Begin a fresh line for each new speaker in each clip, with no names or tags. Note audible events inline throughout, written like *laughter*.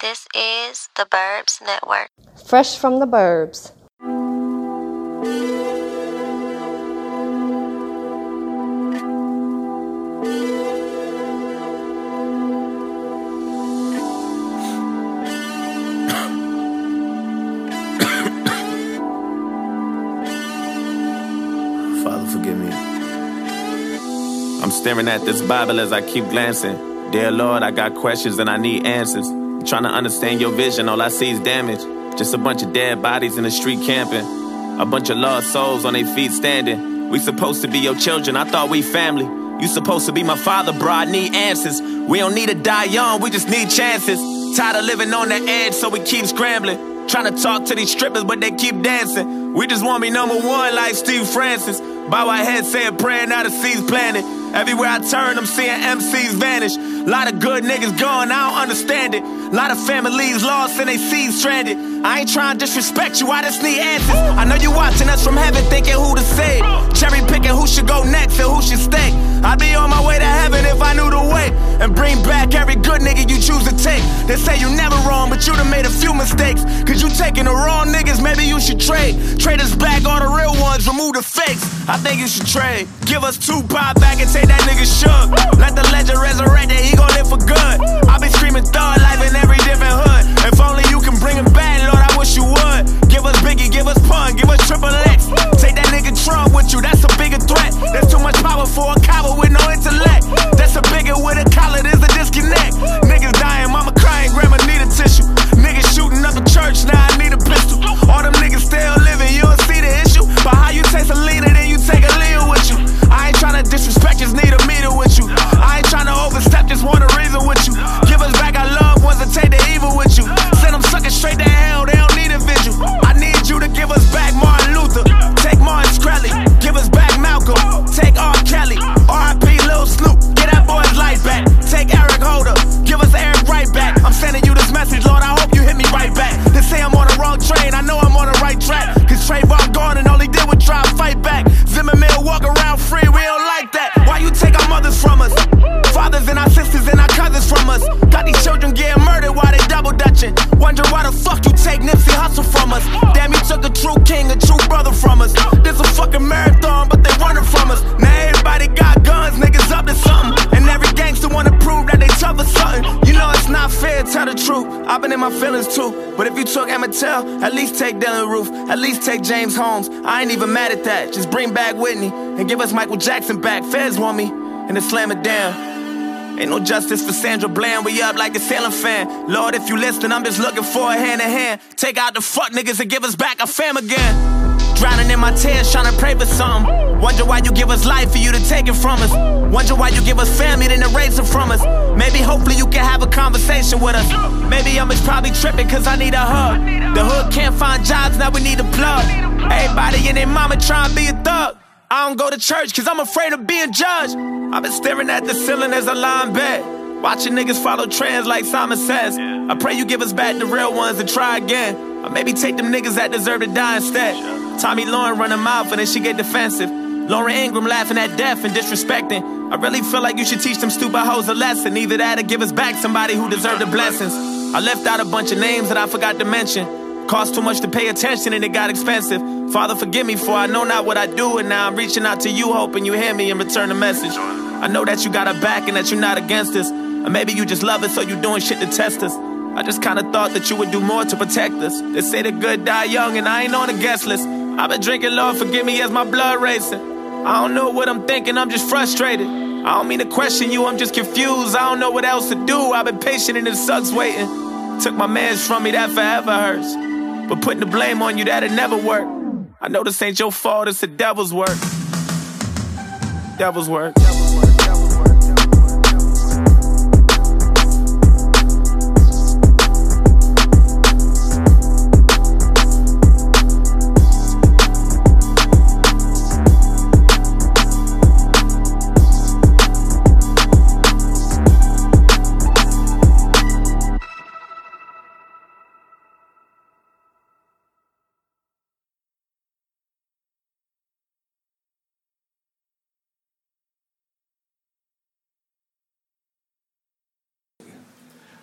This is the Burbs Network.
Fresh from the Burbs.
Father, forgive me. I'm staring at this Bible as I keep glancing. Dear Lord, I got questions and I need answers. I'm trying to understand your vision, all I see is damage. Just a bunch of dead bodies in the street camping. A bunch of lost souls on their feet standing. We supposed to be your children, I thought we family. You supposed to be my father, bro, I need answers. We don't need to die young, we just need chances. Tired of living on the edge, so we keep scrambling. Trying to talk to these strippers, but they keep dancing. We just want to be number one, like Steve Francis. Bow our head, say a prayer, now the seeds planted. Everywhere I turn, I'm seeing MCs vanish. Lot of good niggas gone, I don't understand it. Lot of families lost and they seeds stranded. I ain't trying to disrespect you, I just need answers. I know you watching us from heaven, thinking who to save. Cherry picking who should go next and who should stay. I'd be on my way to heaven if I knew the way. And bring back every good nigga you choose to take. They say you never wrong, but you done made a few mistakes. Cause you taking the wrong niggas, maybe you should trade. Trade us back all the real ones, remove the fakes. I think you should trade. Give us two pop back and take that nigga shook. Let the legend resurrect that he gon' live for good. I been screaming thug life in every different hood. If only you can bring him back, Lord, I wish you would. Give us Biggie, give us Pun, give us Triple X. Take that nigga Trump with you, that's a bigger threat. There's too much power for a coward with no intellect. That's a bigger with a collar, there's a disconnect. Niggas dying, mama crying, grandma need a tissue. Niggas shooting up the church, now I need a pistol. All them niggas still living, you don't see the issue. But how you taste a leader, then you take a leader with you. I ain't tryna disrespect, just need a meter with you. I ain't tryna overstep, just want a reason with you. Give us back our loved ones and take the evil with you. Send them suckers straight to hell, they don't need a vigil. I need you to give us back Martin Luther. Take Martin Screlly, give us back Malcolm. Take R. Kelly, RIP Lil Snoop, get that boy's life back. Take Eric Holder, give us Eric right back. I'm sending you this message, Lord, I hope you hit me right back. They say I'm on the wrong train, I know I'm on the right track. Cause Trayvon gone and all he did was try to fight back. Zimmerman walk around free, we don't like that. Why you take our mothers from us? Fathers and our sisters and our cousins from us. Got these children getting murdered while they double dutching. Wonder why the fuck you take Nipsey Hustle from us. Damn, you took a true king, a true brother from us. This a fucking marathon, but they running from us. Now everybody got guns, niggas up to something. And every gangster wanna prove that they tough or something. You know it's not fair, tell the truth. I've been in my feelings too. But if you took Emmett Till, at least take Dylan Roof. At least take James Holmes. I ain't even mad at that. Just bring back Whitney and give us Michael Jackson back. Feds want me and then slam it down. Ain't no justice for Sandra Bland. We up like a sailing fan. Lord, if you listen, I'm just looking for a hand in hand. Take out the fuck niggas and give us back our fam again. Drowning in my tears, trying to pray for something. Wonder why you give us life for you to take it from us. Wonder why you give us family then erase it from us. Maybe hopefully you can have a conversation with us. Maybe I'm just probably tripping cause I need a hug. The hood can't find jobs, now we need a plug. Everybody and their mama trying to be a thug. I don't go to church cause I'm afraid of being judged. I've been staring at the ceiling as I lie in bed. Watching niggas follow trends like Simon says. I pray you give us back the real ones and try again. Or maybe take them niggas that deserve to die instead. Tommy Lauren run a mouth and then she get defensive. Lauren Ingram laughing at death and disrespecting. I really feel like you should teach them stupid hoes a lesson. Either that or give us back somebody who deserved the blessings. I left out a bunch of names that I forgot to mention. Cost too much to pay attention and it got expensive. Father, forgive me for I know not what I do, and now I'm reaching out to you, hoping you hear me and return the message. I know that you got our back and that you're not against us, or maybe you just love us, so you doing shit to test us. I just kinda thought that you would do more to protect us. They say the good die young, and I ain't on the guest list. I've been drinking, Lord, forgive me as my blood racing. I don't know what I'm thinking, I'm just frustrated. I don't mean to question you, I'm just confused. I don't know what else to do. I've been patient and it sucks waiting. Took my mans from me, that forever hurts. But putting the blame on you, that'll never work. I know this ain't your fault, it's the devil's work. Devil's work.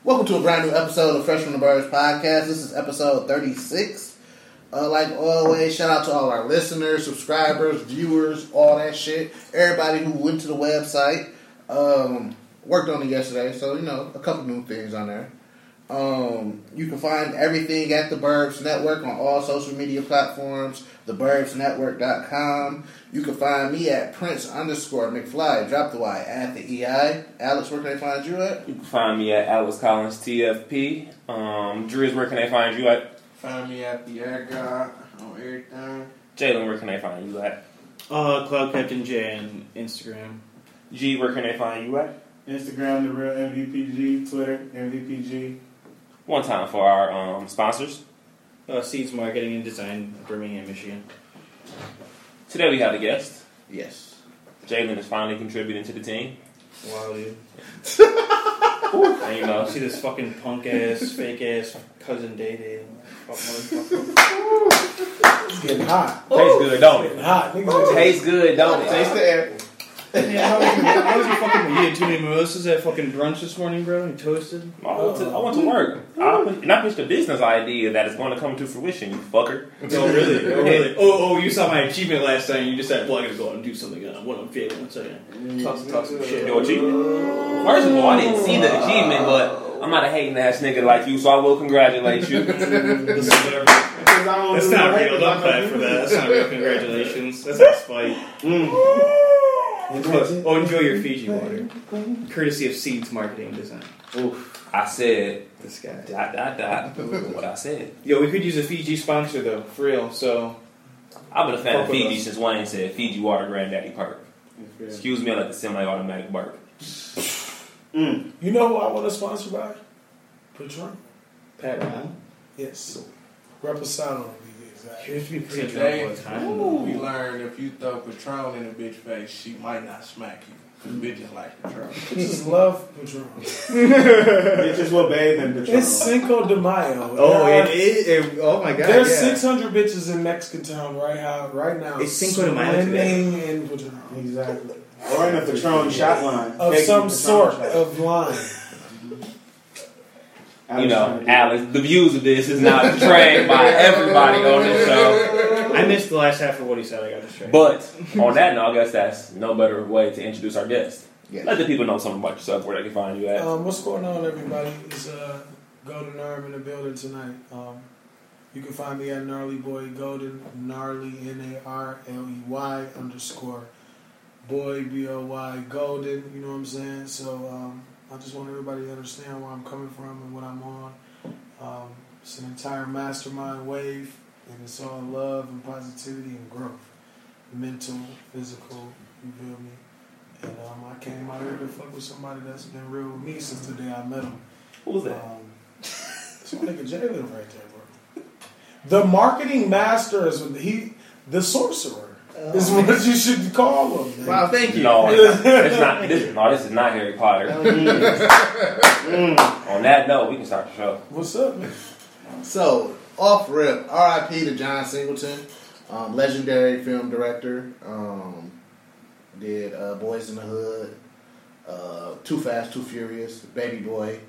Welcome to a brand new episode of Fresh from the Birds podcast. This is episode 36. Uh, like always, shout out to all our listeners, subscribers, viewers, all that shit. Everybody who went to the website. Um, worked on it yesterday, so you know, a couple new things on there. Um, you can find everything at the Burbs Network on all social media platforms, theburbsnetwork.com. You can find me at Prince underscore McFly, drop the Y at the EI. Alex, where can they find you at?
You can find me at Alex Collins TFP. Um, Driz, where can they find you at?
Find me at the air guy on everything.
Jalen, where can they find you at?
Uh, Cloud Captain J on Instagram.
G, where can they find you at?
Instagram, the real MVPG, Twitter, MVPG.
One time for our um, sponsors.
Uh, Seeds Marketing and Design, Birmingham, Michigan.
Today we have a guest.
Yes.
Jalen is finally contributing to the team.
Wow, *laughs* dude.
And, you know,
I see this fucking punk ass, fake ass cousin Day Day. Fuck motherfucker.
It's getting hot.
tastes good, don't it?
Hot. Niggas
Tastes good, don't it?
Taste the air.
Yeah, how was, your- how was your fucking? You had too many mimosas at fucking brunch this morning, bro. You toasted.
I went to, I went to work. I pushed, and I pushed a business idea that is going to come to fruition, you fucker.
No, really, no, really. Oh, oh, you saw my achievement last time. You decided, well, I gotta go out and do something. Uh, what I'm feeling, one second. Talk, talk some shit.
Your achievement. First of all, I didn't see the achievement, but I'm not a hating ass nigga like you, so I will congratulate you.
Listen, whatever. That's not real. Don't clap for that. That's not real. Congratulations. That's not spite.
Imagine.
Oh, enjoy your Fiji water. Courtesy of Seeds Marketing Design.
I said,
This guy.
dot, dot, dot, what I said.
Yo, we could use a Fiji sponsor though, for real. So
I've been a fan of
Fuck with
Fiji
us.
since Wayne said Fiji water granddaddy perk. Excuse me, I like the semi-automatic burp.
You know who I want to sponsor by? Patron.
Pat Ryan.
Yes. Reposado. Exactly.
Appears to be pretty
Today,
drunk all the time.
we learned if you throw Patron in a bitch face, she might not smack you. 'Cause bitches like Patron.
Just love Patron.
Bitches will bathe in Patron.
It's Cinco de Mayo.
Oh,
There
it
are-
is. It, oh my god.
There's
yeah.
600 bitches in Mexican town right now. Right now.
It's Cinco de Mayo today.
Swimming in Patron. Exactly.
or in a Patron shot line.
Of
Taking
some
Patron
sort
shots.
of line.
You know, Alex, the views of this is now betrayed
*laughs*
by everybody on this show.
I missed the last half of what he said. I got distracted.
But on that note, I guess that's no better way to introduce our guest.
Yes.
Let the people know something about yourself, where they can find you at.
Um, what's going on, everybody? It's uh, Golden Arm in the building tonight. Um, you can find me at Gnarly Boy Golden, Gnarly, N A R L E Y underscore Boy, B O Y Golden. You know what I'm saying? So um, I just want everybody to understand where I'm coming from and what I'm on. Um, it's an entire mastermind wave, and it's all love and positivity and growth mental, physical, you feel me? And um, I came out here to fuck with somebody that's been real with me since the day I met him.
Who's that?
Um, *laughs* it's my nigga Jalen right there, bro. The marketing master is what he, the sorcerer is what you should call him. man.
Wow, thank you.
No, it's not. It's not this, no, this is not Harry Potter. Mm. On that note, we can start the show.
What's up, man?
So, off rip, RIP to John Singleton, um, legendary film director. Um, did uh, Boys in the Hood, uh, Too Fast, Too Furious, Baby Boy,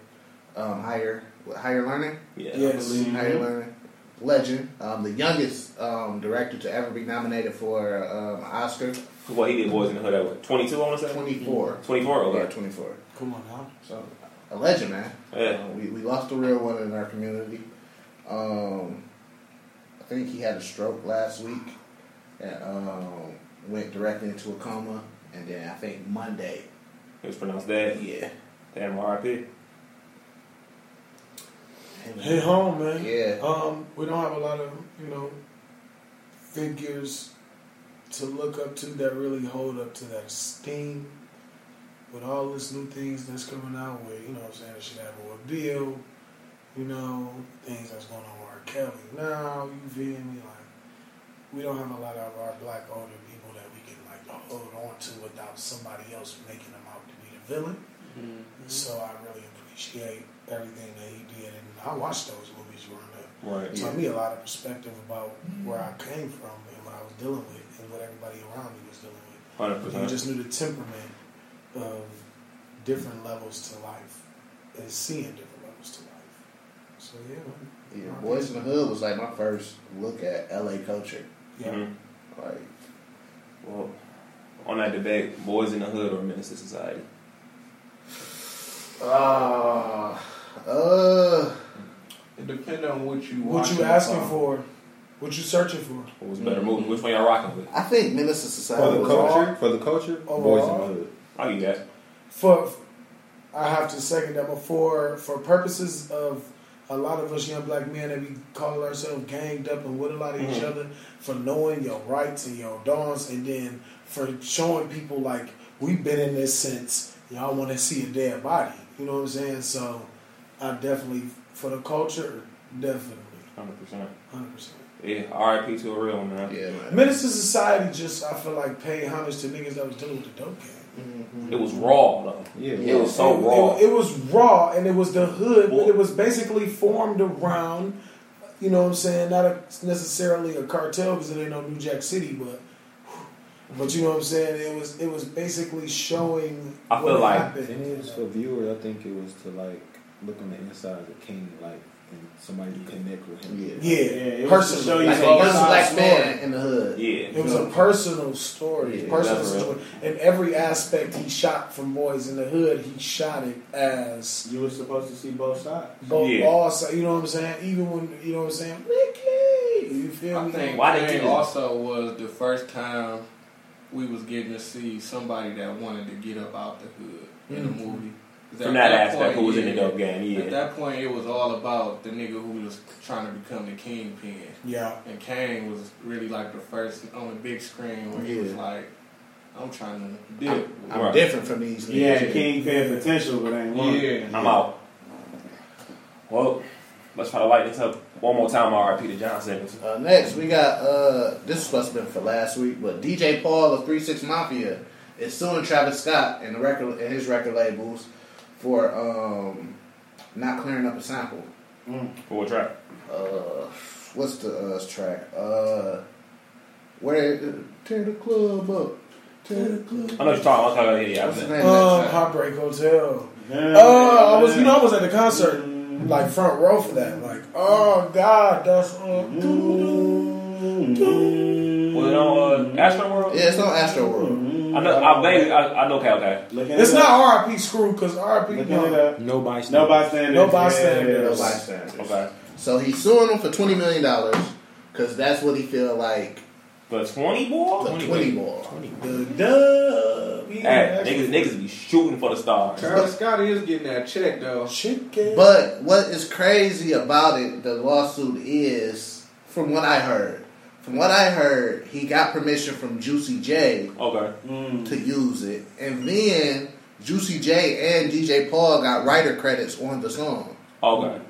um, Higher, what, Higher Learning,
Yeah.
Yes.
Higher Learning, legend. Um, the youngest um, director to ever be nominated for um, Oscar,
Well, he did Boys in the Hood at what, 22, I want to say?
24.
24
Yeah,
over.
24.
Come on now.
So, a legend, man.
Yeah.
Uh, we, we lost a real one in our community. Um, I think he had a stroke last week and um, went directly into a coma. And then I think Monday,
It was pronounced dead.
yeah.
Damn RIP.
Hey, home, man.
Yeah.
Um, we don't have a lot of you know figures to look up to that really hold up to that steam. With all this new things that's coming out, with you know what I'm saying, shit happened with Bill, you know things that's going on with R. Kelly. Now you feel me? Like we don't have a lot of our black older people that we can like hold on to without somebody else making them out to be the villain. So I really appreciate everything that he did, and I watched those movies growing up.
Right.
It taught me a lot of perspective about where I came from and what I was dealing with, and what everybody around me was dealing with.
100%.
You just knew the temperament of different levels to life and seeing different levels. comes to life. So yeah, man.
Yeah, Boys in the Hood was like my first look at LA culture.
yeah.
Mhm.
Like,
Well, on that debate, boys in the hood or menace to society?
ah, uh,
It depends on what you
What
watching
you asking
uh,
from.
for? What you searching for?
What was better movie? Which one y'all rocking with?
I think Menace to
For
Society
the
was
culture, for the culture, boys in the
Overall?
hood.
I'll give you that.
For I have to second that, but for for purposes of a lot of us young black men that we call ourselves ganged up and with a lot of each other for knowing your rights and your dawns and then for showing people like we've been in this since y'all want to see a dead body. You know what I'm saying? So I definitely for the culture, definitely,
100%.
hundred percent.
Yeah, RIP to a real one, man.
Yeah, man.
Minister society just I feel like pay homage to niggas that was dealing with the dope game.
It was raw, though.
Yeah,
It was so
it,
raw.
It, it was raw, and it was the hood, but
Well-
it was basically formed around, you know what I'm saying? Not a, necessarily a cartel because it ain't no New Jack City, but but you know what I'm saying? It was it was basically showing
I feel
what
like-
And
happened.
it was for viewers, I think it was to like look on the inside of the king, like and somebody you connect with him.
Yeah.
Yeah,
it was to
personally.
show you
Like a
the
young
other side
black
story.
man in the hood.
Yeah.
It was a personal story,
Yeah,
personal
that's real.
situation. In every aspect he shot from Boys in the Hood, he shot it as
You were supposed to see both sides.
both
Yeah.
also, you know what I'm saying? Even when, you know what I'm saying? Mickey! You feel
I
me?
think
Why they
Why
do this?
also was the first time we was getting to see somebody that wanted to get up out the hood in the movie. 'Cause at
From that aspect,
point,
who was in the
yeah,
dope game,
At
yeah.
that point, it was all about the nigga who was trying to become the kingpin,
Yeah.
and Kane was really like the first on the big screen where he was
Yeah.
like, "I'm trying to dip."
I'm
Right.
different from these niggas.
He had kingpin potential, but ain't one.
yeah,
I'm out. Well, let's try to light this up one more time. RIP to John Singleton.
Uh, next, we got uh, this was supposed to been for last week, but DJ Paul of Three Six Mafia is suing Travis Scott and the record and his record labels for um, not clearing up a sample.
For what track?
Uh, what's the uh, track? Uh, where uh, tear the club up, tear the club.
I know what you're talking about. I was talking about yeah, yeah.
What's the
I
name of
Um,
that track?
Heartbreak Hotel.
Yeah.
Oh, I was, you know, I was at the concert, like front row for that. Like, oh God, that's
Mm-hmm.
uh,
bet. Was it on uh, Astro World?
Yeah, it's on Astro World.
I know. I maybe. I, I know. Okay, okay.
Looking
It's
it up.
not RIP Screw because RIP.
Looking it
No.
up.
Nobody.
No bystanders.
No bystanders.
No bystanders.
Okay.
So he's suing him for twenty million dollars because that's what he feel like
But twenty ball.
the twenty ball.
The dub. He
Hey,
actually-
Eh, niggas, niggas be shooting for the stars.
Travis Scott is getting that check though.
Chicken. *laughs*
But what is crazy about it, the lawsuit is, from what I heard, from what I heard, he got permission from Juicy J
Okay.
to use it, and then Juicy J and DJ Paul got writer credits on the song.
Okay.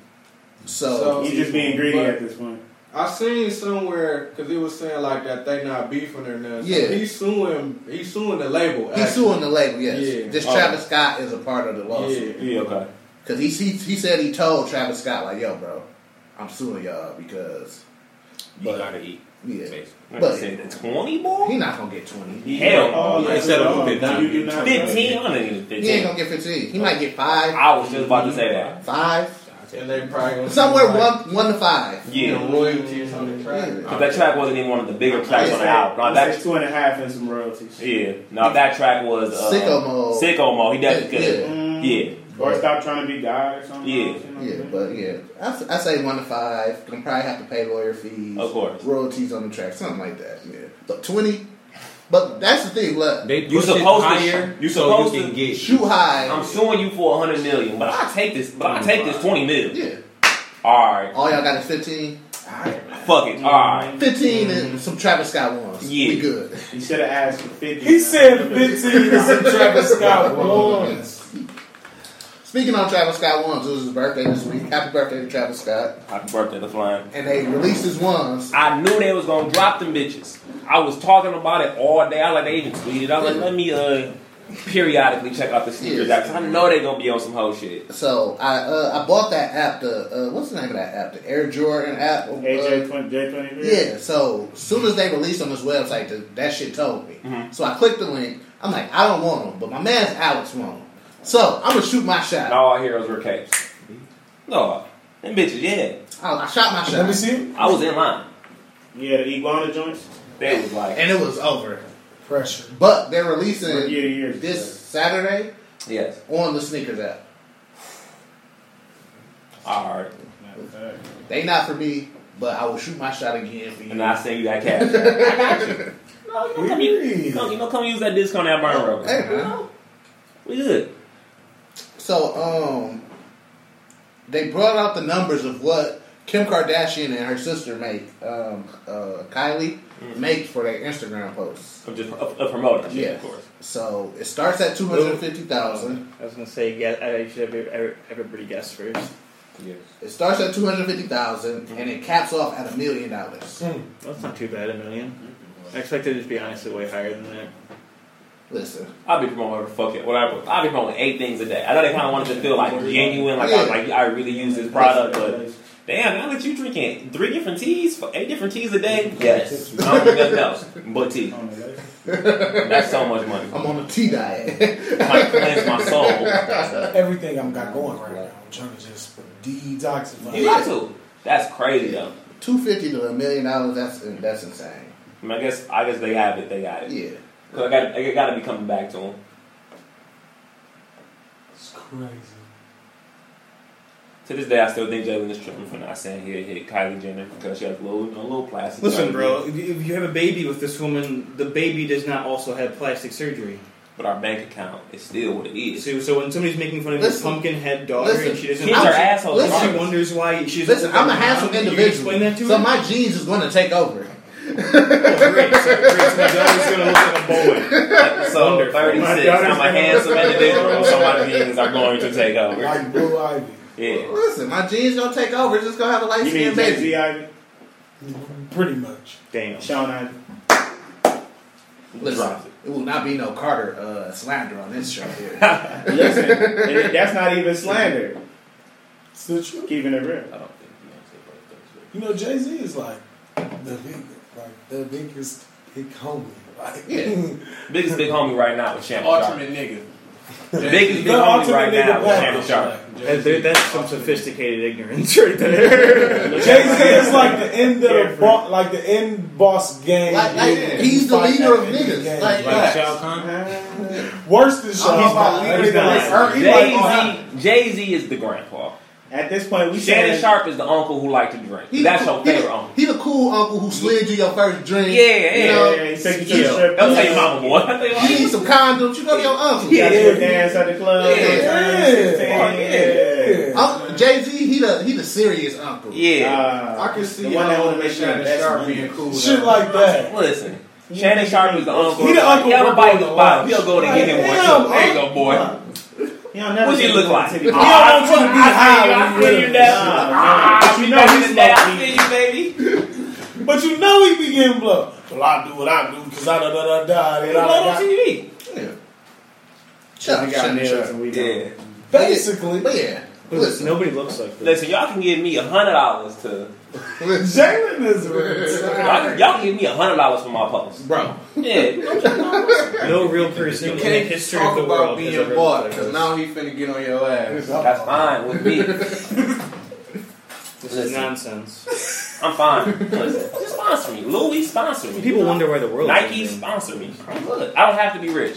So,
He's just being greedy at this point.
I seen somewhere because it was saying like that they not beefing or nothing.
Yeah.
Yeah, he's suing. He's suing the label.
he's
actually.
suing the label. Yes,
Yeah.
this
Okay.
Travis Scott is a part of the lawsuit
Yeah.
Yeah. Okay.
because he, he he said he told Travis Scott like, "Yo, bro, I'm suing y'all because
You gotta eat.
yeah,
Basically.
But-
I said twenty ball.
he not gonna get twenty.
Hell.
Oh,
no.
yeah.
Instead of
You do
fifteen.
not-
Fifteen. I don't even
He ain't
fifteen.
gonna get fifteen. He might get five,
I was just about to say that.
five,
And they probably gonna
somewhere
do, like,
one one to five.
you
Yeah.
know, royalties on the track.
Yeah.
Cause that track wasn't even one of the bigger tracks on the album. No, that
That's two and a half and some royalties.
Yeah. No, that track was uh,
Sicko mode.
Sicko mode. He definitely
Yeah,
could. Yeah.
Or stop trying to be God or something.
Yeah.
else, you know what
Yeah,
I mean?
but yeah, I, s- I say one to five. Gonna probably have to pay lawyer fees,
Of course.
royalties on the track, something like that. Yeah, but twenty. But that's the thing. Look,
They
You
push it
supposed to-
higher
you
so
supposed
you can
to-
get.
shoot high.
I'm suing you for 100 million, but I take this. But I take this 20 million.
yeah,
All right.
all y'all got is fifteen.
Fuck it. All right.
Fifteen and some Travis Scott ones.
Mm-hmm. Yeah.
we good.
You should have asked for 50.
he said 15 is a Travis Scott ones.
Speaking on Travis Scott ones, it was his birthday this week. Happy birthday to Travis Scott!
Happy birthday to Flying.
And they released his ones.
I knew they was gonna drop them bitches. I was talking about it all day. I like they even tweeted. I was like, let me uh periodically check out the sneakers
Yes.
out, 'cause I know they gonna be on some whole shit.
So I uh, I bought that app. The uh, what's the name of that app? The Air Jordan app. uh,
AJ 20, J23?
Yeah, so soon as they released on this website, th- that shit told me.
Mm-hmm.
So I clicked the link. I'm like, I don't want them, but my man's Alex want them. So I'm gonna shoot my shot.
And all our heroes were capes. No, them bitches, yeah.
Oh, I shot my shot.
Let me see.
I was in line.
Yeah, the iguana joints.
They was like,
And it was over.
Pressure.
But they're releasing
Rookie of the year.
this Saturday
yes,
on the sneakers app.
all right.
They not for me, but I will shoot my shot again for you.
And I send you
*laughs*
that cash. I got you. No, you don't come,
Period.
use, no, you don't come use that discount at Burn Rubber.
Hey, man.
We good.
So, um, they brought out the numbers of what Kim Kardashian and her sister make, um, uh, Kylie, make for their Instagram posts.
I'm just a, a promoter. Yeah, of course.
So it starts at two hundred fifty thousand.
I was gonna say, guess, I should have every- everybody guess first.
Yes.
It starts at two hundred fifty and it caps off at a million dollars.
That's not too bad, a million. I expected it to be honestly way higher than that.
Listen,
I'll be promoting whatever the fuck it, whatever. I'll be promoting eight things a day. I know they kind of wanted to feel like genuine, like I, like I really use this product, but damn, now that you drinking three different teas, for eight different teas a day, yes, I don't drink nothing else but tea. That's so much money.
I'm on a tea diet.
I might cleanse my
*laughs*
soul.
Everything I'm got going right now. I'm trying to just detoxify.
You got to. That's crazy though.
two fifty to a million dollars. That's that's insane.
I, mean, I guess I guess they have it. They got it.
Yeah.
Cause I got I got to be coming back to them.
It's crazy.
To this day, I still think Jalen is tripping for not saying he hit Kylie Jenner because she has a little, a little plastic.
Listen,
surgery.
bro, if you if you have a baby with this woman, the baby does not also have plastic surgery.
But our bank account is still what it is.
So, so when somebody's making fun of his
Listen.
pumpkin head daughter
Listen.
and she doesn't,
Kids are assholes.
listen.
she
regardless.
wonders why she's.
Listen, I'm a handsome
Can you
individual,
Explain that to
so
her.
my genes is going to take over.
Oh, great. So, great. So my daughter's gonna look like
*laughs*
a boy.
So
Wonderful.
36, I'm a handsome individual. So my genes are going to take over.
Like Blue Ivy.
Yeah.
Listen, my genes don't take over. It's just gonna have a light
You mean
skinned
Jay
baby.
Z Ivy?
Pretty much.
Damn.
Sean Ivy.
Listen,
Drops it.
it will not be no Carter uh, slander on this show *laughs* here.
Listen, and that's not even slander.
It's the truth.
Keeping it real.
I don't think Beyonce
You know, Jay Z is like the big, like the biggest big homie. Like, *laughs*
Yeah.
Biggest big homie right now with Shannon Sharp.
Ultimate nigga.
The biggest big
The
homie
ultimate
right now
nigga
with
black.
Shannon Sharp.
That- that- that's some sophisticated ignorance right there. *laughs*
Jay Z is like the end of the bo- like the end boss gang.
Like, like,
Yeah.
he's the
Like,
leader of
at the end
niggas.
gang.
Like, Oh,
Like
facts.
Shao Kahn.
worse than Sean.
he's not
Like,
leader,
he's
though.
like, oh,
Or he like-
Jay Z, Jay Z is the grandpa.
At this point, we
Shannon
saying-
Sharp is the uncle who liked to drink.
He
That's
the, he
your
the-
favorite uncle.
He the cool uncle who slid you your first drink.
Yeah, yeah,
You
yeah.
Yeah,
know,
yeah, he take you to the
Yeah.
strip
I'll
club.
tell your mama boy. *laughs* I'll tell your
You need
mama.
some condoms. You go to your uncle.
Got
Yeah.
you a dance at the club.
Yeah.
Yeah.
yeah.
Jay Z, Um, he the he the serious uncle.
Yeah.
Uh,
I can see
the one that want to make sure
Shannon
that's
Sharp
money.
being cool.
Shit like that.
Uh, Listen. Shannon Sharp is the uncle.
He the uncle
He ever
we're
bite
going
the
to
bottom.
watch.
He'll go to
Like,
get him one
damn,
too. There you go, boy.
You don't never
What she
see
look
him
like?
titty.
don't want you to be high
I
when
feel
you
you
with
now.
Nah, nah. You know
Back in
he
the day, I
smoke
feel
weed.
you, baby.
But you know he be getting blown. Well, I do what I do because I da da da da. da,
He blown on
da, da.
TV.
Shut
I
up,
got
Shannon
nails
Sharp.
and we
Yeah.
Basically,
But yeah,
Listen,
listen,
nobody looks like this.
Listen, y'all can give me a hundred dollars to.
listen,
Jalen is rich.
Y'all, can- y'all can give me a hundred dollars for my post.
bro.
Yeah.
No real person in the history of the world has ever looked like this.
now he finna get on your ass.
That's fine with me.
This is
Listen.
nonsense.
I'm fine. Listen, just sponsor me. Louis sponsor me.
People wonder why the world.
Nike sponsor me. Look, I don't have to be rich,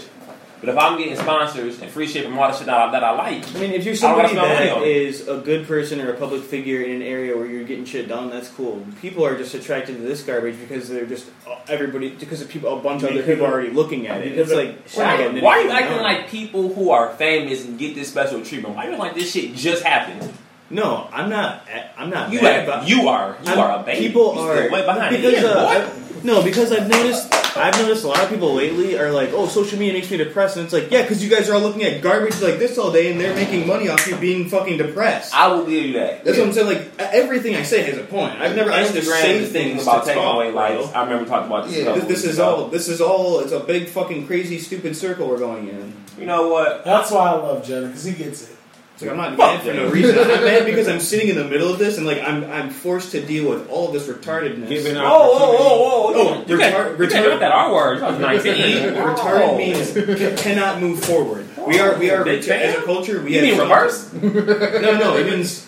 but if I'm getting sponsors and free shipping, and all the shit that I, that I like,
I mean, if you're
I don't
somebody
wanna spend money on
that
it.
is a good person or a public figure in an area where you're getting shit done, that's cool. People are just attracted to this garbage because they're just uh, everybody because of people, a bunch of other people are already looking at it. It's like shit, I got
why,
nothing
why are you
going
acting
on.
like people who are famous and get this special treatment? Why you like this shit just happened?
No, I'm not. a- I'm not.
You
mad
are,
about-
you are, you
I'm-
are a baby.
People
You
are
still way behind
because
him,
uh,
boy.
I've- no, because I've noticed I've noticed a lot of people lately are like, oh, social media makes me depressed, and it's like, yeah, because you guys are all looking at garbage like this all day, and they're making money off you being fucking depressed.
I will give you that.
That's what I'm saying. Like e- everything I say has a point. I've never. I don't just
Instagram
say
is thinking
things
about
to
taking
talk,
away
bro.
lives. I remember talking about this.
Yeah,
a couple
This, this
weeks
is
ago.
all. This is all. It's a big fucking crazy stupid circle we're going in.
You know what?
That's why I love Jalen because he gets it.
It's like I'm not
Fuck
mad for
that.
no reason. I'm mad because I'm sitting in the middle of this and like I'm I'm forced to deal with all of this retardedness.
Giving
Whoa,
up.
whoa, whoa, whoa!
Oh,
you can't-
retard-
you can't
retard-
drop that R word. That was nice. *laughs* Oh.
Retarded
Whoa.
means ca- cannot move forward. We are we are
Big
as a
fan?
culture. We
You mean
have something-
reverse?
No, no. It means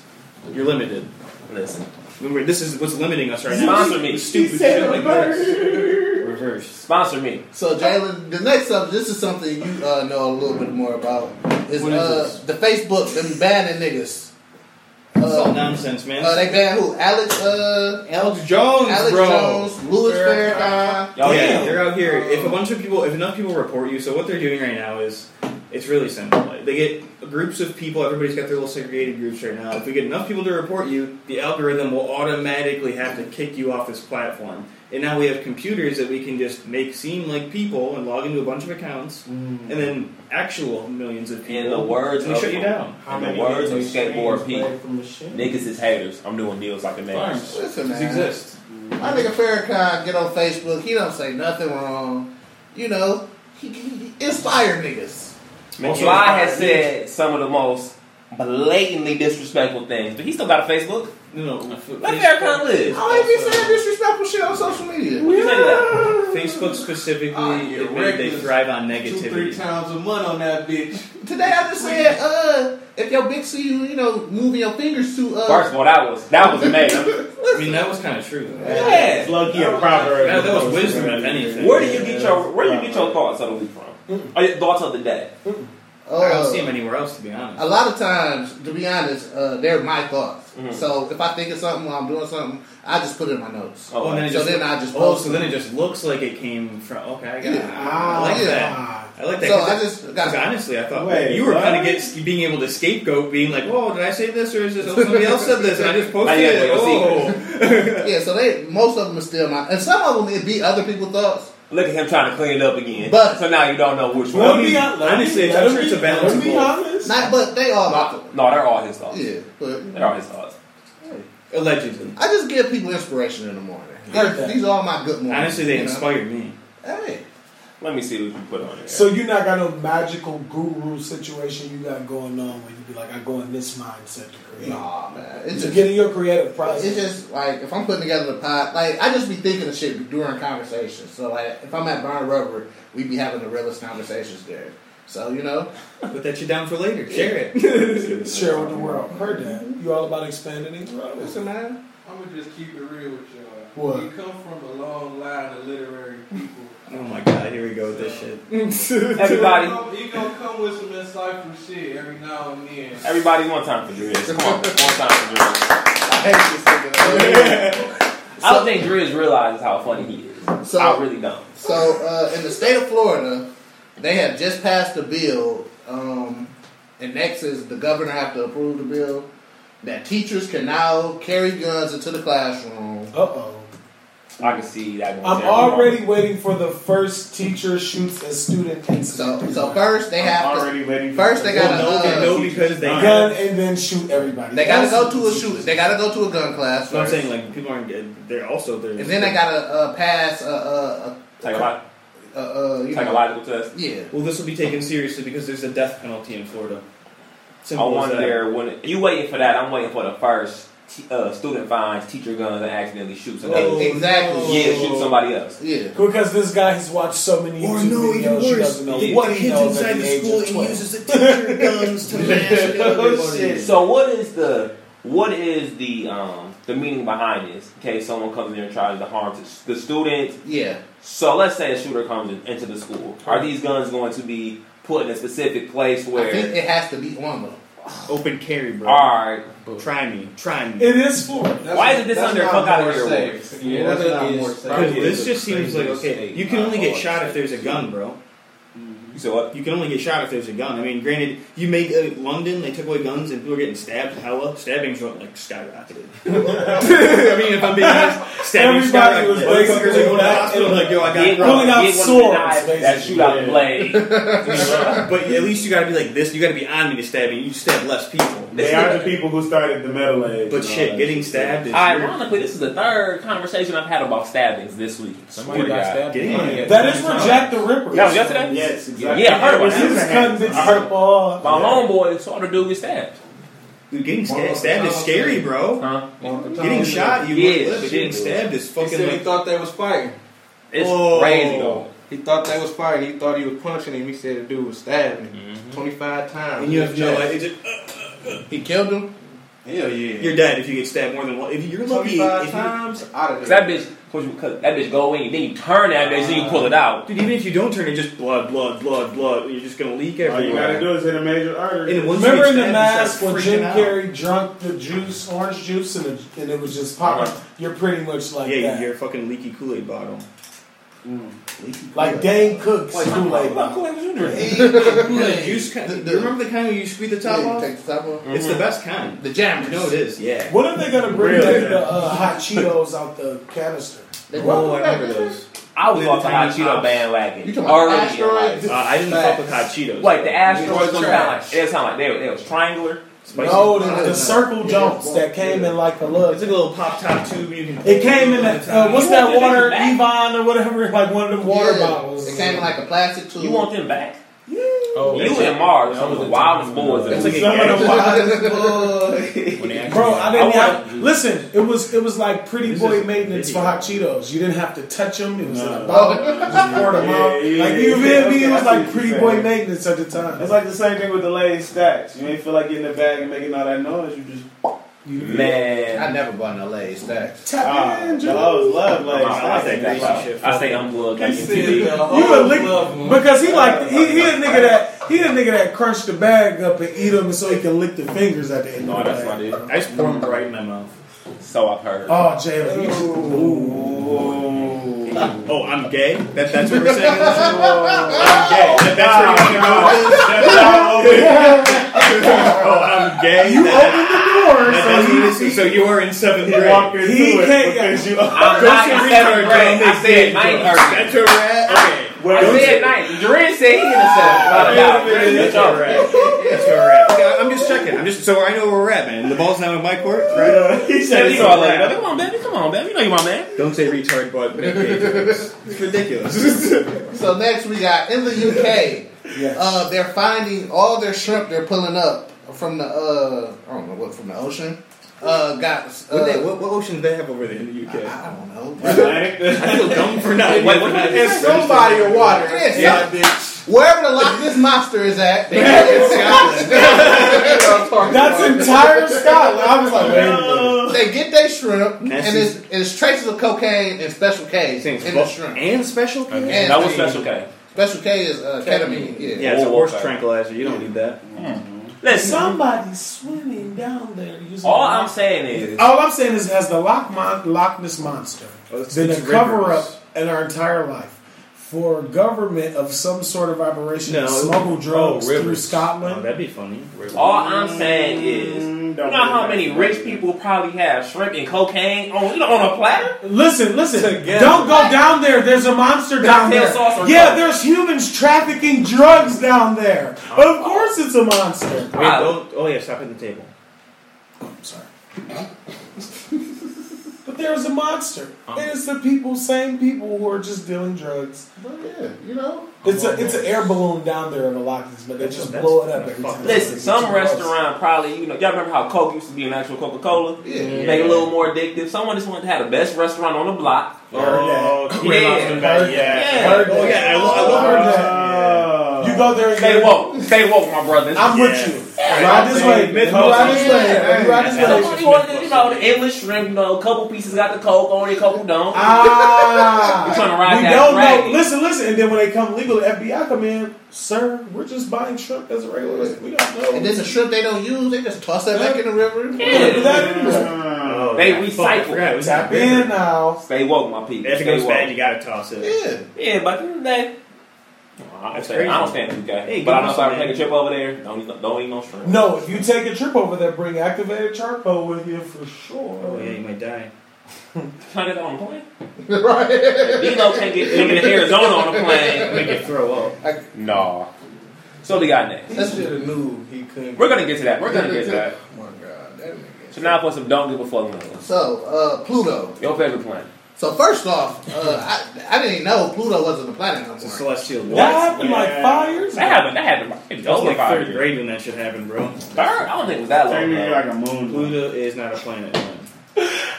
You're limited.
Listen.
Remember, this is what's limiting us right now.
Sponsor me.
Stupid shit like this. Reverse.
Sponsor me.
So Jalen, the next up, this is something you uh, know a little bit more about. Is,
What is
uh,
this?
the Facebook them banning niggas?
It's all nonsense, man.
Uh, they banned who? Alex. Uh,
Alex Jones,
Alex
bro.
Jones, Louis Farrakhan.
Oh yeah, they're out here. If a bunch of people, if enough people report you, so what they're doing right now is, it's really simple. Like, They get groups of people. Everybody's got their little segregated groups right now. If we get enough people to report you, the algorithm will automatically have to kick you off this platform. And now we have computers that we can just make seem like people and log into a bunch of accounts, and then actual millions of people.
In the words
and they
of
shut you down.
In the words of skateboard Pete, niggas is haters. I'm doing deals like a man.
Fine. Listen,
Just
man. My nigga Farrakhan get on Facebook. He don't say nothing wrong. You know, he, he, he inspire niggas.
Man, Fly has said some of the most blatantly disrespectful things, but he still got a Facebook.
No,
let Farrakhan live.
I like you saying disrespectful shit on social media.
What do you think of that? Facebook specifically, it made- they
reckless.
thrive on
Uh, Two, three
negativity.
times a month on that bitch.
Today I just said, uh, if your bitch see you, you know, moving your fingers to uh,
First of all, that was that was *laughs* amazing.
I mean, that was kind of true. Though.
Yeah.
It's low key a proverb.
That, that was wisdom, if anything.
Where do you get your Where do you get your thoughts of the week from? Or your thoughts of the day?
I don't see
uh,
him anywhere else, to be honest.
a lot of times, to be honest, uh, they're my thoughts.
Mm-hmm.
Mhm.
So if I think of something while I'm doing something, I just put it in my notes.
Oh,
and it
so then I just
oh,
post
so then it just looks like it came from. Okay, I got it. I
Ah,
like
yeah.
that. I like that.
So
'cause
I
that-
just
'cause
got
honestly, I thought
Wait,
you were
what?
kind of get being able to scapegoat, being like, "Whoa, did I say this or is this oh, somebody else said this?" And I
*laughs*
just posted
Now you
it.
gotta go
Oh,
*laughs*
yeah. So they most of them are still my, and some of them it be other people's thoughts.
Look at him trying to clean it up again.
But-
so now you don't know which
Well,
one.
he- *laughs* honestly, it's- I'm sure it's a balance
Let's be
of both.
honest.
Not, but they all my thoughts.
No, they're all his thoughts.
Yeah, but
They're all his thoughts.
allegedly.
I just give people inspiration in the morning.
Like that.
These are all my good mornings.
Honestly, they
you know?
inspired me.
Hey,
Let me see what you put on there.
So you not got no magical guru situation you got going on where you be like, I go in this mindset to create.
nah, man. It's
It's
just,
getting your creative process.
it's just like if I'm putting together the pod, like I just be thinking of shit during conversations. So like if I'm at Barn Rubber, we be having the realest conversations there. So you know, *laughs*
Put that shit down for later. Share it.
*laughs*
share with the world. Heard that. You all about expanding it?
listen, man.
I'm gonna just keep it real with y'all.
What?
You come from a long line of literary people.
Oh my god, here we go with this shit.
*laughs* Everybody,
You gonna, you gonna come with some insightful shit every now and then.
everybody, one time for Driz. Come on, one time for Driz.
I hate this nigga.
I don't think Driz realizes how funny he is.
So-
I really don't.
So uh, in the state of Florida, they have just passed a bill, um, and next is the governor have to approve the bill that teachers can now carry guns into the classroom.
Uh oh.
I can see that. going
I'm
down.
already waiting for the first teacher shoots a student incident.
So so first they have to
already waiting.
first they gotta,
no,
uh,
no, because they
gun and then shoot everybody.
They gotta go
That's-
to a shoot. They gotta go to a gun class.
So I'm
first.
saying like people aren't. good. They're also there.
and then they gotta uh, pass a
Psycholo-
a a, a, a you know,
psychological test.
yeah.
Well, this will be taken seriously because there's a death penalty in Florida.
I
Simple as that.
wonder when you waiting for that. I'm waiting for the first t- uh, student finds teacher guns and accidentally shoots another.
Oh,
e-, exactly.
no.
Yeah, shoot somebody else.
Yeah,
Because this guy has watched so many
Or
YouTube
no, even
videos, he
worse,
doesn't know
the
what
one
he
kid's
knows
inside
at
the
the age
school
of
and
12.
uses the teacher guns
*laughs*
to mash everybody.
So what is the what is the um the meaning behind this? In case someone comes in there and tries to harm t- the students.
yeah.
So let's say a shooter comes in, into the school. Are these guns going to be put in a specific place
I think
where?
it has to be on them.
Open carry, bro.
All right.
Try me, try me.
It is Florida.
That's-
Why isn't this
that's
under
not
fuck outta
more
here
safe.
awards?
Yeah,
Awards
that's
not
not
more
more
safe.
Because
It
this
is
just
the
seems like
safest
okay.
state Mm-hmm.
You can
by
only get
far.
shot if there's a gun, bro.
You said what?
You can only get shot if there's a gun. I mean, granted, you make uh, London, they took away guns, and people are getting stabbed. Hella stabbings were like skyrocketed. *laughs* I mean, if I'm being honest, stabbings
Everybody was
skyrocketed. Motherfuckers are
basically
going to the hospital like, yo, I got
Get
robbed.
*laughs* pulling
get
out
one of the
swords,
knives That
basically.
shoot out the blade.
but at least you gotta be like this. You gotta be on me to stab me. You stab less people.
They are the people who started the metal age.
But shit, getting stabbed is
Ironically, this is the third conversation I've had about stabbings this week. Swear to God.
getting
That is for Jack the Ripper.
That was yesterday?
Yes, exactly.
Yeah, I heard about
Because he
that.
was cutting bitches up all.
My homeboy saw the dude get stabbed.
Dude, getting
One
sta-
of
stabbed
the
is scary, bro.
Huh?
Oh,
Getting shot, you
Yeah,
yeah, live.
shit,
but Getting
dude.
stabbed is
He
fucking
said he
like.
thought they was fighting.
It's
Whoa.
crazy though.
He thought they was fighting. He thought he was punching him. He said the
Mm-hmm.
dude was stabbing him 25 times.
And you have no
Chest.
idea.
He killed him.
Hell yeah. You're dead if you get stabbed more than one. If you're lucky, if you-
times out of That bitch, cause you, cause that bitch go in, then you turn that bitch, then you pull it out.
Dude, even if you don't turn it, just blood, blood, blood, blood. You're just gonna leak
Oh,
everywhere.
All you gotta do is hit a major artery.
And once you
Remember
get
in the
stabbed, you
mask
start
when
freaking
Jim
out.
Carrey drunk the juice, orange juice, and it, and it was just popping? You're pretty much like
Uh-huh. Yeah,
that.
you're a fucking leaky Kool Aid
*laughs*
bottle.
Like Dane Cook's Kool-Aid.
The juice kind. you remember the kind where you squeeze the top
Yeah, you
off?
take the top off.
It's the best kind.
The jammers.
You know it is. Yeah.
When are they gonna bring
Really?
back the uh, hot Cheetos out the canister?
Oh, I remember those.
I was off the hot
Tiny
Cheeto
pops.
bandwagon.
You talking about
Already in
asteroids?
life.
Uh, I didn't fuck with hot Cheetos.
Like the asteroids,
Boys
don't
don't
sound
match.
like they sound like they, they was triangular.
Spicy.
No, the,
Uh,
the circle jumps that came in like a
It's
look.
like a little pop top tube. You can.
It came in that uh, what's
You
that
want
water
it back?
Evon or whatever, *laughs* like one of the water
Yeah.
bottles.
It came in like a plastic tube. *laughs*
You want them back?
Oh,
you and Mars, some of the wildest boys. in
That's
the
like a
world.
gang.
Bro, I didn't
I
have. Listen, it was it was like pretty
This
boy
is
maintenance for
video.
hot Cheetos. You didn't have to touch them. It was in a bottle. You just poured them out.
Yeah, yeah,
like you
yeah.
feel me?
Okay,
It
I
was
see
like
what
pretty
you're
boy
saying.
maintenance at the time.
It's like the same thing with the laid stacks. You ain't feel like getting the bag and making all that noise. You just
I
Man,
never bought an LA stack.
*laughs* tap
ah,
in,
no,
Joe.
I was love laid
I
stacks.
take that back. I say unplugged. I can see
You
it.
You a
uh,
lick because he like he, he a nigga that he a nigga that crunch the bag up and eat them so he can lick the fingers at the end.
No,
of
oh,
the
that's
bag.
not it.
I just pour them right in my mouth.
So I've heard.
Oh, Jalen, you just-
Oh, I'm gay. That, that's what
*laughs*
we're saying. in this room? I'm gay. That, that's where you want to go. That's
*laughs*
all open. oh, I'm gay.
you
That-
opened the
*laughs*
door.
that-
so
that's
he-
what this is. so you are in seventh grade.
He can't-
I'm not in seventh grade. I said ninth.
That's where we're at. Okay.
I said ninth. Duran said he in the seventh. Without a doubt. That's
That's where
all
we're
right.
at. That's where we're at. Okay, I'm just checking. I'm just so I know where we're at, man. The ball's now in my court, right?
He said
Said
it's
he
all
all
like
like,
that.
Come on, baby. Come on, baby. You know you my man.
Don't say retard, but make gay jokes. it's ridiculous.
So next we got in the UK.
Yes.
Uh, they're finding all their shrimp they're pulling up from the uh, I don't know what from the ocean. Uh, got uh,
What, they, what, what ocean do they have over there in the UK?
I don't know.
I feel dumb for not.
Wait, what kind
It's somebody or water. It's
Yeah,
some- Wherever the lock this monster is at, they
That's entire Scotland. I was like, wait a minute.
they get their shrimp and
That's
it's, it's traces of cocaine and special K in
Things
the
both-
shrimp.
and special. K?
And
That was
the-
special K.
Special K is uh, ketamine. Yeah.
Yeah, it's a
Oh,
horse
okay.
tranquilizer. You don't need that.
Listen,
Somebody's swimming down there. using
all
the
I'm
Loch-
saying is,
all I'm saying is, as the Loch, Mon- Loch Ness monster,
Oh, it's-
been
it's
a cover
rivers.
up in our entire life for government of some sort of operation
No.
to smuggle drugs through
rivers. Oh,
Scotland.
that'd be funny.
all I'm saying is, you know how many rich people probably have shrimp and cocaine on you know on a platter?
Listen, listen. Don't go down there. There's a monster down
Cocktail
there.
sauce or
Yeah,
something.
there's humans trafficking drugs down there.
Oh.
Of course, it's a monster.
Wait,
Uh,
don't, oh yeah, stop at the table.
I'm sorry. but there's a monster.
Um.
And it's the people, same people who are just dealing drugs.
But yeah, you know.
It's a it's an air balloon down there in the Loch Ness, but they just
That's-
blow it up every
fuck.
time.
Listen,
It's
some
gross.
restaurant probably you know y'all remember how Coke used to be an actual Coca Cola,
Yeah.
make it a little more addictive. Someone just wanted to have the best restaurant on the block.
Oh,
that.
Queen
Yeah.
Lobster Bag, yeah.
Yeah.
Heard
Oh
that.
yeah, I, lo- I love
Heard
her.
that. You go there and
Stay
get
woke, stay woke, my brother.
I'm
Yeah.
with you. Ride this way.
Myth
You Ride
hustle.
this way. You Ride
And
this way.
Somebody wanted, you know, the endless shrimp, you know, a couple pieces got the coke on it, a couple don't.
Ah,
You tryna ride
we
that
don't
ragged.
know. Listen, listen, and then when they come legal, the FBI come in, sir. We're just buying shrimp as a regular. We don't know.
And there's a shrimp they don't use. They just toss that back in the river.
We don't do that anyway.
Oh,
They
yeah, fuck, I
recycle.
forgot it was
Tap
in the river.
in now.
Stay woke, my people.
If it
Stay
goes
woke.
bad, you gotta toss it.
Yeah.
Yeah, but then they. I don't
That's
stand- I don't stand for you guys. but I
give
know
us
if I
some,
take a
man.
trip over there, don't eat, no- don't eat no *laughs* shrimp.
No, if you take a trip over there, bring activated charcoal with you for
Oh
sure.
yeah, you might die.
Can I get that on a plane? right. Dino can't get nigga to Arizona on a plane.
Make it throw up.
No. So what we got next?
That's just a noob. He couldn't.
We're gonna get to that. We're gonna get to that.
Oh my god, that nigga.
So now for some don't give a fuck moments.
So, uh, Pluto.
Your favorite planet?
So first off, uh, I, I didn't even know Pluto wasn't a planet no
It's a
more.
celestial
That
law.
happened like five years
That
ago.
happened. That happened. It
That was
was
like
five
third
years.
grade when that shit happened, bro.
Third? I don't think it was that long.
Technically, like
ago.
a moon.
Pluto is not a planet. Man.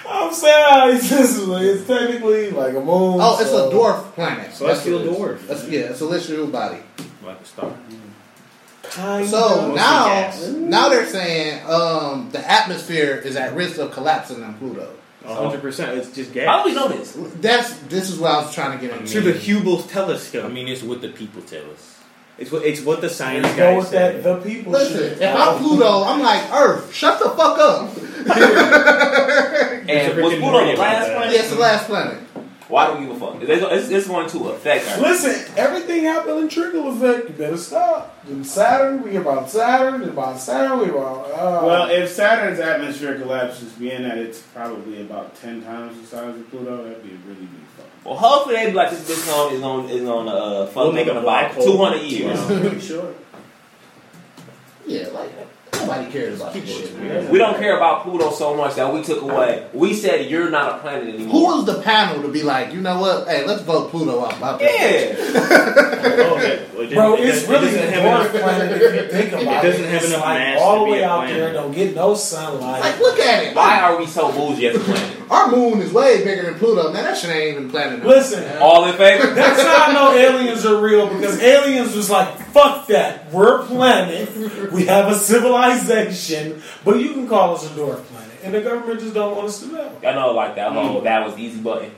I'm saying *laughs* it's, just, it's technically like a moon.
Oh, it's
so-
a dwarf planet.
Celestial
That's what it is.
dwarf.
That's, yeah, it's a celestial body.
Like a star.
So
Mostly
now,
gas.
now they're saying um, the atmosphere is at risk of collapsing on Pluto.
hundred percent. It's just gas.
How do we know this? That's this is what I was trying to get into.
Through the Hubble telescope. I
mean, it's what the people tell us.
It's what it's what the science
There you go
guys
with
say.
the people.
Listen, if I'm Pluto, I'm like Earth. Shut the fuck up.
And was Pluto the last planet?
Yes, the last planet.
Why do we give a fuck? It's, it's, it's going to affect us.
Listen, everything happened in trickle effect. You better stop. Then Saturn, we about Saturn, then about Saturn, we about. Uh,
Well, if Saturn's atmosphere collapses, being that it's probably about ten times the size of Pluto, that'd be really big fuck.
Well, hopefully they be like this bitch on is on is on uh fuck
We'll
we'll
make
making
a
about
black hole.
two hundred years.
sure.
Yeah, like nobody cares about this shit. man.
we don't care about Pluto so much that we took away. We said you're not a planet
Who
anymore.
was the panel to be like, you know what? Hey, let's vote Pluto out. About this.
Oh,
Bro, it's really
doesn't
a
have
dwarf
enough-
planet if you think about it.
It doesn't have
It's
enough
like
mass
all
to
the
be
way
a
out
planet.
there, don't get no sunlight.
Like, look at it.
Why are we so bougie as a planet?
Our moon is way bigger than Pluto, man. That shit ain't even planet. Earth.
Listen,
All in favor?
That's how I know aliens are real because aliens was like, fuck that. We're a planet. We have a civilization, but you can call us a dwarf planet. And the government just don't want us to know.
I know like that whole that was easy button.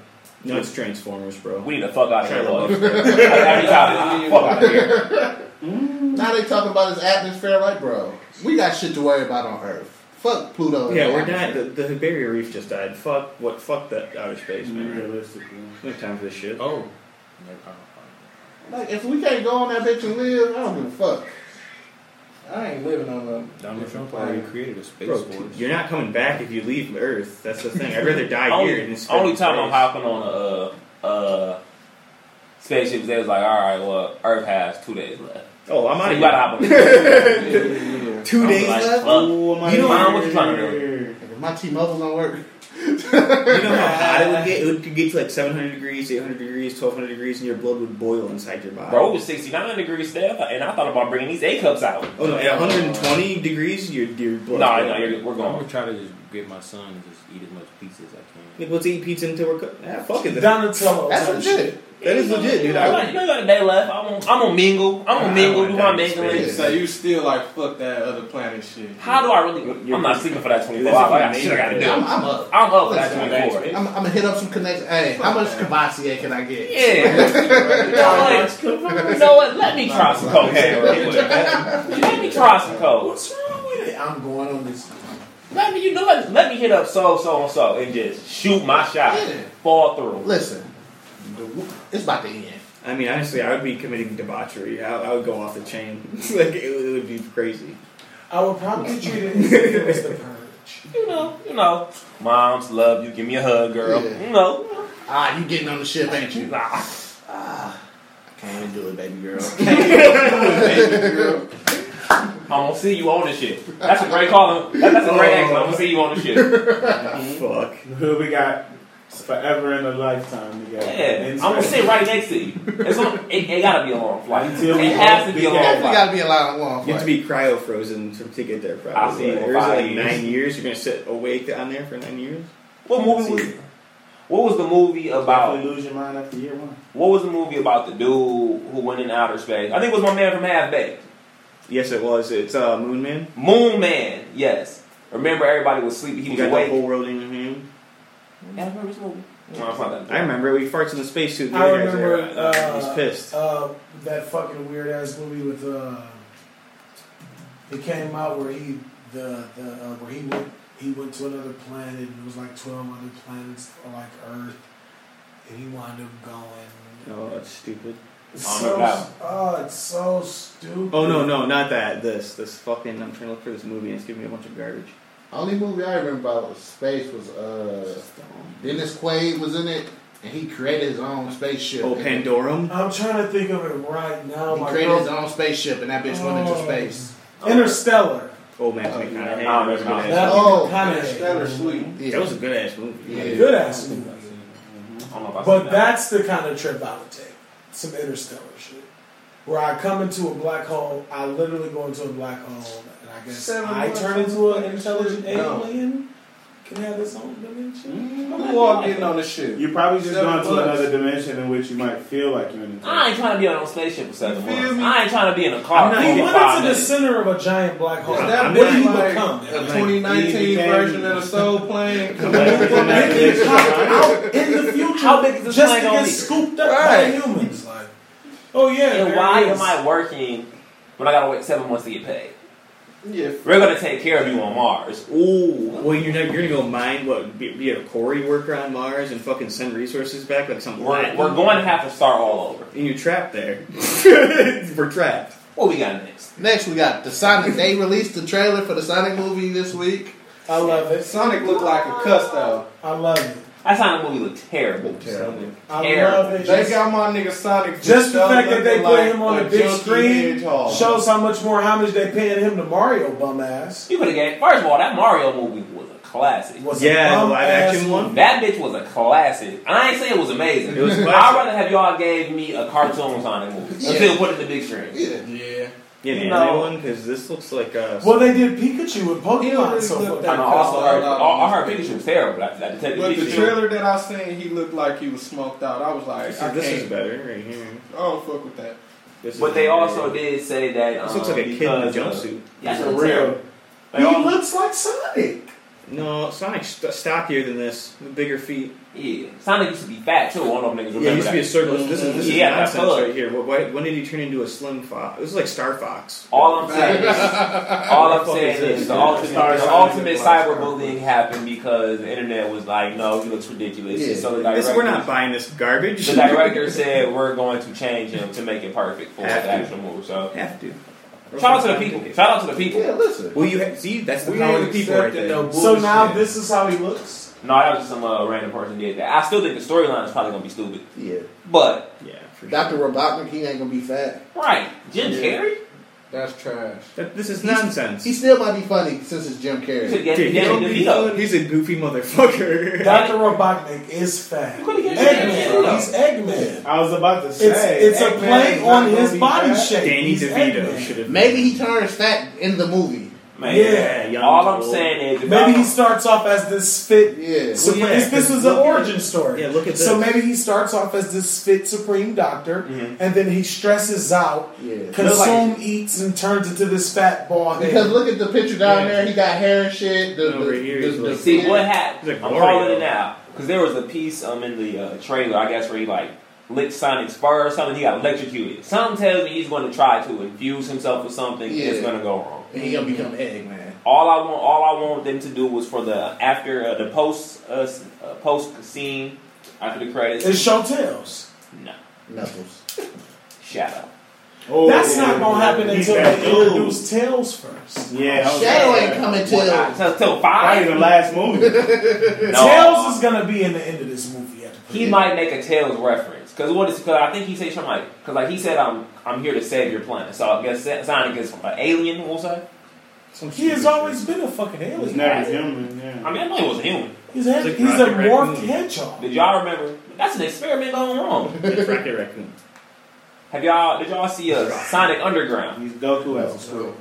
No, it's Transformers, bro.
We need to fuck out of here.
Trailer
boys. Every time, fuck out of here.
Now they talking about his atmosphere, like, bro, we got shit to worry about on Earth. Fuck Pluto. and
Oh, Yeah,
the
we're
atmosphere.
not. The, the barrier reef just died. Fuck what? Fuck that outer space, man.
Realistically,
no time for this shit. Oh,
Like, if we can't go on that bitch and live, I don't give a fuck. I ain't living on a.
Donald Trump already created a space
bro,
force.
you're not coming back if you leave Earth. That's the thing. I'd rather die here.
*laughs* only,
Than spend
only
in
time I'm
space.
hopping on a uh, uh, spaceship is they was like, all right, well, Earth has two days left.
Oh, I'm
So
outta
you gotta hop
here.
on.
Two
I'm
days
like,
left. Oh
fuck.
Ooh, I'm outta
you know
here.
what you trying to do.
If my T-Mobile don't work,
*laughs* You know how hot it would get? It would get to like 700 degrees, 800 degrees, 1200 degrees, and your blood would boil inside your body.
Bro, it was 69 degrees there, and I thought about bringing these A cups out.
Oh no, at 120 degrees, your, your
No,
blood.
no, you're, we're
I'm
going.
gonna try to just get my son and just eat as much pizza as I can.
Like, let's eat pizza until we're cooked. Nah, fuck it.
Donatello.
that's
type shit.
legit.
That is legit, dude.
I'm like, you
I,
know, you got a day left. I'm gonna, I'm gonna mingle. I'm gonna mingle, do my mingling.
So you still like fuck that other planet shit.
How do I really? I'm not sleeping for that 24 hours. I got shit I gotta do.
I'm, I'm
I'm
up.
up for
Listen,
that 24.
I'm, I'm gonna hit up some connections. Hey, how much Cavassier can I get?
Yeah. You know what? You know what? Let me try some cocaine real quick. Let me try some coke.
What's wrong with it? I'm going on this.
Let me, you know what? Let me hit up so, so, and so and just shoot my shot.
Yeah.
Fall through.
Listen, the- it's about to end.
I mean, honestly, I would be committing debauchery. I, I would go off the chain. *laughs* like, it, would- it would be crazy.
I would probably treat it as if it was the purge.
You know, you know. Moms love you. Give me a hug, girl.
Yeah.
You know.
Ah, you getting on the ship, ain't you? Ah.
Nah.
I can't do it, baby girl. *laughs*
I'm gonna see you on this shit. That's a great call. That- That's a great action. I'm gonna see you on the shit.
Fuck.
we got forever in a lifetime together.
Yeah, I'm gonna sit right next to you. It's on, it, it gotta be a long flight.
Until we
It has to be a
get
long
Definitely
flight.
gotta be allowed to walk.
You have to be cryo frozen to, to get there. Probably.
I'll see you in
Or is it
five
like
years.
nine years. You're gonna sit awake on there for nine years.
What movie was? What was the movie about?
lose your mind after year one.
What was the movie about the dude who went in outer space? I think it was my man from Half Baked.
Yes, it was. It's uh, Moon Man.
Moon Man. Yes. Remember, everybody was sleeping. He
You
was
got
awake.
the whole world in your hand.
I remember this movie. No, it's not that.
I remember we farts in the spacesuit. The
I
other guys
remember,
there, uh,
uh,
he's pissed.
Uh, that fucking weird ass movie with uh, it came out where he the the uh, where he went he went to another planet and it was like twelve other planets like Earth and he wound up going.
oh, that's stupid.
It's
Oh,
so,
no doubt.
oh, it's so stupid.
Oh no, no, not that. This, this fucking. I'm trying to look for this movie and it's giving me a bunch of garbage.
Only movie I remember about was space was uh Dennis Quaid was in it, and he created his own spaceship.
Oh, Pandorum.
I'm trying to think of it right now.
He
Oh My
created his
girl,
own spaceship, and that bitch went into
Oh.
space.
Interstellar.
Old man
Oh,
McConaughey.
I don't remember that.
Matthew
Oh,
McConaughey.
Yeah.
That was a good ass movie.
Yeah.
Good ass movie.
I don't know if I
But
seen that.
that's the kind of trip I would take. Some interstellar shit. Where I come into a black hole, I literally go into a black hole, and I guess
Seven
I
months.
turn into an intelligent
No.
alien. Can have its own dimension.
Mm,
I'm
people all getting on the ship.
You're probably just
Seven
going to
bucks.
another dimension in which you might feel like you're in a
I ain't trying to be on no spaceship with seven months. I ain't trying to be in a car. for
he went
five
into the
minutes.
center of a giant black hole.
Yeah,
That-
I'm
what do you
like-
become?
I'm like,
2019
He
version of the Soul Plane.
*laughs*
out in the future.
How big is this
just
plane
to
gonna
get
be?
scooped up by
Right.
humans? Like, oh yeah.
And
*laughs* there
why
it
am
is.
I working when I gotta wait seven months to get paid?
*laughs* Yeah.
We're gonna take care of you on Mars. Ooh.
Well, you're never, you're gonna go mine what be, be a quarry worker on Mars and fucking send resources back like something.
We're, we're going to have to start all over.
and you're
*laughs*
trapped there. we're trapped.
What we got next?
Next, we got the Sonic. They released the trailer for the Sonic movie this week.
I love it.
Sonic looked like a cuss though.
I love it.
I saw the movie look terrible.
Terrible.
I
Terrible.
love it.
They
Just-
got my nigga Sonic.
Just the
Joe
fact that they
looking
put
like
him on a big
junkie
screen
hedgehog.
shows how much more homage they paying him to Mario bum ass.
You could have gave. First of all, that Mario movie was a classic.
Was a
Yeah, the
bum
live
ass
action one.
That bitch was a classic. And I ain't saying it was amazing.
It was classic.
I'd rather have y'all gave me a cartoon Sonic movie until put it in the big screen.
Yeah.
Yeah, the
No.
anime one because this looks like uh,
Well, they did Pikachu and
He don't
Pokemon
really
and so
look
forth.
that-
And I also heard,
That's
I I heard Pikachu was terrible. I, I detected
But the
Pikachu.
trailer that I seen, he looked like he was smoked out. I was like,
this,
I
is, this is
can't.
better right here.
I don't fuck with that.
This is
But they
better.
also did say that um,
This looks like a kid in a
because uh, of-
jumpsuit.
Yeah,
It's
it looks
real.
terrible. They
He
all-
looks like Sonic.
No, Sonic's st- stockier than this, with bigger feet.
yeah, Sonic used to be fat too. I don't know if niggas remember
Yeah, it used to be a
that.
circle. This is this is
Yeah, that's
nonsense
up.
right here. Wh- Why, when did he turn into a slim fox? This is like Star Fox.
All
*laughs*
I'm saying is, all I'm
Fuck is
saying
this?
is the ultimate,
Star
the
Sonic
ultimate
is like Star
cyberbullying happened because the internet was like, "No, he looks ridiculous."
Yeah.
So the
This,
director,
we're not buying this garbage.
the director said we're going to change him to make it perfect for the
Have to.
actual movie. So
*laughs* Have to.
shout out to the people. Shout out to the people.
Yeah, listen.
Well, you ha- see, that's the
We
power of the
ain't
people right
accepting
there.
no
So
bullshit.
now this is how he looks.
No, that was just some uh, random person did that. I still think the storyline is probably gonna be stupid,
Yeah.
but
Yeah, for sure.
Dr. Robotnik, he ain't gonna be fat.
right, Jim
Yeah.
Carrey.
That's trash.
That- this is nonsense.
He still might be funny since it's Jim
You
Carrey.
could get
Dude, he don't
Danny
be
DeVito.
fun. he's a goofy motherfucker.
Dr. Robotnik is fat.
You could've guessed that.
Eggman. He's
*laughs*
Eggman.
I was about to
It's,
say.
it's a
Eggman
play
is not
on
gonna
his
be
body
fat.
shape.
Danny
He's
DeVito
Eggman.
should have.
Maybe he turns fat in the movie.
Man,
Yeah,
young
all I'm
old.
saying is if
Maybe
y'all-
he starts off as this fit.
Yeah.
Supre-
Well, yeah,
this, this is an
look at-
origin story.
Yeah, look at this.
So maybe he starts off as this fit supreme doctor, and then he stresses out,
Yeah.
consume, eats, and turns into this fat ball head.
Because look at the picture down there. He got hair and shit. The,
And over
the-
here,
the-
he's
the-
like-
See what
He's
happened?
like
I'm
Mario.
calling it out because there was a piece um in the uh, trailer, I guess, where he like licked Sonic's fur or something. He got electrocuted. Something tells me he's going to try to infuse himself with something.
Yeah.
It's going to go wrong.
and he gonna become Eggman.
All I want, all I want them to do was for the after uh, the post uh, s- uh, post scene after the credits.
it's show tails.
no,
Knuckles.
shadow.
Oh,
That's
yeah.
not gonna happen
He's
until
that
they
dude.
introduce tails first.
Yeah, I was
Shadow
like,
ain't coming
What, I-
till.
till, till
Probably
five.
the last movie.
No.
Tails is gonna be in the end of this movie. At the
He might make a Tails reference because what is because I think he said something like because like he said I'm I'm here to save your planet so I guess Sa- Sonic is an alien we'll say
Some
he has
stupid
always been a fucking
It was
alien.
never human. Yeah.
I mean I know he was a human
He's, a-
It's like
he's a
Rocket
morphed
Raccoon.
hedgehog.
did y'all remember that's an experiment gone wrong
shit. It's Rocket Raccoon.
have y'all did y'all see a Sonic Underground
He's Goku as a squirrel.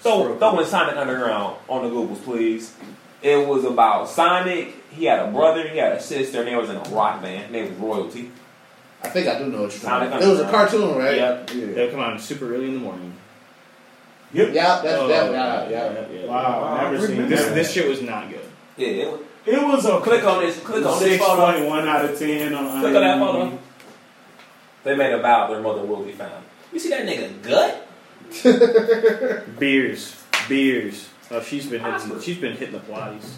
throw throw in Sonic Underground on the Googles please it was about Sonic he had a brother he had a sister and they was in a rock band they was royalty
I think I do know what you're talking
Sonic
about. It was a
Underground.
cartoon, right?
Yep.
Yeah.
They'll come on super early in the morning.
Yep. That's
Oh,
that. Yeah. yeah.
yeah, yeah.
Wow,
Wow,
I've never seen
This
that.
this shit was not good.
yeah it was,
It was a
click on this click on this
Six
photo
point one out of ten on.
Look at that
IMDb.
photo. They made a vow their mother will be found. You see that nigga gut?
Beers, beers. Oh, she's been hitting.
Oscar.
She's been hitting the Pilates.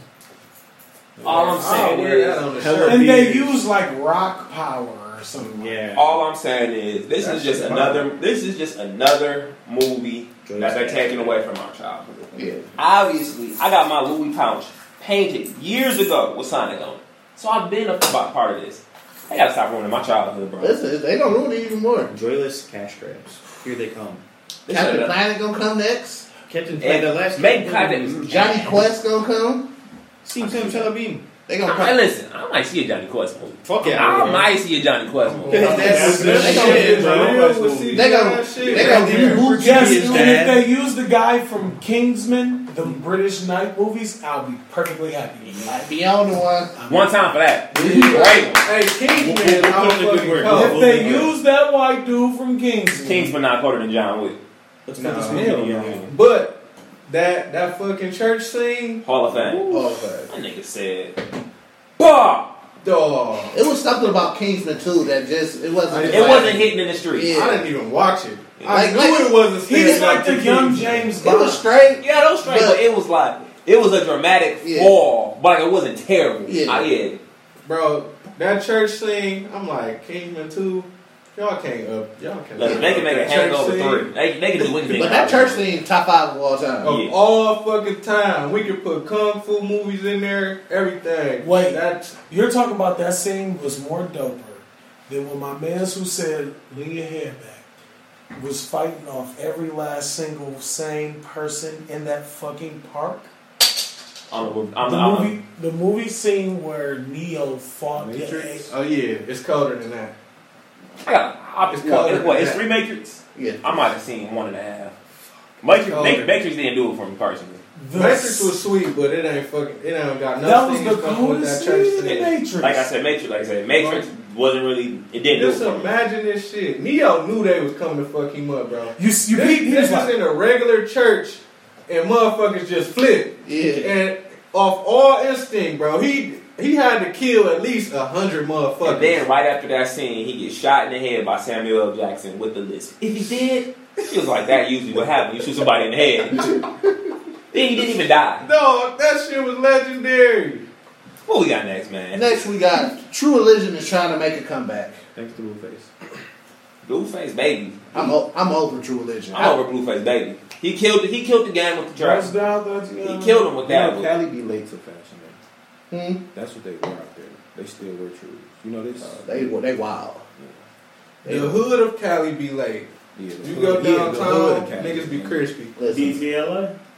All I'm saying is,
on the
Hella
and they
beers.
use like rock power or something. like
Yeah.
all I'm saying is, this
That
is just
shit
another. This is just another movie
Joyous
that they're
Dad.
taking away from our childhood.
Yeah.
Obviously, I got my Louis pouch painted years ago with Sonic on it, so I've been a f- part of this. I gotta stop ruining my childhood, bro. This
Listen, they gonna ruin it even more.
Joyless cash grabs. Here they come.
Captain
should've-
Planet gonna come next.
Captain
And
Planet. The last
make
Captain
Captain-
was-
Johnny Quest gonna come.
Steam Sam Shella Beam.
They gonna
I
come-
might, listen. I might see a Johnny Quest movie. Fuck
yeah,
I
bro.
might see a Johnny Quest movie.
That's- that's- that's
They gonna-
shit, bro.
Johnny Quest movie.
They gonna- they gonna reboot
Yes,
his
and
dad.
if they use the guy from Kingsman, the British Night movies, I'll be perfectly happy. I'd
be on the one.
One time for that.
Right.
Hey,
Kingsman, I was fucking pumped. If they use that white dude from Kingsman,
Kingsman not colder than John Wick. Let's
Nah, hell no. But that that fucking church thing,
Hall of Fame.
Ooh.
Hall of Fame.
That nigga said, "Bah,
dog."
It was something about Kingsman too that just it wasn't.
It wasn't hitting in the street.
Yeah.
I didn't even watch it. I
Like-
knew
like-
it wasn't.
He's
staying
like the young
Kingsman.
James It was straight.
Yeah, that was straight, but,
But-
it was like it was a dramatic
Yeah.
fall, but like, it wasn't terrible.
Yeah.
I, yeah.
Bro, that church thing, I'm like, Kingsman 2, y'all can't up. Y'all can't
Look, they can make a
That church
hangover
scene
three. They, they can do anything.
But that church scene top five of all time.
Oh,
Of all fucking time, we could put kung fu movies in there, everything.
Wait, you're talking about that scene was more doper than when my man's who said lean your head back was fighting off every last single same person in that fucking park.
I'm a, I'm
the
a, I'm a,
movie, the movie scene where Neo fought the
Matrix? Oh yeah, it's colder than that.
I got. I, it's,
It's colder
it's, what,
than
it's
that.
three Matrix.
Yeah.
I might have seen one and a half. Matrix,
colder.
Matrix, Matrix didn't do it for me personally.
The-
Matrix was sweet, but it ain't fucking. It ain't got
That
nothing.
was
to
the
do with
coolest
that church
scene in
scene.
Matrix.
Like I said, Matrix. Like I said, Matrix wasn't really. It didn't
Just
do it for me.
imagine this shit. Neo knew they was coming to fuck him up, bro.
You, you
this,
peep- he
this
was
is
like-
in a regular church, and motherfuckers just flip.
Yeah.
And off all instinct, bro, he he had to kill at least a hundred motherfuckers.
And then right after that scene, he gets shot in the head by Samuel L. Jackson with the list. If he did, she was like, that usually what happened. You shoot somebody in the head. *laughs* then he didn't even die.
No, that shit was legendary.
What we got next, man?
Next we got True Religion is trying to make a comeback.
Thanks to Blueface. Blueface, baby.
I'm o- I'm over True Religion.
I'm over Blueface, baby. He killed. He killed the game with the
That's
draft. He killed him with that.
You know,
one.
Cali be late to fashion. Day.
Hmm.
That's what they were out there. They still were true. You know this.
Uh,
Uh,
They they wild.
The hood of Cali be late.
Yeah,
You go
Yeah, the hood
downtown,
of Cali.
niggas be crispy.
Listen,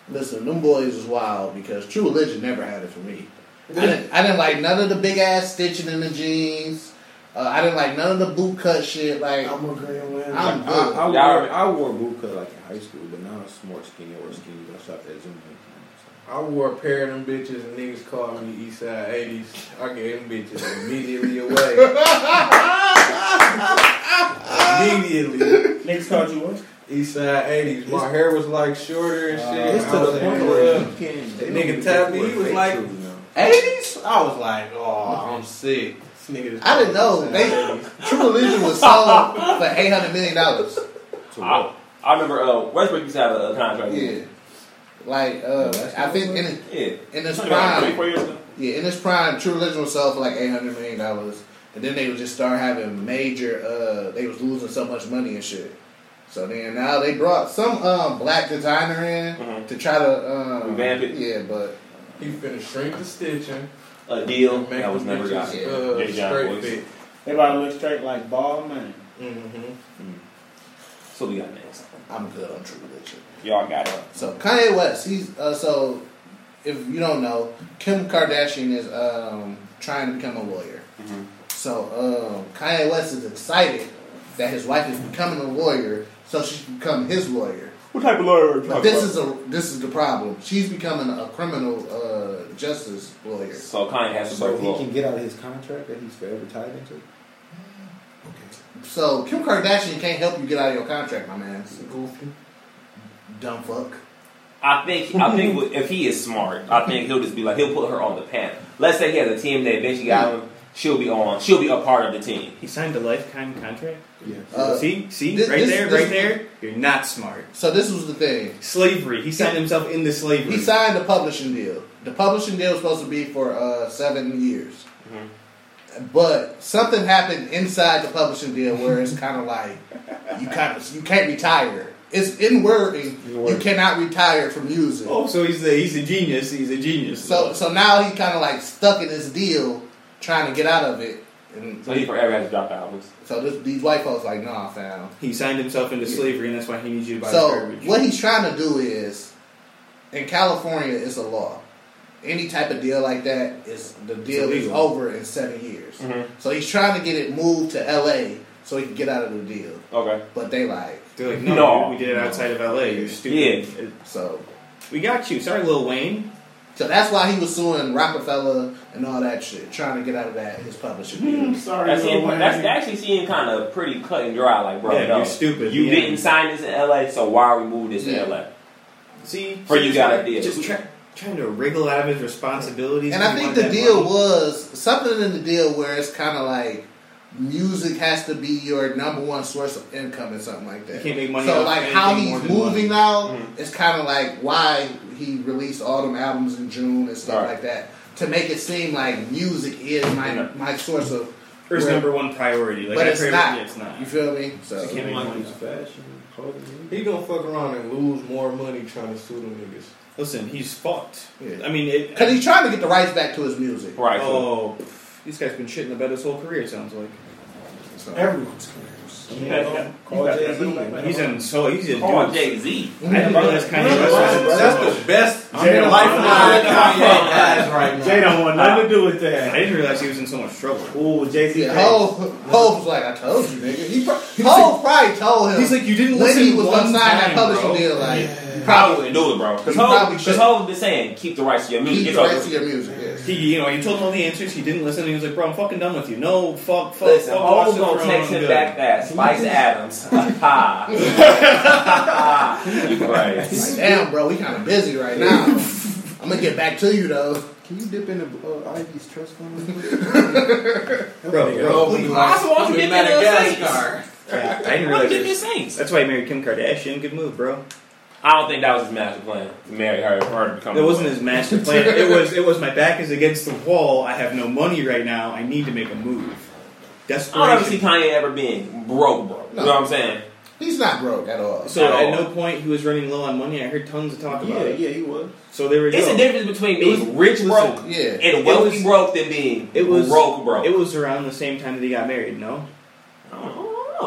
Listen, them boys was wild because True Religion never had it for me. I didn't, I didn't like none of the big ass stitching in the jeans. Uh, I didn't like none of the boot cut shit. Like
I'm agreeing with
I'm
I, I,
good.
wore,
Y'all-
I wore boot cut like in high school, but now it's more skinny or skinny. But I shot that Zoom.
I wore a pair of them bitches and niggas called me Eastside 80s. I gave them bitches immediately away. immediately. Niggas called you what? Eastside 80s. My hair was like shorter and shit.
It's to
I
the
was in
point
the
where you
club.
can't-
That
nobody
nigga tapped me.
wear
He was
fake
like,
shoes
80s? I was like, oh, I'm sick. This nigga is
I didn't know
Eastside
they True Religion was sold for eight hundred million dollars.
I, I remember uh, Westbrook used to have a, a contract. with him.
Yeah, like uh, I think in it,
Yeah.
in this
Something like
prime,
three, four years ago.
yeah, in this prime, True Religion was sold for like eight hundred million dollars, and then they would just start having major. Uh, they was losing so much money and shit. So then now they brought some um, black designer in to try to um,
Uh-huh. Revamp it.
Yeah, but
He finna shrink the stitching.
A deal
Make
that was
them
never
bitches,
gotten.
uh,
Jay John
straight
voice.
fit.
They about to look straight like ball man.
Mm-hmm.
So we got next.
I'm good on True Religion.
Y'all got it.
So Kanye West, he's uh, so if you don't know, Kim Kardashian is um, trying to become a lawyer.
Mm-hmm.
So um, Kanye West is excited that his wife is becoming a lawyer, so she can become his lawyer.
What type of lawyer are you
But this is a this is the problem. She's becoming a criminal uh, justice lawyer.
So Kanye has to
So
break the
he
law.
can get out of his contract that he's forever tied into.
So Kim Kardashian can't help you get out of your contract, my man. Dumb fuck.
I think I think what- if he is smart, I think he'll just be like he'll put her on the panel. Let's say he has a team that eventually got him. She'll be on. She'll be a part of the team.
He signed a lifetime contract.
Yeah.
see, see,
thi-
right
this-
there,
this-
right there. You're not smart.
So this was the thing.
Slavery. He signed himself into slavery.
He signed a publishing deal. The publishing deal was supposed to be for uh, seven years, Mm-hmm. but something happened inside the publishing deal where it's kind of like you kind of you can't retire. It's in wording. You cannot retire from music.
oh, so he's a, he's a genius. He's a genius.
So so now he kind of like stuck in this deal, trying to get out of it. And
So he forever has to drop albums.
so this, these white folks like, nah, fam.
He signed himself into slavery, and that's why he needs you to buy the
So
garbage.
what he's trying to do is, in California, it's a law. any type of deal like that is the deal is
illegal.
over in seven years.
Mhm.
So he's trying to get it moved to L.A. so he can get out of the deal.
Okay,
but they like
They're like, no, dude, we did it outside of LA. You're stupid.
Yeah. So
we got you. Sorry, Lil Wayne.
So that's why he was suing Rockefeller and all that shit, trying to get out of that his publishing.
Mm-hmm.
deal.
That seemed, that's, that actually seemed kind of pretty cut and dry. Like, bro,
Yeah,
no,
you're stupid.
You
Yeah.
didn't sign this in LA, so why are we moving this
Yeah.
to LA?
See,
For you
just
got
try-
a deal.
Just try, trying to wriggle out of his responsibilities.
And
if
I
you
think
want
the
that
deal
money.
was something in the deal where it's kind of like music has to be your number one source of income and something like that.
You can't make money
So
off
like
anything
how
more
he's
than Mm-hmm.
moving now, it's kind of like why he released all them albums in June and stuff like that to make it seem like music is my my source of.
Or his
where-
number one priority. Like,
but
I
it's
pray-
not.
yeah, it's not.
You feel me? So
Just can't make money.
He gonna fuck around and lose more money trying to sue them niggas.
Listen, he's fucked.
Yeah.
I mean, it,
Because he's trying to get the rights back to his music.
Right.
Oh, this guy's been shitting the bed his whole career. it Sounds like.
Everyone's careers.
Yeah.
Call Jay-Z.
He's in so he's
Oh,
in
Call
doing-
Jay-Z.
I didn't realize Kanye West was in so
That's
much.
the best
I'm in a
life
lot of-
of Kanye has right now.
Jay don't want
nothing
to do with that. I didn't realize he was in so much trouble.
Ooh, Jay
Yeah, Hov, Hov was like, I told you, nigga. He pro- Hov probably told him.
He's like, you didn't
when
listen
he was
one
gonna sign that
time,
publishing
bro.
deal. Like,
You probably wouldn't do it, bro. Because
You
Hov
probably
because Hov been saying keep the rights to your music.
keep
It's
the
over.
rights to your music. Yes.
He, you know, you told him all the answers. He didn't listen. And he was like, "Bro, I'm fucking done with you. No, fuck, fuck,
Listen,
fuck."
Hov
watch the
gonna
throne,
text
I'm
him
good."
back that Spice
*laughs*
Adams. *laughs* Ha ha.
Like,
Right.
damn, bro, we kind of busy right now. I'm gonna get back to you though.
Can you dip into uh, Ivy's trust fund?
Bro,
Bro,
bro, bro.
we lost
Also, also
to
get rid of the Saints.
Madagascar.
Yeah, I didn't
Bro,
realize.
get
it.
me Saints.
That's why he married Kim Kardashian. Good move, bro.
I don't think that was his master plan to marry her. For her to become
That wasn't his master plan. It was. It was my back is against the wall. I have no money right now. I need to make a move.
I don't ever see
Desperation.
Kanye ever being broke, bro. You know what I'm saying?
He's not broke at all.
So
At
at,
all.
no point he was running low on money. I heard tons of talk about
yeah,
it.
yeah, he was.
So there we go.
It's a difference between
It was-
being rich broke
Yeah.
and wealthy
was-
broke than being
It was
broke broke.
It was around the same time that he got married. No,
I don't know.
I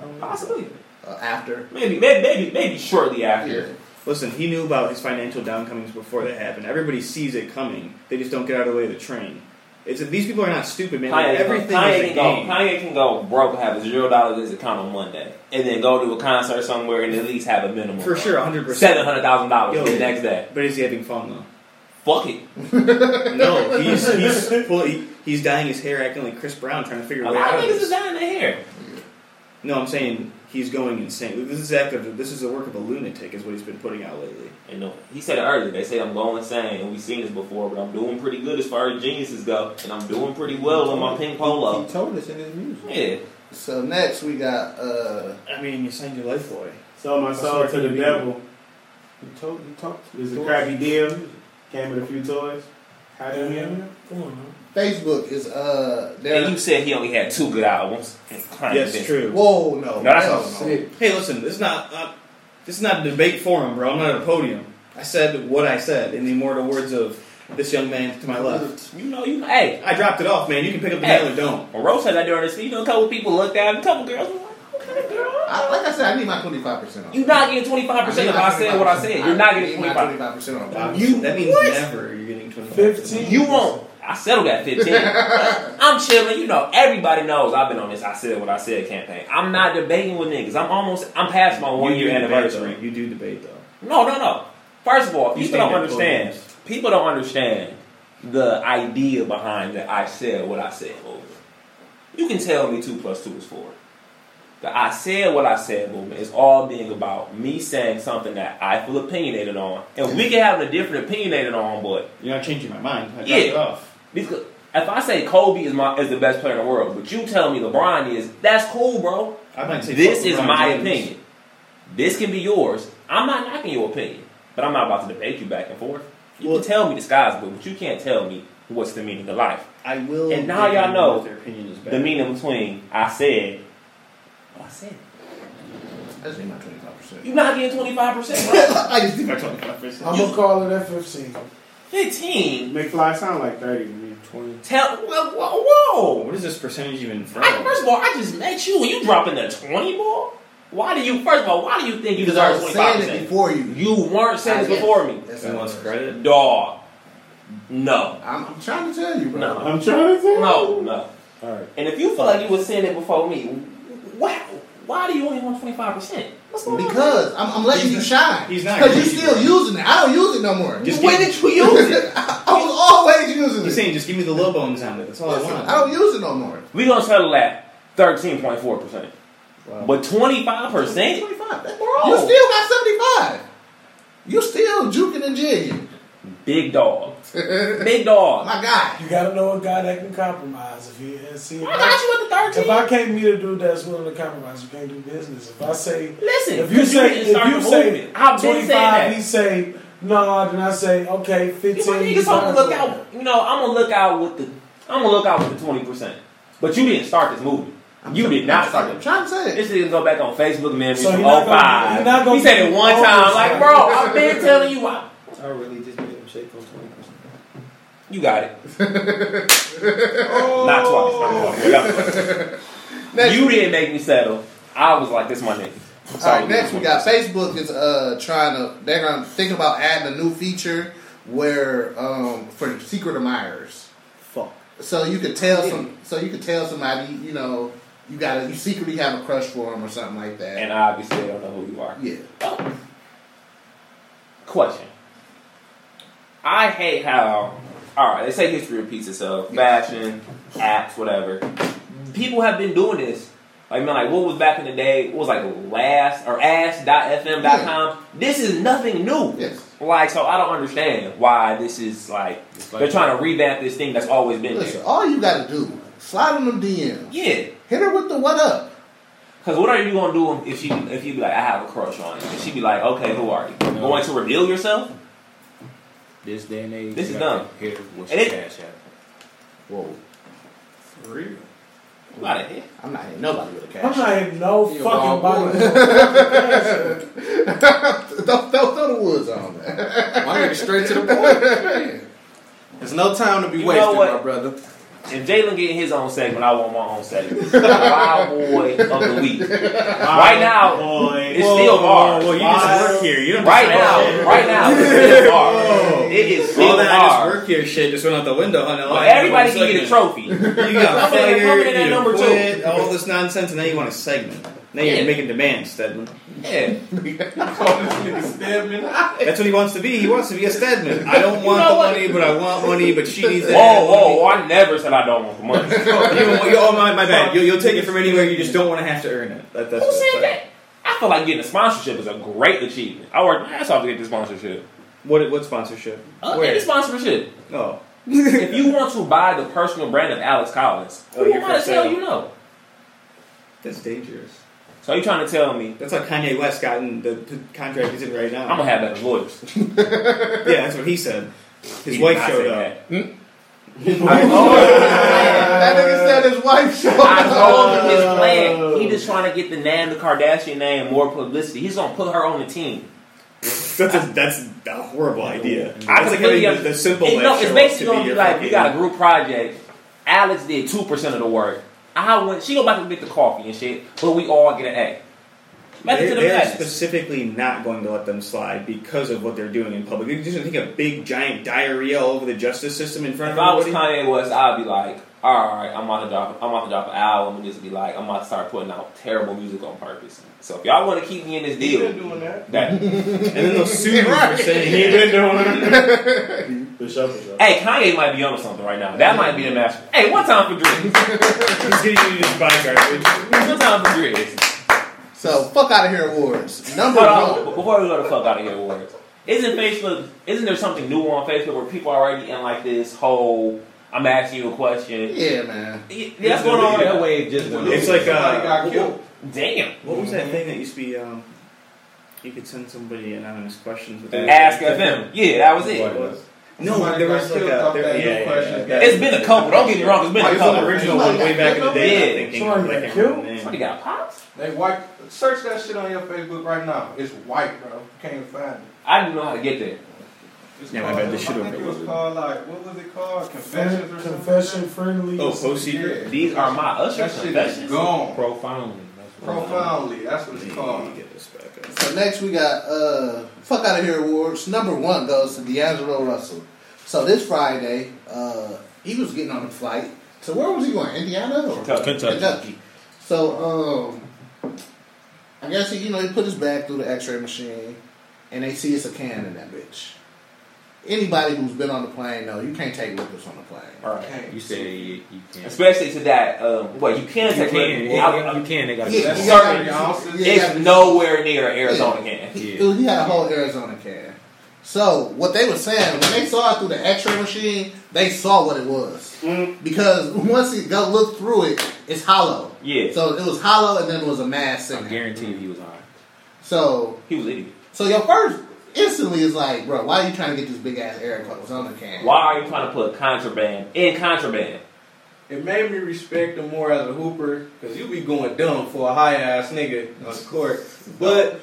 don't know.
Possibly.
Uh, after.
Maybe, maybe, maybe, maybe shortly after.
listen, he knew about his financial downcomings before that happened. Everybody sees it coming. They just don't get out of the way of the train. It's these people are not stupid, man. Like,
Kanye,
everything
Kanye
is a
can
game.
go. Kanye can go broke, have zero dollars in his account on Monday, and then go to a concert somewhere and at least have a minimum
For sure, hundred percent.
seven hundred thousand dollars
Yo.
the next day.
But is he having fun though?
Fuck it.
No, he's he's pull- he- he's dyeing his hair acting like Chris Brown, trying to figure
A
a way
lot
out.
of
of
niggas
this.
is dying their hair.
No, I'm saying he's going insane. This is active. This is the work of a lunatic, is what he's been putting out lately.
And no, he said it earlier. They said I'm going insane, and we've seen this before. But I'm doing pretty good as far as geniuses go, and I'm doing pretty well in my pink polo.
He told us in his music.
Yeah.
So next we got. uh
I mean, you signed your life away.
Sold my soul to the devil.
He told. He talked.
It was a crappy deal. Came with a few toys. How did we end
Come on, man.
Facebook is uh.
And
There.
you said he only had two good albums. Kanye
Yes,
been-
true.
Whoa, no.
No, that's
Hell
not-
no.
Hey, listen, this is not uh, this is not a debate forum, bro. I'm not at a podium. I said what I said in the immortal words of this young man to my left.
You know, you hey,
I dropped it off, man. You can pick up the
Hey.
mail or don't.
when Rose said that during this, you know, a couple people looked at him, a couple girls were like, okay, girl.
I, like I said, I need my twenty five percent off.
You're not getting 25% if I said what I said. You're not getting 25
five percent off.
You, that means never you're getting 25.
15.
You won't. I settled at *laughs* 15. I'm chilling. You know, everybody knows I've been on this I said what I said campaign. I'm not debating with niggas. I'm almost, I'm past my one
you
year
do debate,
anniversary.
though. You do debate though.
No, no, no. First of all,
You
people
stand
don't
at
understand. People don't understand the idea behind the I said what I said movement. You can tell me two plus two is four. The I said what I said movement is all being about me saying something that I feel opinionated on. And we can have a different opinionated on, but
You're not changing my mind. I dropped
Yeah.
it off.
because if I say Kobe is my is the best player in the world, but you tell me LeBron is, that's cool, bro.
I might say
This
fuck
is
LeBron
my
James.
opinion. This can be yours. I'm not knocking your opinion, but I'm not about to debate you back and forth. You
Well-
can tell me the sky's blue, but you can't tell me what's the meaning of life.
I will.
And now
give
y'all
you
know
that their opinion is
The
bad.
meaning between I said, I said.
I just need my twenty five
*laughs*
percent.
You're not getting 25%,
*laughs*
bro.
I just need my
I'm gonna call it at 15.
15.
McFly sound like 30 to me. 20.
Tell, whoa, whoa. whoa.
What is this percentage even from?
I, first of all, I just met you and you dropping the 20 ball? Why do you, first of all, why do you think you
Because I
deserve
was saying it
25%?
before you.
You weren't saying this
I guess.
before me.
That's
Who
how it
wants
works.
credit?
Dog. No.
I'm, I'm trying to tell you, bro.
No.
I'm trying to tell
No,
you.
no.
All right.
And if you feel like you were saying it before me, why, why do you only want 25%? What's going on?
Because I'm, I'm letting you shine.
he's not
Because
using
you're still using it. I don't use it no more.
Just When give- did you use it?
*laughs* I I was always using it.
He's saying, *laughs* just give me the low bones on it. That's all I want.
I don't use it no more.
We're going to settle at 13.4%. But 25%?
25. That-
Bro.
You still got 75. You still juking and jigging. *laughs*
Big dog. Big dog.
My guy.
You gotta know a guy that can compromise. If he and see, if
I got you at the
If
13.
I can't meet a dude that's willing to compromise, we can't do business. If I say,
Listen,
if you
you
say,
didn't
if
start
you
the
say,
movement. I've been saying that.
he say, no, then I say, okay,
You my
fifteen. you
niggas on
find
the look
one.
out. You know, I'm gonna look out with the. I'm gonna look out with the twenty percent. But you didn't start this movie. You did not start
I'm
it.
trying to say it.
This nigga go back on Facebook memories
So
from
he not gonna- he not
05.
gonna
He said it
be
one time,
always
like,
right.
bro, I've been telling you. I,
I really just made a mistake on twenty percent.
you got
*laughs*
it. Not twice. Not
Oh.
twice. You, got it.
Next.
You didn't make me settle. I was like, this my nigga.
All right, next we got Facebook is uh trying to they're gonna think about adding a new feature where um for secret admirers.
Fuck.
So you could tell some so you could tell somebody, you know, you gotta you secretly have a crush for them or something like that.
And I obviously I don't know who you are.
yeah.
Question. I hate how. All right, they say history repeats itself. Fashion, apps, whatever. People have been doing this. Like man, like what was back in the day? What was like last or ass.fm.com? This is nothing new.
Yes.
Like so, I don't understand why this is like they're trying to revamp this thing that's always been
Listen,
there.
all you gotta do, slide on them DMs.
Yeah.
Hit her with the what up.
Cause what are you gonna do if she if you be like I have a crush on you and she be like okay who are you going to reveal yourself?
This day and age,
This is
you
dumb.
gotta Hit her with
And
your
it-
cash app. Whoa.
For real.
You Like, eh,
I'm not hitting nobody with a
I'm
cash. *laughs*
not hitting no
He a
fucking
wild
body.
throw, throw, throw the woods on man.
*laughs* My nigga straight to the point. There's no time to be
You know
wasted,
what?
my brother.
If Jalen getting his own segment, I want my own segment. Wild boy of the week. Right now,
Boy.
it's still hard.
Well, you just work here. You don't
Right now, right now, it's still hard. It is
All
still
that I just
hard.
work here shit just went out the window. Huh? Now
But
I have
everybody
one
can get a
segment.
trophy.
You
Coming in-
got
coming in
fired,
at
you
number two.
quit, all this nonsense, and now you want a segment. Now you're
Yeah.
making demands, Stedman.
Yeah.
*laughs* That's what he wants to be. He wants to be a Stedman. I don't want
know
the
what?
money, but I want money, but she needs that.
Whoa, whoa, whoa! Oh, I never said I don't want the money.
*laughs*
Who
You, you, oh, my, my bad. You, you'll take it from anywhere, you just don't want to have to earn it. That, that's
said that? I feel like getting a sponsorship is a great achievement. I worked my ass off to get this sponsorship.
What, what sponsorship?
Uh,
Where?
Any sponsorship.
Oh.
If you want to buy the personal brand of Alex Collins,
Oh,
who
you're
am I
for
to tell
sale.
you no?
That's dangerous.
So you trying to tell me
That's like Kanye West got in the, the contract he's in right now.
I'm gonna have better lawyers?
yeah, that's what he said. His
He did
wife
not
showed
say
up.
that.
*laughs*
Oh,
that nigga said his wife showed
I
up.
told him his plan. He just trying to get the name, the Kardashian name, more publicity. He's gonna put her on the team.
*laughs* That's a, that's a horrible
I
idea. That's like
completely
having the,
under-
the simple.
It- no,
last
it's
show
basically
to be
gonna be
your
like we
fucking-
got a group project. Alex did two percent of the work. I went. She go back and get the coffee and shit, but we all get an A. Method
They're,
to the
they're
madness.
specifically not going to let them slide because of what they're doing in public. They're just going to take a big giant diarrhea all over the justice system in front
If
of
I was
everybody.
Kanye West, I'd be like, all right, I'm about to drop. I'm about to drop an album and just be like, I'm about to start putting out terrible music on purpose. So if y'all want to keep me in this
He
deal,
been doing that.
that
and then they'll sue you for
been
saying
doing
*laughs*
it. For sure, for sure.
Hey, Kanye might be onto something right now. That might be the master. Hey, one time for Drew.
he's getting you to just buy garbage.
One time for Drew.
So fuck out of here awards. Number
Hold on,
one.
b- before we go the fuck out of here, Warriors. Isn't Facebook? Isn't there something new on Facebook where people are already in like this whole? I'm asking you a question.
Yeah, man.
Yeah, that's going on.
That wave just went.
It's like
Somebody
uh,
got killed.
Damn.
what was
Mm-hmm.
that thing that used to be? Um, you could send somebody anonymous questions. With that.
Ask FM. Yeah, that was it.
No,
Somebody
there
got
was like a
killed off
there,
that
yeah,
no
yeah, yeah,
questions
yeah.
got-
It's been a couple. Don't get me wrong. It's
Like,
been a
It was an
couple.
original one way back in the day. I'm thinking
Somebody
like
got
everyone,
killed?
man.
Somebody got popped.
They white. Search that shit on your Facebook right now. It's white, bro. You can't find it.
I didn't know how to get there.
It's
Yeah, my
called,
bad, this should've
I think
been
it was
uploaded.
called like what was it called? Confessions or something.
Confession friendly.
Oh, post secret.
These are my usher
That shit is
confessions.
gone.
Profoundly.
Profoundly, that's what it's called.
Get this back up.
So next we got uh, fuck out of here awards. Number one goes to D'Angelo Russell So this Friday, uh, he was getting on a flight. So where was he going? Indiana or
Kentucky. Kentucky.
So um, I guess he, you know, he put his bag through the X-ray machine, and they see it's a can in that bitch. Anybody who's been on the plane, though, you can't take liquids on the plane.
All right.
You said you, you can't.
Especially to that, um, well, you can
You
take
can.
it.
You
I-
can.
I-
You can. They got-
Yeah,
That's
certain-
certain ounces.
It's
Yeah.
nowhere near Arizona can.
He, he had a whole Arizona can. So what they were saying when they saw it through the X-ray machine, they saw what it was
Mm-hmm.
because once he go look through it, it's hollow.
Yeah.
So it was hollow, and then it was a mass. I
guarantee you he was high.
So
he was idiot.
So your first instantly is like, bro, why are you trying to get this big ass Arizona can?
Why are you trying to put contraband in contraband?
It made me respect him more as a hooper because you be going dumb for a high ass nigga on the court. But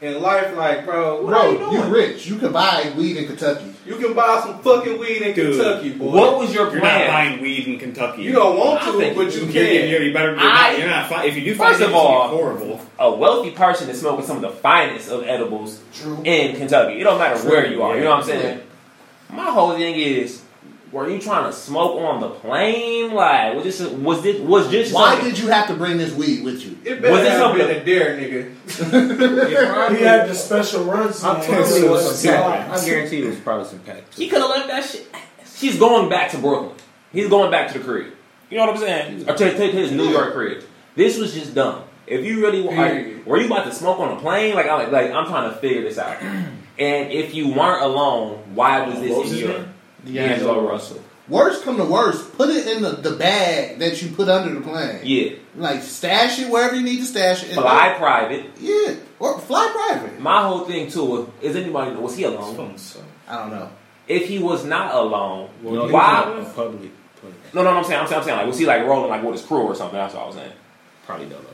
in life, like bro, what are you
Bro,
doing?
you rich. You can buy weed in Kentucky.
You can buy some fucking weed in
Dude,
Kentucky, boy.
what was your You're not plan?
buying
weed in Kentucky.
You don't want
I
to,
think
but you
you
can.
You're, you better. You're
I-
not, you're not fi- if you do find
First of
it, it's gonna be
all,
horrible.
a wealthy person is smoking some of the finest of edibles in Kentucky. It don't matter where you are. You know what I'm saying? My whole thing is, were you trying to smoke on the plane? Like, was this was this was this?
Why
something-
did you have to bring this weed with you?
It better Was it have something- been
a dare, nigga.
*laughs*
he had the special runs.
I guarantee it was some pack. I guarantee it was probably some pack.
He could have left that shit. He's going back to Brooklyn. He's going back to the crib. You know what I'm saying? Or to, to- to his New York crib. This was just dumb. If you really wa- are, were you about to smoke on a plane, like I'm like I'm trying to figure this out. *clears throat* And if you weren't alone, why was
What was
this in
his
your
name? D'Angelo
Russell?
Worst come to worst, put it in the, the bag that you put under the plane.
Yeah,
Like stash it wherever you need to stash it. and-
fly private.
Yeah, or fly private.
My whole thing too was: is anybody was he alone?
I don't know.
If he was not alone,
Well,
why?
Why? Public. public.
No, no, no, I'm saying, I'm saying, I'm saying, like, was he like rolling like with his crew or something? That's what I was saying.
Probably Dolo.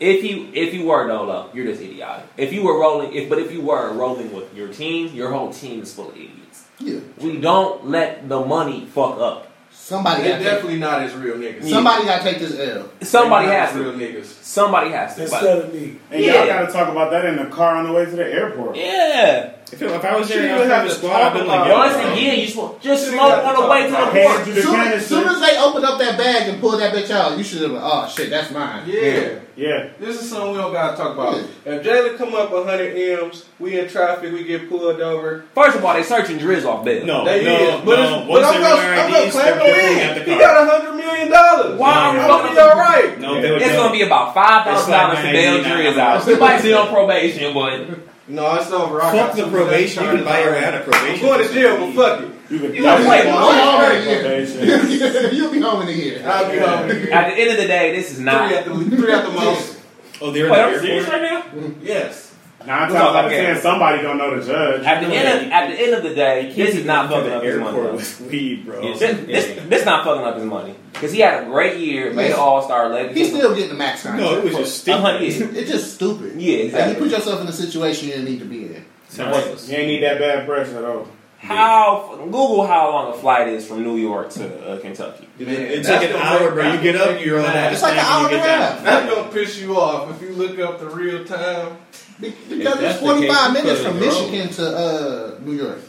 If you if you were Dolo, you're just idiotic. If you were rolling, if but if you were rolling with your team, your whole team is full of idiots.
Yeah.
We don't let the money fuck up.
Somebody
They're
got to-
definitely not as real niggas.
Somebody got to take this L.
Somebody
They're not
has
as real
to.
niggas.
Somebody has to.
Instead
of me.
And
Yeah.
y'all gotta talk about that in the car on the way to the airport.
Yeah.
If,
if I was there,
you
I'd
would have
have
to
a squad,
talk
I'd been
about
like,
it,
yo,
bro.
listen, yeah, you smoke. Just
You
smoke
have to
on the
talk
way to the
about it.
port.
Hand you the
Soon,
canister.
as soon as they opened up that bag and pulled that bitch out, you should have been, oh shit, that's mine.
Yeah.
Yeah.
This is something we don't gotta talk about. If Jalen come up 100 M's, we in traffic, we get pulled over.
First of all, they searching Driz off bail.
No,
They
no,
is. But,
no.
it's, but
Once
I'm
they
gonna,
run
I'm gonna
IDs,
claim
they're pulling
the
out the
win. He
car.
got 100 million dollars.
Why are we
I'm gonna
fucking
be all right.
No, they would
It's
know.
gonna be about five
It's
thousand
like
dollars to
my
bail
idea now.
Driz out. You might be on probation, boy.
No, it's over.
Fuck
I got
the
some
probation.
of that
You can buy your
shit.
way out of probation.
I'm going to jail, but fuck it.
You can
You can wait.
Oh,
*laughs* You'll be home in a year.
I'll be home in a year.
At the end of the day, this is not.
Three at the,
*laughs*
three at the most.
Oh,
Wait, I'm serious right now.
Yes.
Nine times
No,
out of
okay.
ten, somebody gonna know the judge.
At the end of at the end of the day, this is not fucking up his money.
airport
though.
with weed, bro.
This, this, this not fucking up his money because he had a great year, made an All Star legacy.
He's still getting the max contract.
No, it was
*laughs*
just
I'm like,
stupid.
Uh-huh, yeah.
It's just stupid.
Yeah,
Like, you
exactly.
put yourself in a situation you didn't need to be in.
You ain't need that bad pressure at all.
How Google how long a flight is from New York to uh, Kentucky?
It's like an hour, bro. You get up, you're on that.
It's like an hour and a half.
That's gonna piss you off if you look up the real *laughs* time.
Because it's 45 minutes from Michigan to uh, New York.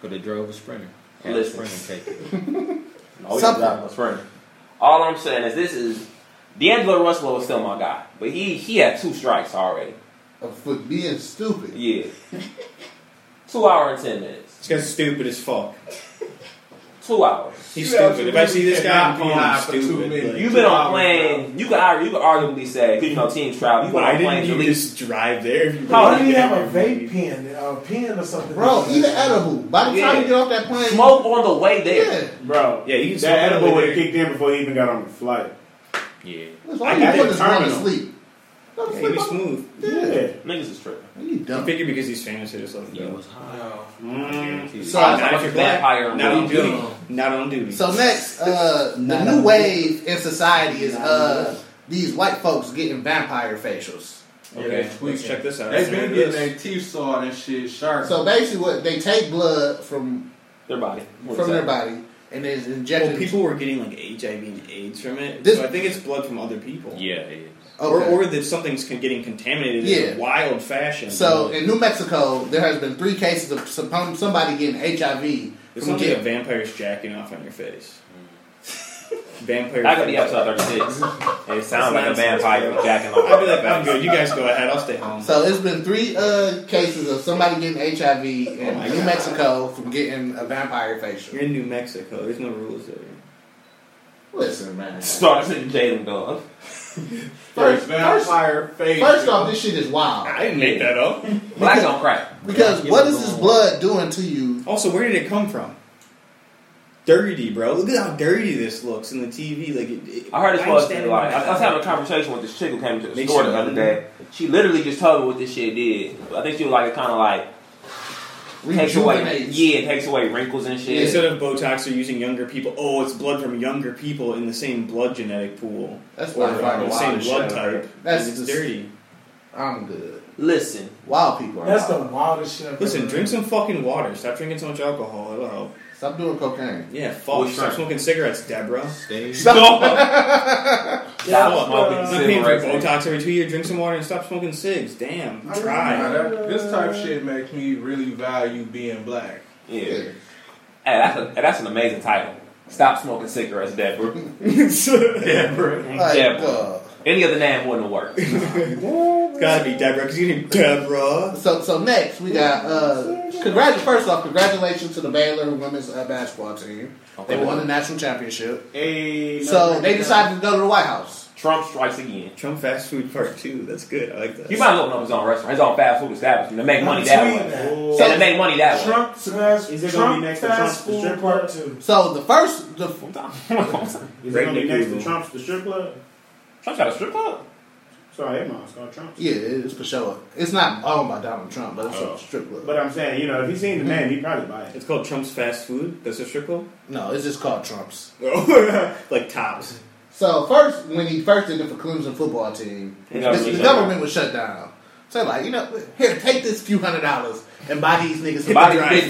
Could have drove a sprinter. Had
Listen.
a sprinter take it.
Oh,
Something.
yeah, that's right. All I'm saying is this is D'Angelo Russell was still my guy, but he he had two strikes already.
For being stupid. *laughs*
Yeah, two hour and ten minutes.
This guy's stupid as fuck.
Two hours.
He's
You
stupid. If I see this guy, I'm
absolutely
calling him
cannot be high for two
stupid.
minutes.
Like,
You've been on
Two hours,
plane. You can argue. You can arguably say you know teams travel. You've been
Why
on plane
didn't
to
you
leave.
just drive there? If you
How
Why do you have a vape pen, a pen or something?
Bro, eat an edible. By the time
Yeah.
you get off that plane,
Smoke on the way there.
Yeah.
Bro,
Yeah, you can smoke
that
on the
edible
way
would have
there.
kicked in before he even got on the flight.
Yeah.
That's why
I
you
got
put
that
this woman to
terminal.
sleep. Go to
Yeah,
sleep
he was
on-
smooth.
Yeah.
Niggas is tripping.
You
I
dumb.
figure because he's famous, they just let him
He
go.
was high.
No.
Oh.
So-
Not
Sounds like
if
a
you're
vampire
black. Mm. Not on
movie.
duty. Not on duty.
So next, uh, the new wave in society is uh, these white folks getting vampire facials.
Okay, let's check this out.
They've been getting their teeth sawed and shit sharp.
So basically, what they take blood from
Their body. What
from
is
their
that?
body and they inject
Well,
it.
people were getting like HIV and AIDS from it,
This-
so I think it's blood from other people.
Yeah, it is.
Or,
Okay.
or that something's con- getting contaminated
Yeah.
in a wild fashion.
So in New Mexico, there has been three cases of some- somebody getting HIV
It's
From
not like
jail.
a vampire's jacking off on your face. Vampire.
That could be episode 36. It sounds like a vampire jacking off.
I'd be like, I'm good. You guys go ahead. I'll stay home.
So it's been three uh, cases of somebody getting HIV in
Oh my
New
God.
Mexico from getting a vampire facial.
You're in New Mexico. There's no rules there.
Listen, man.
Starts in jail, dog.
First,
vampire facial.
First off, this shit is wild.
I didn't make that up.
Black on crack.
Because
Yeah,
what
give
is
it
this
a
blood doing to you?
*laughs* Also, where did it come from? Dirty, bro. Look at how dirty this looks in the TV. Like, it, it-
I heard it's
I'm
supposed to be
standing
like.
by
I was having a conversation with this chick who came to the
Make
store
sure
the other
you-
day. She literally just told me what this shit did. I think she was like, it kind of like takes away,
Rejuvenates.
yeah, it takes away wrinkles and shit.
Instead of Botox, they're using younger people. Oh, it's blood from younger people in the same blood genetic pool.
That's
or
by far the
the same
wildest
blood
shit I've heard.
type.
That's
It's
just-
dirty.
I'm good.
Listen,
Wild people are
That's the
wild.
wildest shit. I've
Listen,
ever
drink some fucking water. Stop drinking so much alcohol. It'll help.
Stop doing
*laughs*
cocaine.
Yeah, fuck.
Which
Stop
one?
smoking cigarettes, Deborah.
Stop.
Stop
smoking
Not paying for
cigarettes.
Botox every two years. Drink some water and stop smoking cigs. Damn.
I
Try.
don't know, that- This type of shit makes me really value being black.
Yeah. Hey, that's, a, that's an amazing title. Stop smoking cigarettes, Deborah.
*laughs*
*laughs*
Deborah.
Like,
uh,
Deborah. Any other name wouldn't
*laughs*
work.
Gotta be Deborah, because you need Deborah.
So, so next we got uh, congrat. First off, congratulations to the Baylor women's uh, basketball team. They won the national championship.
Hey,
So they decided to go to the White House.
Trump strikes again.
Trump fast food part two. That's good. I like that.
You *laughs* might as well open up his own restaurant, his own fast food establishment to make money that way.
Oh.
And to make money that way.
Trump smash.
Is it gonna
Trump
be next to Trump's
fast
the strip
food
club?
part two.
So the first, the
Is it
Great
going to be next to
Google.
Trump's the strip club?
Trump's got a strip club?
Sorry, hey, mom, it's called Trump's.
yeah, it's for sure. It's not owned by Donald Trump, but it's
Oh.
a strip club.
But I'm saying, you know, if he seen the man, he probably buy it.
It's called Trump's fast food. That's a strip club.
No, it's just called Trump's.
*laughs* like tops.
So first, when he first did it for Clemson football team,
The
the,
government
the
shut
government was shut down. So like, you know, here, take this few hundred dollars and buy these niggas some
Buy these
burgers.
Big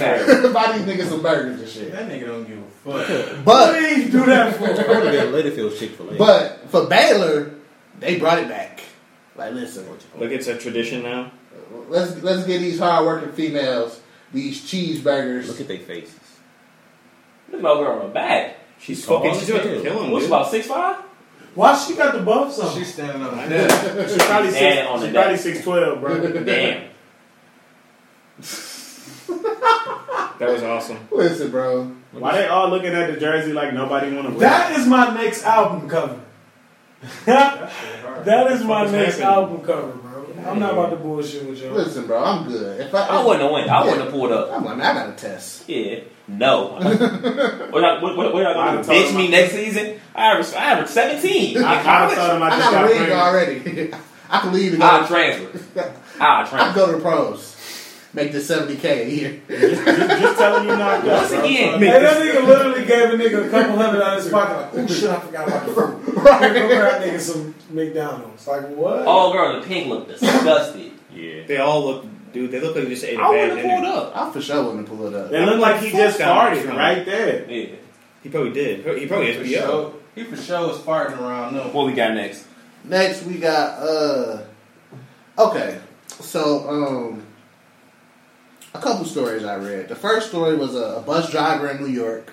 *laughs*
Macs.
buy these niggas some burgers and shit.
That nigga don't give a
*laughs*
fuck.
But
Please do that for
I heard that Ladyfield Chick Fil A.
but for Baylor, they brought it back. Like, listen,
Like it's a tradition now.
let's let's get these hardworking females these
look
cheeseburgers.
at their faces.
Look at my girl on the back. Oh,
She's
Come
fucking.
on,
She's about to
dude.
kill him.
What's
dude.
about 6'5?
Why she got the bumps on?
She's standing on
I
that.
know.
She probably
Dead on
six,
the
she probably
day.
six twelve, bro.
*laughs* Damn.
That was awesome.
Listen, bro.
Why they all looking at the jersey like nobody want to wear? it?
That is my next album cover. that is my
What's
next
happening?
album cover, bro. I'm not about to bullshit with y'all.
Listen, bro. I'm good. If I,
I wouldn't have went. I wouldn't have pulled up.
I'm like, man, I got a test.
Yeah.
*laughs*
No. what y'all, what, what, what y'all gonna do?
I
Bitch me next season? I average, I average 17.
I,
I,
I was
*laughs*
telling them I
I
just
got
got
a ring
framed.
already. *laughs* I can leave and
I'll
go.
transfer. I'll
I
transfer.
go to the pros. Make the seventy k a year.
Just, just, just telling you not good.
Once
bro.
again,
Hey, that nigga literally gave a nigga a couple hundred out of his pocket. Like, oh shit, I forgot about
*laughs*
the phone. Right. that nigga some McDonald's. Like, what?
Oh.
all girl in the pink look disgusted.
Yeah.
They all look, dude. They look like they just ate
I
a bad
wouldn't have
dinner.
pulled up.
I for sure wouldn't pull it up.
It looked like he just
Fuck
farted
Trump.
right there.
Yeah.
He probably did. He probably
For
SBO.
sure. He for sure was farting around them.
What we got next?
Next, we got uh, okay. So um, a couple stories I read. The first story was a, a bus driver in New York,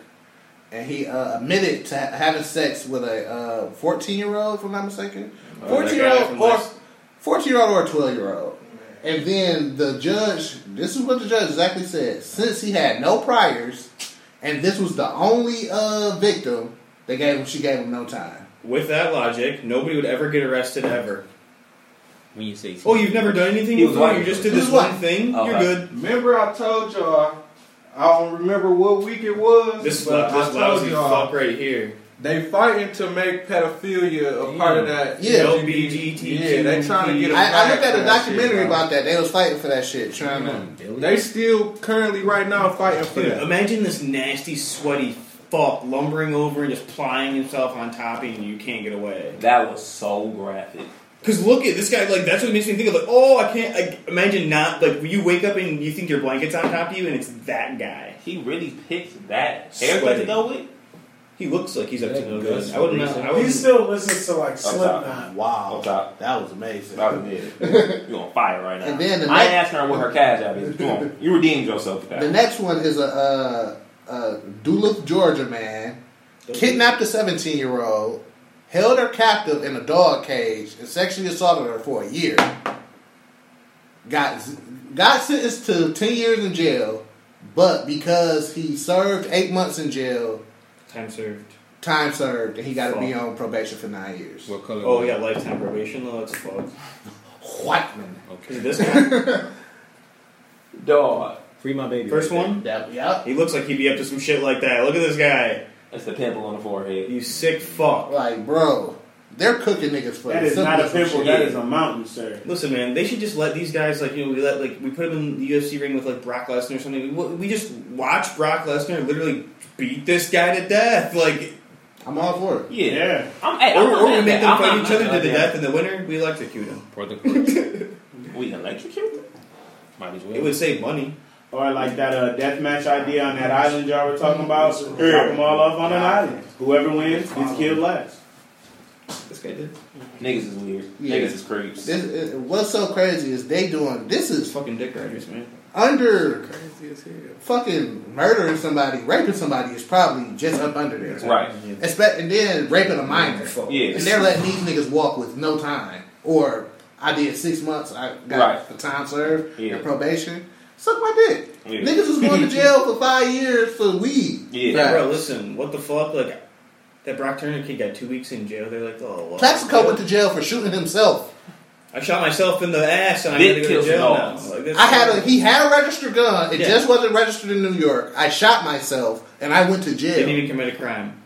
and he uh, admitted to ha- having sex with a fourteen year old, if I'm not mistaken,
Oh, that
fourteen year
guy
old
from
or
last-
fourteen year old or twelve year old. And then the judge, this is what the judge exactly said. Since he had no priors, and this was the only uh, victim, they gave him. She gave him no time.
With that logic, nobody would ever get arrested ever.
When you say
Oh, you've never done anything
He was
before.
white.
You just did
He
this
was
one
white.
thing.
Oh,
You're
right.
good.
Remember, I told y'all. I don't remember what week it was.
This is like
but
this
I told
lousy
y'all
fuck right here.
they fighting to make pedophilia a part of that.
Yeah.
LGBT. Yeah, they trying to get. a
I, I looked at a
backlash here,
documentary
bro.
about that. They was fighting for that shit, trying
They still currently right now fighting for
Dude,
that.
imagine this nasty, sweaty fuck lumbering over and just plying himself on top of you, and you can't get away.
*laughs* That was so graphic.
Cause look at this guy. Like that's what makes me think of like, oh, I can't. Like, imagine not like you wake up and you think your blanket's on top of you, and it's that guy.
He really picked that haircut
Sweaty.
to go with.
He looks like he's up to
That
no
good
good.
for
I would not.
reason.
I
He
would.
still listens to like
sorry.
to.
Slipknot.
Wow,
On top.
Oh, that was amazing.
That
*laughs*
was it. You on fire right now.
And then the
I ain't
next-
asking her what her cash out is. Come on, you redeemed yourself for
The
that.
next one is a uh, uh, Duluth, Georgia man kidnapped a 17 year old, held her captive in a dog cage, and sexually assaulted her for a year. Got got sentenced to 10 years in jail, but because he served eight months in jail,
Time served.
time served, and he got to be
Fuck.
on probation for nine years.
What color?
Oh, yeah, lifetime probation. though. that's fucked.
White man.
Is it this *laughs* guy?
Dog.
Free my baby. First
right
one?
That, yeah.
He looks like he'd be up to some shit like that. Look at this guy.
That's the pimple on the forehead.
You sick fuck.
Like, bro, they're cooking niggas for
That
the
is not
simplest
a pimple,
shit.
that is a
mountain, sir.
Listen, man, they should just let these guys like you know we let like we put them in the UFC ring with like Brock Lesnar or something. We, we just watch Brock Lesnar literally beat this guy to death. Like
I'm all for it.
Yeah.
yeah.
I'm- hey,
or
I'm not
or we
mad
make
at
them
that. I'm
fight
not
each other
mad
to
at
the
that.
death, and the winner we electrocute him.
*laughs* we electrocute them? Might as well.
It would save money.
Or like that uh, deathmatch idea on that island y'all were talking about. Drop
Mm-hmm.
them all off on an island. Whoever wins gets killed last.
This guy did.
Niggas is weird.
Yeah.
Niggas is creeps.
This, it- what's so crazy is they doing this is
fucking dick riders, man.
Under fucking murdering somebody, raping somebody is probably just up under there,
Right.
Espe- and then raping a minor,
Yeah.
and they're letting these niggas walk with no time. Or I did six months, I got
Right.
the time served,
Yeah.
and probation. Suck my dick.
Yeah.
Niggas was
*laughs*
going to jail for five years for weed.
Yeah, bro. Listen, what the fuck? Like that Brock Turner kid got two weeks in jail. They're like, oh, well,
Plaxico went to jail for shooting himself.
I shot myself in the ass, and I'm
Dick
gonna go
kills
to jail now.
dogs.
Like, this-
I had a he had a registered gun. It
Yeah.
just wasn't registered in New York. I shot myself and I went to
didn't
jail.
even commit a crime.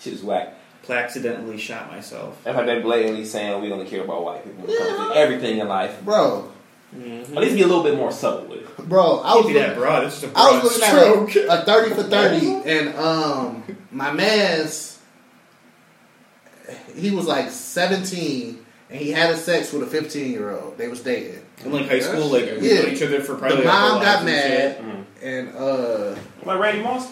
Shit is whack.
Plaxidentally shot myself.
That's like they blatantly saying we only care about white people when it comes to everything in life.
Bro,
At least be a little bit more subtle with it.
bro, I was
Can't be
looking-
that broad. It's just a
I
broad
was looking
stroke.
at a, a thirty for thirty, and um, my man's he was like seventeen, and he had a sex with a fifteen year old. They was dating.
In like high school, like we
Yeah.
known each other for probably
The
like, our
mom
whole
got
lives and
mad,
shit.
and uh,
Like Randy Moss?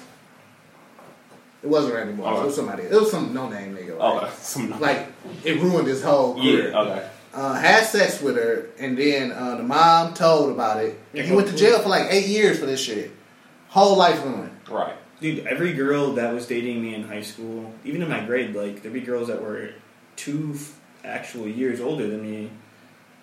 it wasn't Randy Moss. It was somebody. It was some no name nigga.
Oh,
Like,
*laughs* some
like it ruined his whole career.
Yeah, okay.
uh, had sex with her, and then uh, the mom told about it. And he went to jail for like eight years for this shit. Whole life ruined.
Right.
Dude, every girl that was dating me in high school, even in my grade, like there'd be girls that were two f- actual years older than me,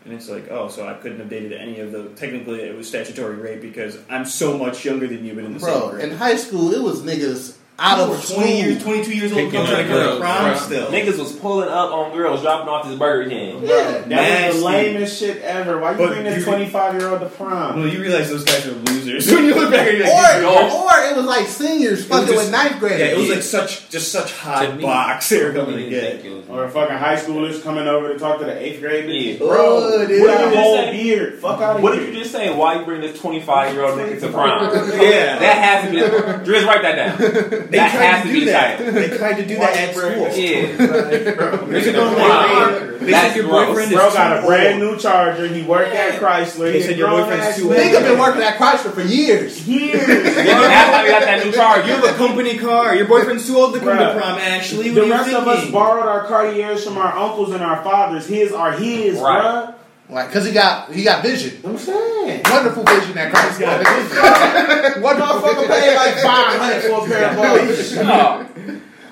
and it's like, oh, so I couldn't have dated any of the. Technically, it was statutory rape because I'm so much younger than you, but in the same
Bro,
grade.
in high school, it was niggas out
Over
of
20 years,
school.
22 years old,
Picking
comes
up
out of girl
girls,
crime
right.
still.
Niggas was pulling up on girls, dropping off his Burger King.
Yeah.
That was the
Nasty.
lamest shit ever. Why you
But
bring this
you-
25 year old to prom?
Well, you realize those guys are losers *laughs* when you look back. You're like,
Or,
"These girls-"
or it was like seniors fucking
just-
with ninth
yeah,
graders.
it was like such just such hot box they were coming to get.
Or a fucking high schoolers coming over to talk to the eighth graders?
Yeah.
Bro,
Oh,
what
dude.
a
you
whole
say?
beard. Fuck out of
What
here.
did you just say? Why you bring this 25 year old nigga to prom?
*laughs* Yeah.
That has to
*laughs*
be. Driz, write that down.
They
that
tried
has
to
to,
do
be the
that.
title.
They tried to do that at school.
Yeah.
They said,
Wow.
"Oh, they- they said
That's
your
gross.
boyfriend is
Bro got a
too
brand
old."
new charger. He worked at Chrysler.
They
He's
said
a
your
grown
boyfriend's
ass
too
man.
Nigga been working at Chrysler for years.
*laughs*
Years.
That's why we got that new
You
charger.
have a company car. Your boyfriend's too old to come to
Bruh.
prom, Ashley. What
The
are you
rest of us
thinking?
borrowed our Cartiers from our uncles and our fathers. His are his,
Right.
bruh.
Like, cause he got he got vision.
I'm saying.
Wonderful vision at Chrysler. *laughs*
What motherfucker paid like 500 for a pair *laughs* of balls?
No.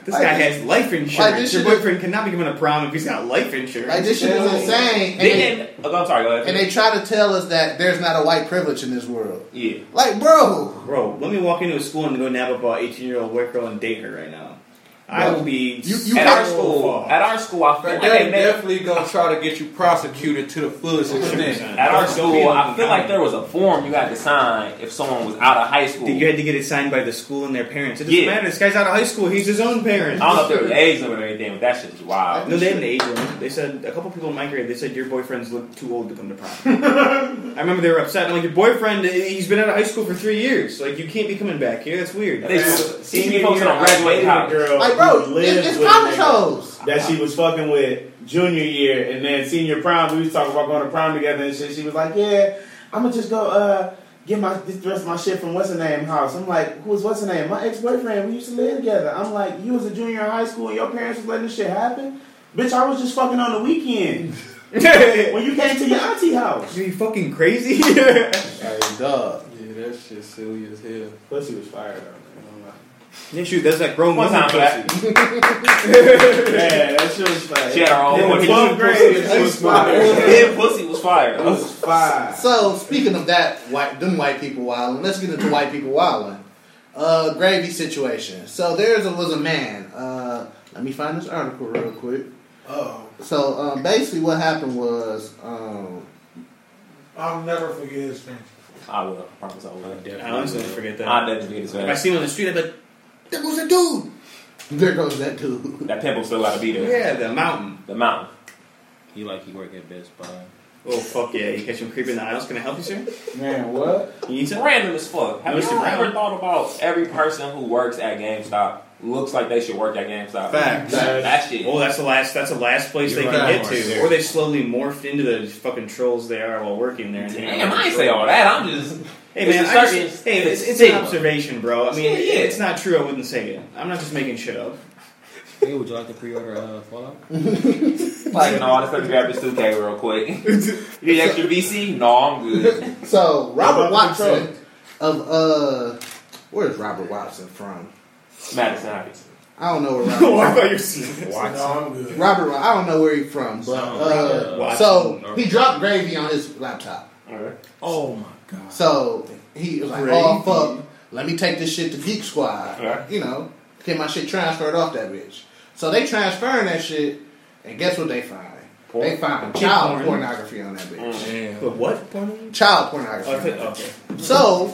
This guy has life
like,
insurance.
this
Your
shit is-
boyfriend cannot be coming to prom if he's got life insurance.
like this shit is insane. And
They
they,
didn't. Oh, I'm sorry, go ahead.
and they try to tell us that there's not a white privilege in this world.
yeah.
Like, bro,
Bro, let me walk into a school and go nab up an 18 year old white girl and date her right now. I
Bro,
will be.
you- you
At
so
our school,
fucked.
at our school, I feel
They're
like they made
definitely gonna try to get you prosecuted to the
*laughs*
fullest extent.
At our school, I feel like there was a form you had to sign if someone was out of high school.
That you had to get it signed by the school and their parents. It doesn't
Yeah.
matter. This guy's out of high school. He's his own
I
parent.
don't know if there was an age limit or anything, but that shit is wild.
No, they had an age limit. They said a couple people in my grade. They said your boyfriend's look too old to come
*laughs*
to prom. I remember they were upset. I'm like, your boyfriend, he's been out of high school for three years. Like, you can't be coming back here. That's weird.
They see me folks on graduate
I dated a
college.
girl
like, bro,
who
it,
lived
it's
with a
college
nigga
hoes.
That she was fucking with junior year and then senior prom. We was talking about going to prom together and shit. She was like, yeah, I'm gonna just go uh, get my this dress my shit from what's her name house. I'm like, who's what's her name? My ex boyfriend. We used to live together. I'm like, you was a junior in high school and your parents was letting this shit happen. Bitch, I was just fucking on the weekend when you came to your auntie house.
Are you fucking crazy?
Like, dog.
Yeah,
that shit silly as hell.
Pussy was fire though.
Yeah, shoot, that's that grown
One
woman
time
*laughs*
for that.
pussy.
yeah, that shit was fire.
She had her own
Then
pussy.
twelfth grade,
*laughs*
Pussy
that
was
was fire.
fire. *laughs* Then pussy was fire.
It was fire.
So speaking of that, white them white people wilding. Let's get into white people wilding. Uh, gravy situation. So there was a man. Uh, let me find this article real quick.
Oh,
So um, basically, what happened was um, *laughs*
I'll never forget his name.
I will. I promise I will.
I honestly forget that.
I definitely forget his
If I
face.
see him on the street, I'd be like,
there goes that dude. There goes that dude.
That pimple still gotta be there.
yeah, the mountain.
The mountain.
You like you work at Best Buy.
Oh, fuck yeah. You catch him creeping in the aisles. Can I help you, sir?
Man, what?
You need some?
Random as fuck. Have
Mr.
you
Brown.
ever thought about every person who works at GameStop looks like they should work at GameStop?
Fact.
That shit.
Well, Oh, that's the last. That's the last place
You're
they
right.
can get to, or they slowly morphed into the fucking trolls they are while working there. And they
Damn,
have-
I ain't say all that. I'm just.
Hey man,
it's
I
certain-
just, hey, it's, it's
it's-
an observation, bro. I mean,
Yeah, yeah.
it's not true. I wouldn't say it. I'm not just making shit up. *laughs*
Hey, would you like to pre-order uh, Fallout?
Like, no, I just have to grab this 2K real quick. you need extra VC? No, I'm good.
So
Robert
Robert Watson of uh, where's Robert Watson from?
Madison Hopkins.
I
*laughs*
don't know where
oh, I
Robert.
thought you were serious.
No, I'm good.
Robert, I don't know where he's from, but uh,
Watson.
so he dropped gravy on his laptop.
Oh my god.
So he was like, "Oh fuck, let me take this shit to Geek Squad."
Right.
You know, get my shit transferred off that bitch. So they transferring that shit, and guess what they find? They find child
porn.
pornography on that bitch.
Damn.
But what? Pardon?
Child
Oh, I
pornography.
thought- okay.
So,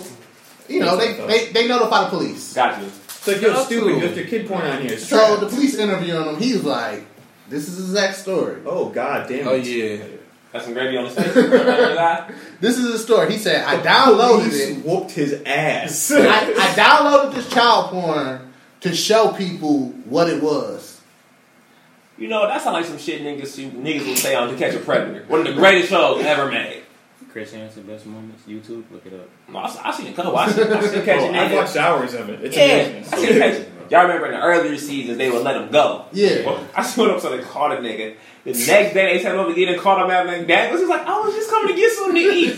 you know, they,
That's what I
they they notify the police.
Got you.
So if you're stupid, you left your kid porn on here. It's
So
trash.
the police interviewing him, he was like, "This is his exact story.
oh god damn it.
Oh yeah.
That's some gravy on the steak. Right?
This is his story." He said, "I downloaded
Police
it.
whooped his
*laughs*
ass.
I, I downloaded this child porn to show people what it was."
You know, that sounds like some shit niggas, shoot- niggas would say on To Catch a Predator. One of the greatest shows ever made.
Chris Hansen, best moments. YouTube, look it up.
No, I, I seen a couple. I seen, I seen catch a
Oh, I
nigga.
watched hours of it. It's
yeah, I
amazing.
seen catch. Y'all remember in the earlier seasons they would let him go.
Yeah.
Well, I showed up so they caught a nigga. The next day they said over again and caught him at McDonald's. He's like, I was just coming to get something to eat.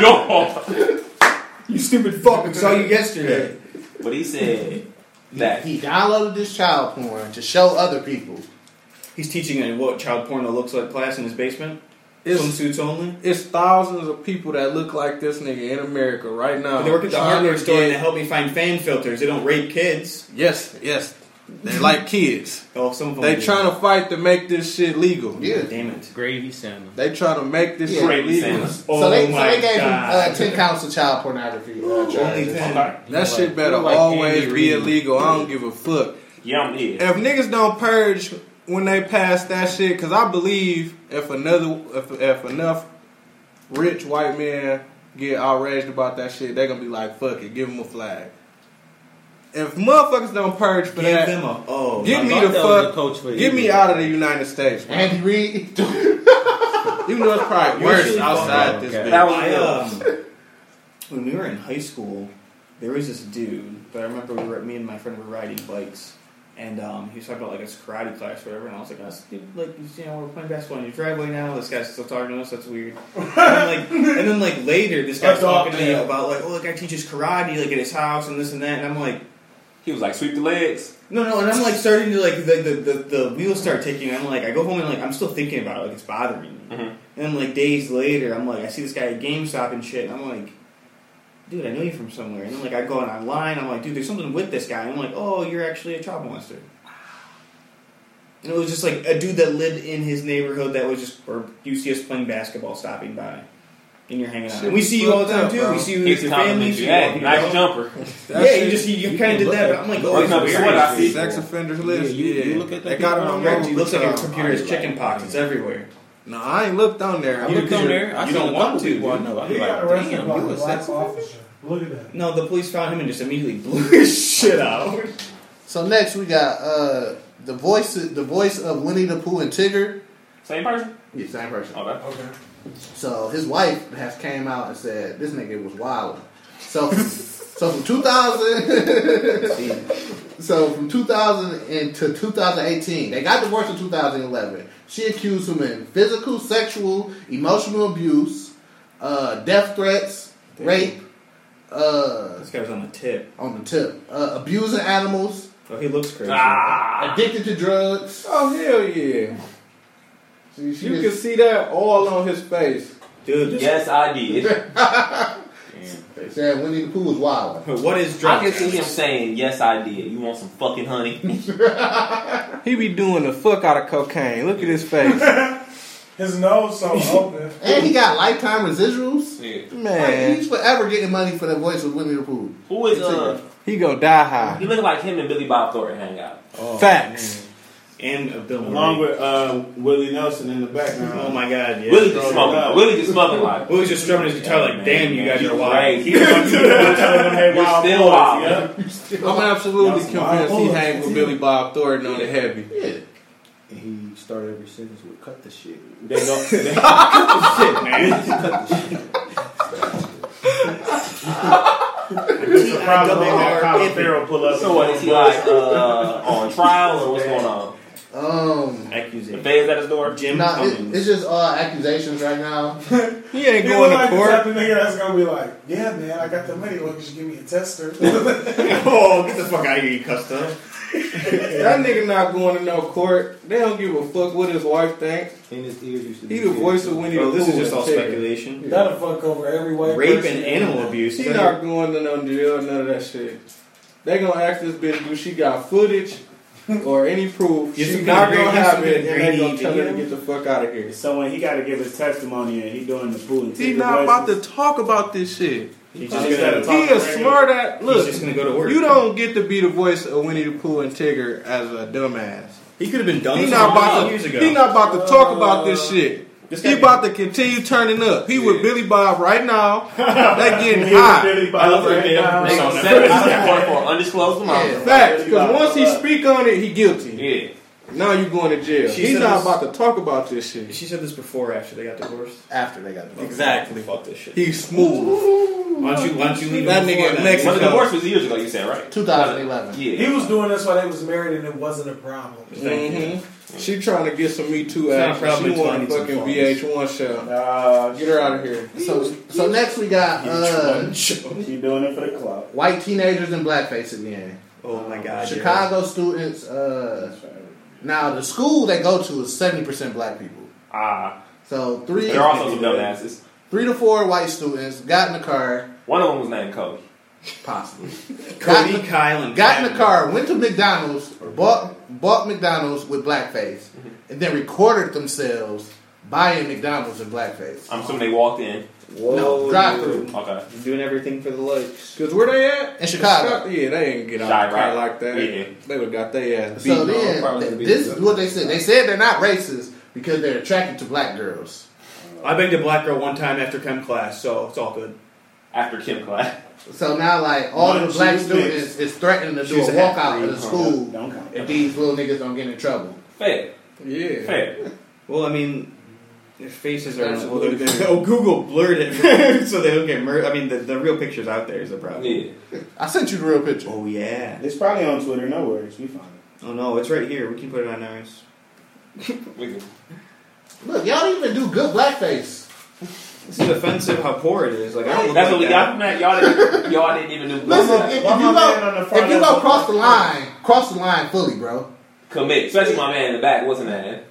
Yo.
You stupid fuck! I saw you yesterday.
But he *laughs* said that.
He downloaded this child porn to show other people.
He's teaching a what child porno looks like class in his basement.
It's,
Swimsuits only.
it's thousands of people that look like this nigga in America right now.
But
Oh,
they work at the
trying
hardware
to
store and
get-
they help me find fan filters. They don't rape kids.
Yes, yes. They like kids.
Mm-hmm. Oh, some of them.
They
do.
trying to fight to make this shit legal.
Yeah.
Damn it.
Gravy Santa.
They trying to make this
Yeah.
shit legal.
Santa.
Oh
so they
my
so they gave
god.
him uh, ten counts of child pornography. Uh,
Only
charges.
ten.
That shit better always be illegal. I don't give a fuck.
Yeah, I'm yeah.
If niggas don't purge when they pass that shit, because I believe if another if if enough rich white men get outraged about that shit, they gonna be like, fuck it, give them a flag. If motherfuckers don't purge for
Give
uh,
that,
them a oh.
Give
I
me
thought
the
that was the
fuck.
coach for you.
Get me out of the United
*laughs*
States, bro.
Andy Reid.
Even though it's probably
You're
worse
actually
outside
fucked
this
up, okay.
bitch.
That was
I,
real.
um, when we were in high school, there was this dude, but I remember we were, me and my friend were riding bikes, and um, he was talking about like his karate class or whatever, and I was like, oh, this dude, like, you know, we're playing basketball in your driveway now, this guy's still talking to us,
*laughs*
that's weird. And then, like, and then like later, this guy's
That's all
talking to me
bad.
about like, oh, the guy teaches karate, like at his house and this and that, and I'm like,
He was like, sweep the legs.
no, no, and I'm like starting to like the the, the, the wheels start ticking. I'm like, I go home and like I'm still thinking about it, like it's bothering me.
Mm-hmm.
Mhm.
And then like days later, I'm like, I see this guy at GameStop and shit, and I'm like, dude, I know you from somewhere. And then like I go online, I'm like, dude, there's something with this guy. And I'm like, oh, you're actually a child molester. And it was just like a dude that lived in his neighborhood that was just, or you see us playing basketball, stopping by, and you're hanging out.
Shit,
And we see you all the time
fucked up,
too.
bro.
We see you
He
with
was
your family.
complimenting
see
you.
you all
Hey,
the
nice
time.
jumper.
That
yeah,
shit-
you just you,
you
kind
can
of did
look
that,
at
but I'm like,
it.
oh, it's
Working up a
weird.
sweat, I see.
sex offenders list.
you-
yeah.
you look at
they
that
got it
people
on
Correct.
record.
He looks like a
Um,
computer has chicken pockets everywhere.
No, I ain't looked on there. I
You
looked
come
on there.
there. I
you
seen
don't
a
want
couple
to,
people I
dude.
know. I
He
be
got
like,
arrested
damn,
by
you
the
a sex
black
offender.
officer. Look at that.
No, the police found him and just immediately blew *laughs* his shit out.
*laughs*
So next we got uh, the voice the voice of Winnie the Pooh and Tigger.
Same person? Oh,
Yeah, same person.
Okay.
Okay.
So his wife has came out and said this nigga was wild. So *laughs* so from 2000 *laughs* So from 2000 and to 2018, they got divorced in 2011. She accused him in physical, sexual, emotional abuse, uh, death threats, rape, Uh,
this guy was on the tip.
On the tip. Uh, abusing animals.
Oh, he looks crazy.
Ah, addicted to drugs.
Oh hell yeah! you can see that all on his face,
dude. this-
Yes, I *laughs* did.
Said Winnie the Pooh is wild.
What is
I
drugs?
can see him saying, "Yes, I did." You want some fucking *laughs* honey?
He be doing the fuck out of cocaine. Look at his *laughs* face,
His nose so open.
And he got lifetime residuals. Like,
man.
he's forever getting money for that voice with Winnie the Pooh.
Who is uh?
He go die high.
He look like him and Billy Bob Thornton hang out.
Oh, Facts.
And a Bill
Along
Murray.
with uh, Willie Nelson in the background.
Oh my god, yeah.
Willie just smoking. Willie just smoking *laughs* like.
Willie's just strumming his guitar like, damn, you guys are *laughs* wild.
Crazy. You're still wild.
I'm absolutely
Y'all some
convinced he
wild
hang
boys.
with Billy Bob Thornton on the heavy.
Yeah.
And he started every sentence with "cut the shit."
They don't. They,
*laughs* Shit,
*laughs*
man.
it's a problem they had Colin Farrell pull up.
So what is he like uh, on trial or what's going on?
Um,
The
Accusation.
feds at his *laughs* door.
Jim
nah, it-
Cummings.
it's just all accusations right now.
He ain't
He
going
look
to
like the
court.
type of nigga that's gonna be like, yeah, man, I got the money. Why don't you just give me a tester?
*laughs* oh, get the fuck out of here, you cussed up.
That nigga not going to no court. They don't give a fuck what his wife thinks.
And his ears used to
He
be
the
big.
voice of Winnie the
Bro,
Pooh.
this is just
and
Oh, all
shit.
speculation.
That'll fuck over every white
Rape
person.
and animal abuse.
He not going to no jail, none of that shit. They gonna ask this bitch, do she got footage or any proof?
Yes,
she
we
not
can
gonna
agree.
have
Yes,
it,
we can
and they
agree.
gonna tell her to get the fuck out of here.
So when he got to give his testimony and he doing the food. and
He
taking
not about to
voices.
talk about this shit.
He's
He's
just
gotta
gonna,
talk
He a
regular-
smart ass.
he's
Look,
just gonna go to work.
you don't get to be the voice of Winnie the Pooh and Tigger as a dumbass.
He could have been dumb
He
some
not about
years
to.
ago. *laughs*
He not about
Oh.
to talk about this shit.
This
He
guy-
about to continue turning up. He with Billy Bob right now. They getting
He was
high.
Billy
I love
Bob
her.
right now.
They gonna set him out in court for an undisclosed amount.
Facts, because once he speak on it, he guilty.
Yeah.
Now you going to jail.
She
He's
said
not
this-
about to talk about this
*laughs*
shit.
She said this before after they got divorced.
After they got the
Exactly. Fuck this shit.
He's smooth.
Why don't you why don't you leave
That
him
nigga
before
in Mexico.
Well, the divorce was years ago. You said right?
2011.
He
Yeah.
was doing this whihy they was married and it wasn't a problem.
Thank you.
Mhm. She trying to get some Me Too
It's not
action.
probably
She want a
22
fucking
phones.
VH1 show.
Uh,
Get her out of here.
So, so next we got uh,
she doing it for the club.
white teenagers in blackface again.
Oh my god. yeah.
Chicago students. Uh, now the school they go to is 70% black people.
Ah.
So three,
There are also some dumbasses.
three to four white students got in the car,
One of them was named Kobe.
possibly.
Cody,
Got in-
Kyle, and
Got in the
Patton.
car, went to McDonald's, bought bought McDonald's with blackface, and then recorded themselves buying McDonald's in blackface.
I'm assuming they walked in.
Whoa,
No, drive
dude.
Okay.
Doing everything for the likes.
Cause where they at?
In Chicago.
Yeah, they ain't get out
Shy,
of the car
right?
like that.
Yeah.
They would got their ass beat.
So
no, probably the
then, th-
beat
this is
up.
what they said. They said they're not racist because they're attracted to black girls.
I banged a black girl one time after chem class, so it's all good.
After Kim class.
So now, like all
One,
the black
two,
students is threatening to do
She's
a
a half
walkout of the
Don't
school
count.
if these little niggas don't get in trouble.
*laughs* Fair.
yeah.
Fair.
Well, I mean, their faces are.
That's
Well,
what it
they're- *laughs*
is.
oh, Google blurred *laughs* it so they don't get murdered. I mean, the, the real picture's out there is the problem.
Yeah.
I sent you the real picture.
Oh, yeah.
It's probably on Twitter. No worries, we find it.
Oh, no, it's right here. We can put it on ours.
We can-
Look, y'all don't even do good blackface.
This is offensive how poor it is. Like, I don't look
That's
like
what we
that.
got from that. Y'all didn't, y'all didn't even do
Listen, if, if you
Why my man on
go
the front
if you
end
go
look
cross the
like-
line, cross the line fully, bro.
commit. Especially my man in the back. What's his name?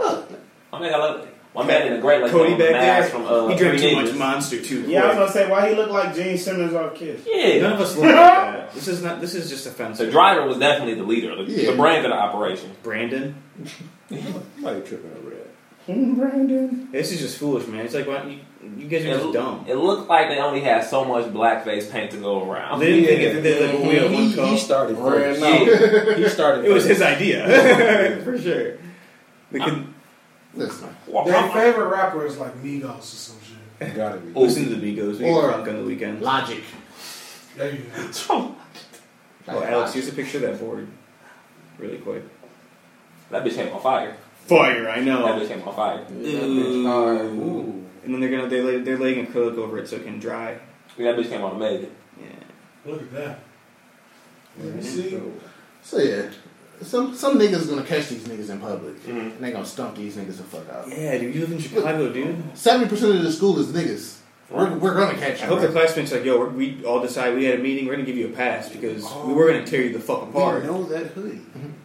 Look,
My man, I love it. My man in the great like
Cody
from the
back
mask
there.
from uh,
he drank
Three
too much
Ninjas.
Monster too.
Yeah, I was
quick.
gonna say why he look like Gene Simmons off Kiss.
Yeah.
None of us look like that. *laughs* This is not. This is just
The
offensive.
driver was definitely the leader, the,
Yeah.
the brains of the operation.
Brandon.
Why you tripping over that?
Hmm, Brandon.
This is just foolish, man. It's like why you, you guys are
It,
just dumb.
it looked like they only had so much blackface paint to go around.
They didn't think it. They did like we had
He,
one
he
call.
started
Ran
first.
out. he
*laughs*
started.
It was
first.
his idea for sure. They could
listen.
Walk
Their
around.
favorite rapper is like Migos or some shit.
Gotta be.
listen to the Migos. We
Or-
or, drunk on the weekend.
Logic.
There you go.
Oh, Alex, here's a picture of that board, really quick.
That bitch came on fire.
Fire! I
That
know.
bitch came on fire.
Ooh. And then they're gonna they lay, they're laying acrylic over it so it can dry.
That bitch came on amazing.
Yeah.
Look at that.
Yeah,
See?
so-
So yeah, some some niggas gonna catch these niggas in public,
Mhm.
and they gonna stump these niggas the fuck out.
Yeah, dude. You live in Chicago, dude.
Seventy percent of the school is niggas. We're, we're gonna catch you.
I hope the classmates like, yo, we we all decide we had a meeting. We're gonna give you a pass because we were gonna tear you the fuck apart.
know that hoodie.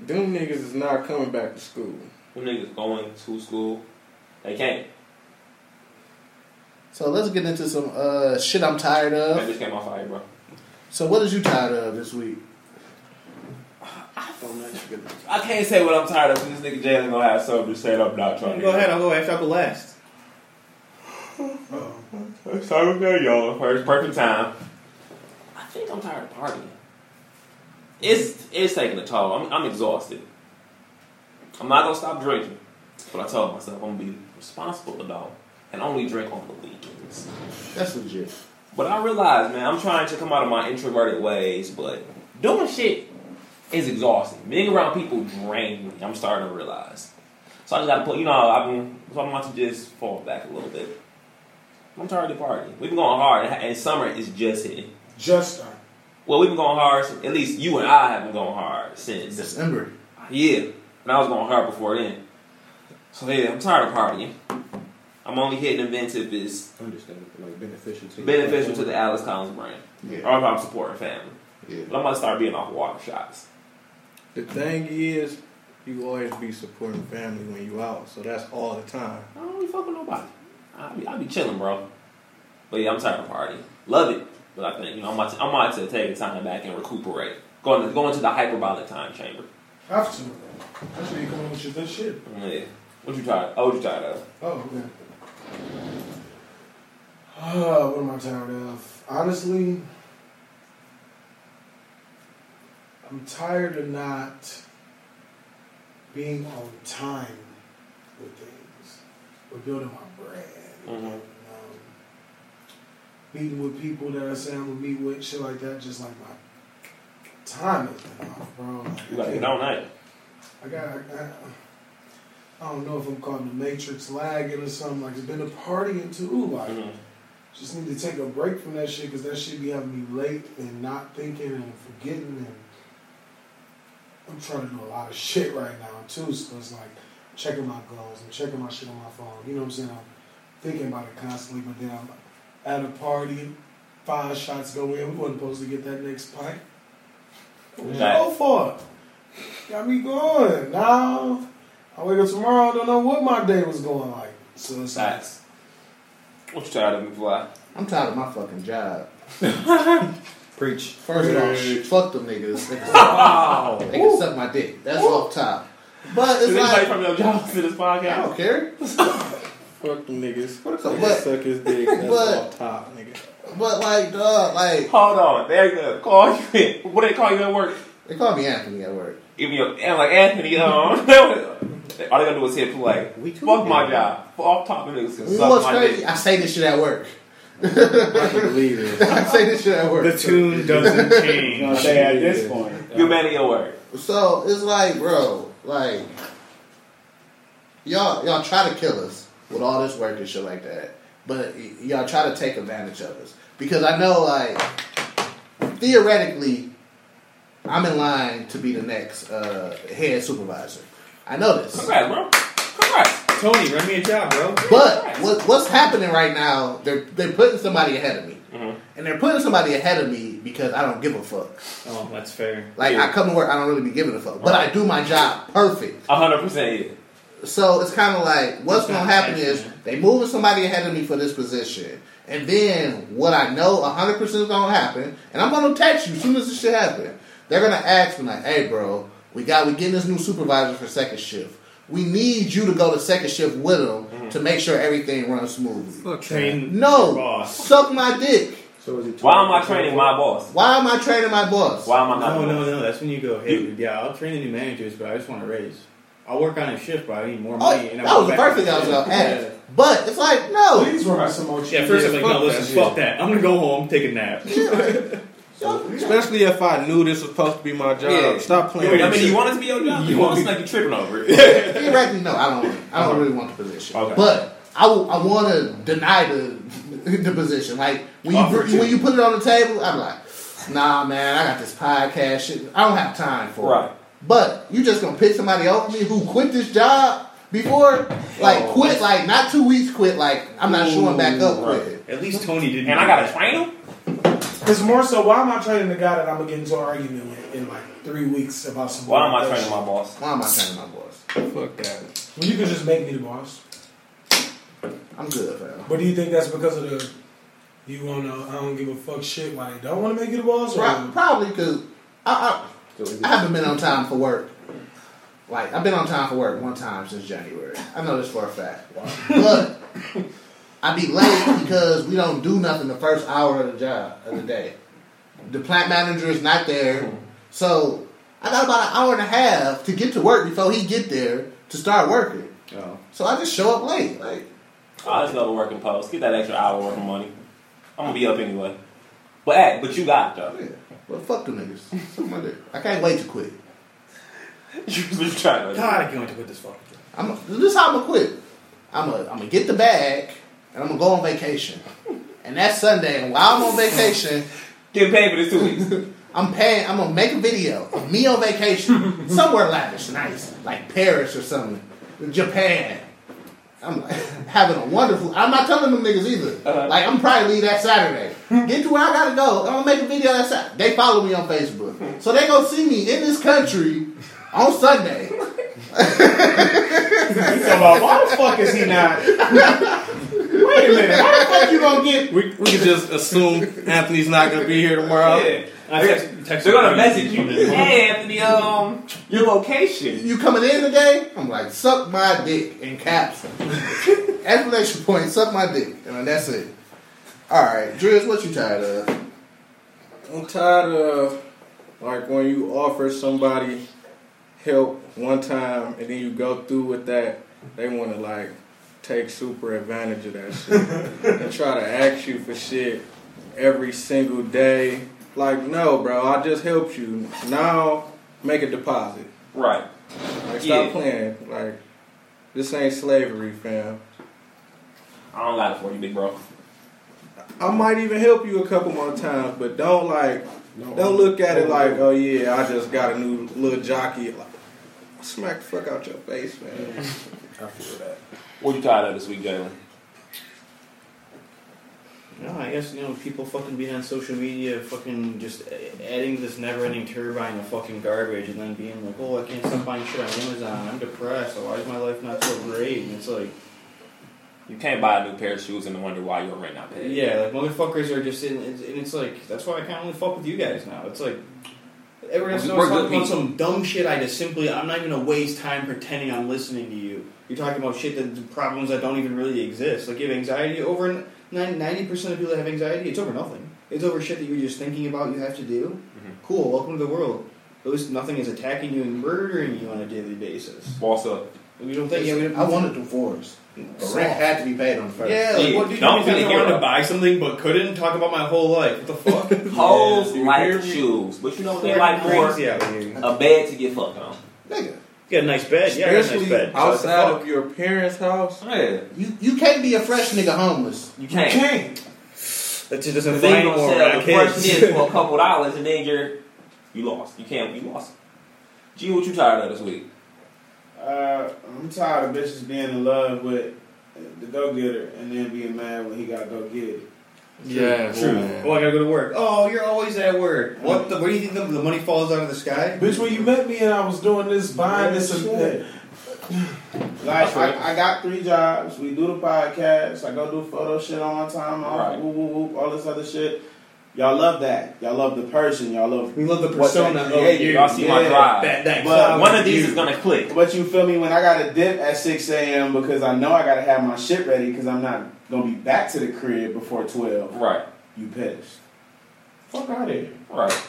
Them niggas is not coming back to school.
Them niggas going to school. They can't.
So let's get into some uh, shit I'm tired
That
of.
bitch came off fire, bro.
So what is you tired of this week?
I can't say what I'm tired of. 'cause This nigga Jalen gonna have something to say. that I'm not trying. to
Go ahead, I'll go after I'll go last.
Sorry with that, y'all. First perfect time. I think I'm tired of partying. It's it's taking a toll. I'm, I'm exhausted. I'm not gonna stop drinking, but I told myself I'm gonna be responsible adult and only drink on the weekends.
That's legit.
But I realize, man, I'm trying to come out of my introverted ways, but doing shit is exhausting. Being around people drain me. I'm starting to realize. So I just gotta put, you know, I've been, so I'm about to just fall back a little bit. I'm tired of partying. We've been going hard, and and summer is just hitting.
Just started.
Well, we've been going hard, since- at least you and I have been going hard since
December.
yeah, and I was going hard before then. So yeah, I'm tired of partying. I'm only hitting events if it's
Understandable, like beneficial to
beneficial to the Alice Collins brand,
Yeah.
or if I'm supporting family.
Yeah.
But I'm gonna start being off water shots.
The thing is, you always be supporting family when you out, so that's all the time.
I don't really fuck with nobody. I be, I be chilling, bro. But yeah, I'm tired of partying. Love it, but I think you know I'm about to, I'm about to take the time back and recuperate. Going to, going to the hyperbolic time chamber.
Have to. That's where you come up with your best shit.
Yeah. What you tired? Oh, what you tired of?
Oh, okay. Uh, what am I tired of? Honestly, I'm tired of not being on time with things. We're building my brand.
Mhm.
Um, meeting with people that I say I'm gonna meet with, shit like that. Just like my time has been off, bro. Like,
You gotta
I
get
can't-
on that.
I got. I, I, I don't know if I'm calling the Matrix lagging or something. Like it's been a partying too. Like
Mm-hmm.
Mhm.
just need to take a break from that shit because that shit be having me late and not thinking and forgetting. And I'm trying to do a lot of shit right now too. So it's like checking my goals and checking my shit on my phone. You know what I'm saying? I'm thinking about it constantly, but then I'm at a party. Five shots go in. We wasn't supposed to get that next pint. Go for it. Got me going. Now I wake up tomorrow, don't know what my day was going like. So it's like,
Facts. What you tired of, McFly?
I'm tired of my fucking job.
Preach.
First off, sh- fuck them niggas. They can, suck, they can suck my dick. That's off top. But it's
Is anybody
like
from your job to this
I
podcast?
don't care.
Fuck them niggas.
So,
Niggas
but
suck his dick. That's
but-
off top, nigga.
but like dog, like
Hold on, they're gonna call you in. What they call you at work?
they call me Anthony at work.
Even your and like Anthony, um, *laughs* all they gonna do is hit play.
We too
Fuck my
good.
job. Off top of niggas can
You
suck
know what's
my
crazy?
dick.
I say this shit at work. *laughs*
I can believe it.
I say this shit at work.
The tune doesn't
You know
change.
what I'm saying? At this point,
You man of your word.
So it's like, bro, like y'all y'all try to kill us with all this work and shit like that, but y- y'all try to take advantage of us because I know, like, theoretically, I'm in line to be the next uh, head supervisor. I know this,
Congrats, bro. Congrats.
Tony, run me a job, bro.
but what, what's happening right now? They're they're putting somebody ahead of me,
Mhm.
and they're putting somebody ahead of me because I don't give a fuck.
Oh, that's fair.
Like
Yeah.
I come to work, I don't really be giving a fuck, but I do my job perfect.
A hundred percent. yeah.
So it's kind of like what's going to happen is
Yeah.
they moving somebody ahead of me for this position, and then what I know 100% is going to happen, and I'm going to text you as soon as this shit happen. They're going to ask me like, "Hey, bro, we got we getting this new supervisor for second shift. We need you to go to second shift with him to make sure everything runs smoothly."
Fuck that.
Train your
No,
boss.
suck my dick.
So is it
Why am I training my boss?
Why am I training my boss?
Why am I not?
No, no, no. That's when you go, hey, yeah, I'll train the new managers, but I just want to raise. I'll work on a shift, but I need more
Oh,
money.
that
and I'll
was the
go back
first thing I was
to-
going to
*laughs*
ask. But it's like no,
please run me some more.
Yeah, first I'm like,
fuck
no, listen,
that.
fuck that. I'm gonna go home, take a nap.
Especially if I knew this was supposed to be my job.
Yeah.
Stop
I
playing.
mean,
with
do
me.
you want it to be your job?
You
You
want
want
me-
us like you tripping
*laughs*
over it.
Theoretically, no, I don't. I don't really want the position.
Okay.
But I, want to deny the the position. Like when you
Offer to.
when you put it on the table, I'm like, nah, man, I got this podcast shit. I don't have time for
Right.
it. But you just gonna pick somebody over me who quit this job? Before, like,
Oh,
quit, like, not two weeks quit, like, I'm not showing back up quit.
At least Tony didn't.
And I gotta train him?
It's more so why am I training the guy that I'm gonna get into an argument with in like three weeks about some?
Why am I training my boss?
Why am I training my boss?
Fuck that.
Well, you could just make me the boss.
I'm good, fam.
But do you think that's because of the you wanna I don't give a fuck shit why they don't want to make you the boss? Or
Pro- Probably because I, I, I haven't been on time for work. Like, I've been on time for work one time since January. I know this for a fact. But I be late because we don't do nothing the first hour of the job of the day. The plant manager is not there, so I got about an hour and a half to get to work before he get there to start working.
Oh.
So I just show up late. Like,
Oh, just go to work and post. Get that extra hour worth of money. I'm gonna be up anyway. But hey, but you got it though. *laughs*
yeah, well, fuck the niggas. Something like that. I can't wait to quit.
You was trying to.
God, I'm going to quit this fucking job.
I'm this is how I'm gonna quit. I'm gonna I'm gonna get the bag and I'm gonna go on vacation. And that's Sunday. And while I'm on vacation,
Get paid for this two weeks.
I'm paying. I'm gonna make a video of me on vacation
*laughs*
somewhere lavish, nice, like Paris or something, Japan. I'm like, *laughs* having a wonderful. I'm not telling them niggas either.
Uh-huh.
Like I'm probably leave
*laughs*
that Saturday. Get to where I gotta go. I'm gonna make a video that Saturday. They follow me on Facebook, so they gonna see me in this country on Sunday.
So, uh, why the fuck is he
*laughs*
not? Wait a minute. How the fuck you gonna get?
We, we can just assume Anthony's not gonna be here tomorrow.
Yeah.
I text, text
They're gonna
him.
message *laughs* you. Hey, Anthony, um, your location.
You coming in today? I'm like, suck my dick in caps. Exclamation point, suck my dick, and that's it. All right, Driz, what you tired of?
I'm tired of like when you offer somebody help one time and then you go through with that, they want to like take super advantage of
*laughs*
that shit and try to ask you for shit every single day. Like, no, bro, I just helped you. Now make a deposit.
Right.
Like, stop
Yeah.
playing. Like, this ain't slavery, fam.
I don't got it for you, big bro.
I might even help you a couple more times, but don't like Don't look at it like, oh yeah, I just got a new little jockey. Like, smack the fuck out your face,
*laughs*
man.
I feel that.
What you tired of this week, Jalen?
No, I guess you know people fucking being on social media, fucking just adding to this never-ending turbine of fucking garbage, and then being like, "Oh, I can't stop buying shit on Amazon. I'm depressed. So why is my life not so great?" And it's like,
You can't buy a new pair of shoes and wonder why your rent not paid.
yeah, like motherfuckers are just in, it's- and it's like that's why I kind of only fuck with you guys now. It's like everyone else
We're
knows
good
talking
people.
about some dumb shit. I just simply, I'm not even gonna waste time pretending I'm listening to you. You're talking about shit that the problems that don't even really exist. Like you have anxiety over ninety percent of people that have anxiety, it's over nothing. It's over shit that you're just thinking about. You have to do. Cool. Welcome to the world. At least nothing is attacking you and murdering you on a daily basis.
Boss up.
We don't think. Yeah, we don't,
I want a divorce. But rent had to be paid on the first.
Yeah, like, what, dude,
Don't
don't you
be
mean
the
I wanted
hero.
to buy something but couldn't talk about my whole life?
*laughs*
What the fuck?
Hoes
you hear
like
me?
shoes, but you know what they like more?
Crazy out here. You
A bed to get fucked on.
Nigga,
got a nice bed. Yeah, I got a nice
Especially
bed.
outside of your
*laughs*
parents' house.
Yeah.
you, you can't be a fresh nigga homeless.
You can't.
Uh,
That just doesn't
Because they
fly
gonna
anymore.
sell the
Right?
first
Kids. *laughs*
nib for a couple dollars and then you're you lost. You can't you lost. Gee, what you tired of this week?
Uh, I'm tired of bitches being in love with the go getter and then being mad when he got go get it.
Yeah,
True. Oh, I gotta go to work. Oh, you're always at work. What the? Where do you think the, the money falls out of the sky?
Bitch, when you met me and I was doing this, buying this, and
Shit. Like I, I got three jobs. We do the podcast. I go do photo shit on my time off.
Right.
Woo, woo, woo, all this other shit. Y'all love that. Y'all love the person. Y'all love.
We love the
What that
persona of
created.
you.
Y'all see my
yeah,
drive.
That, that
But
cloud
One of these
you.
is gonna click.
But you feel me when I got to dip at 6 a.m. because I know I got to have my shit ready because I'm not gonna be back to the crib before 12.
Right,
You pissed? Fuck out of here.
right.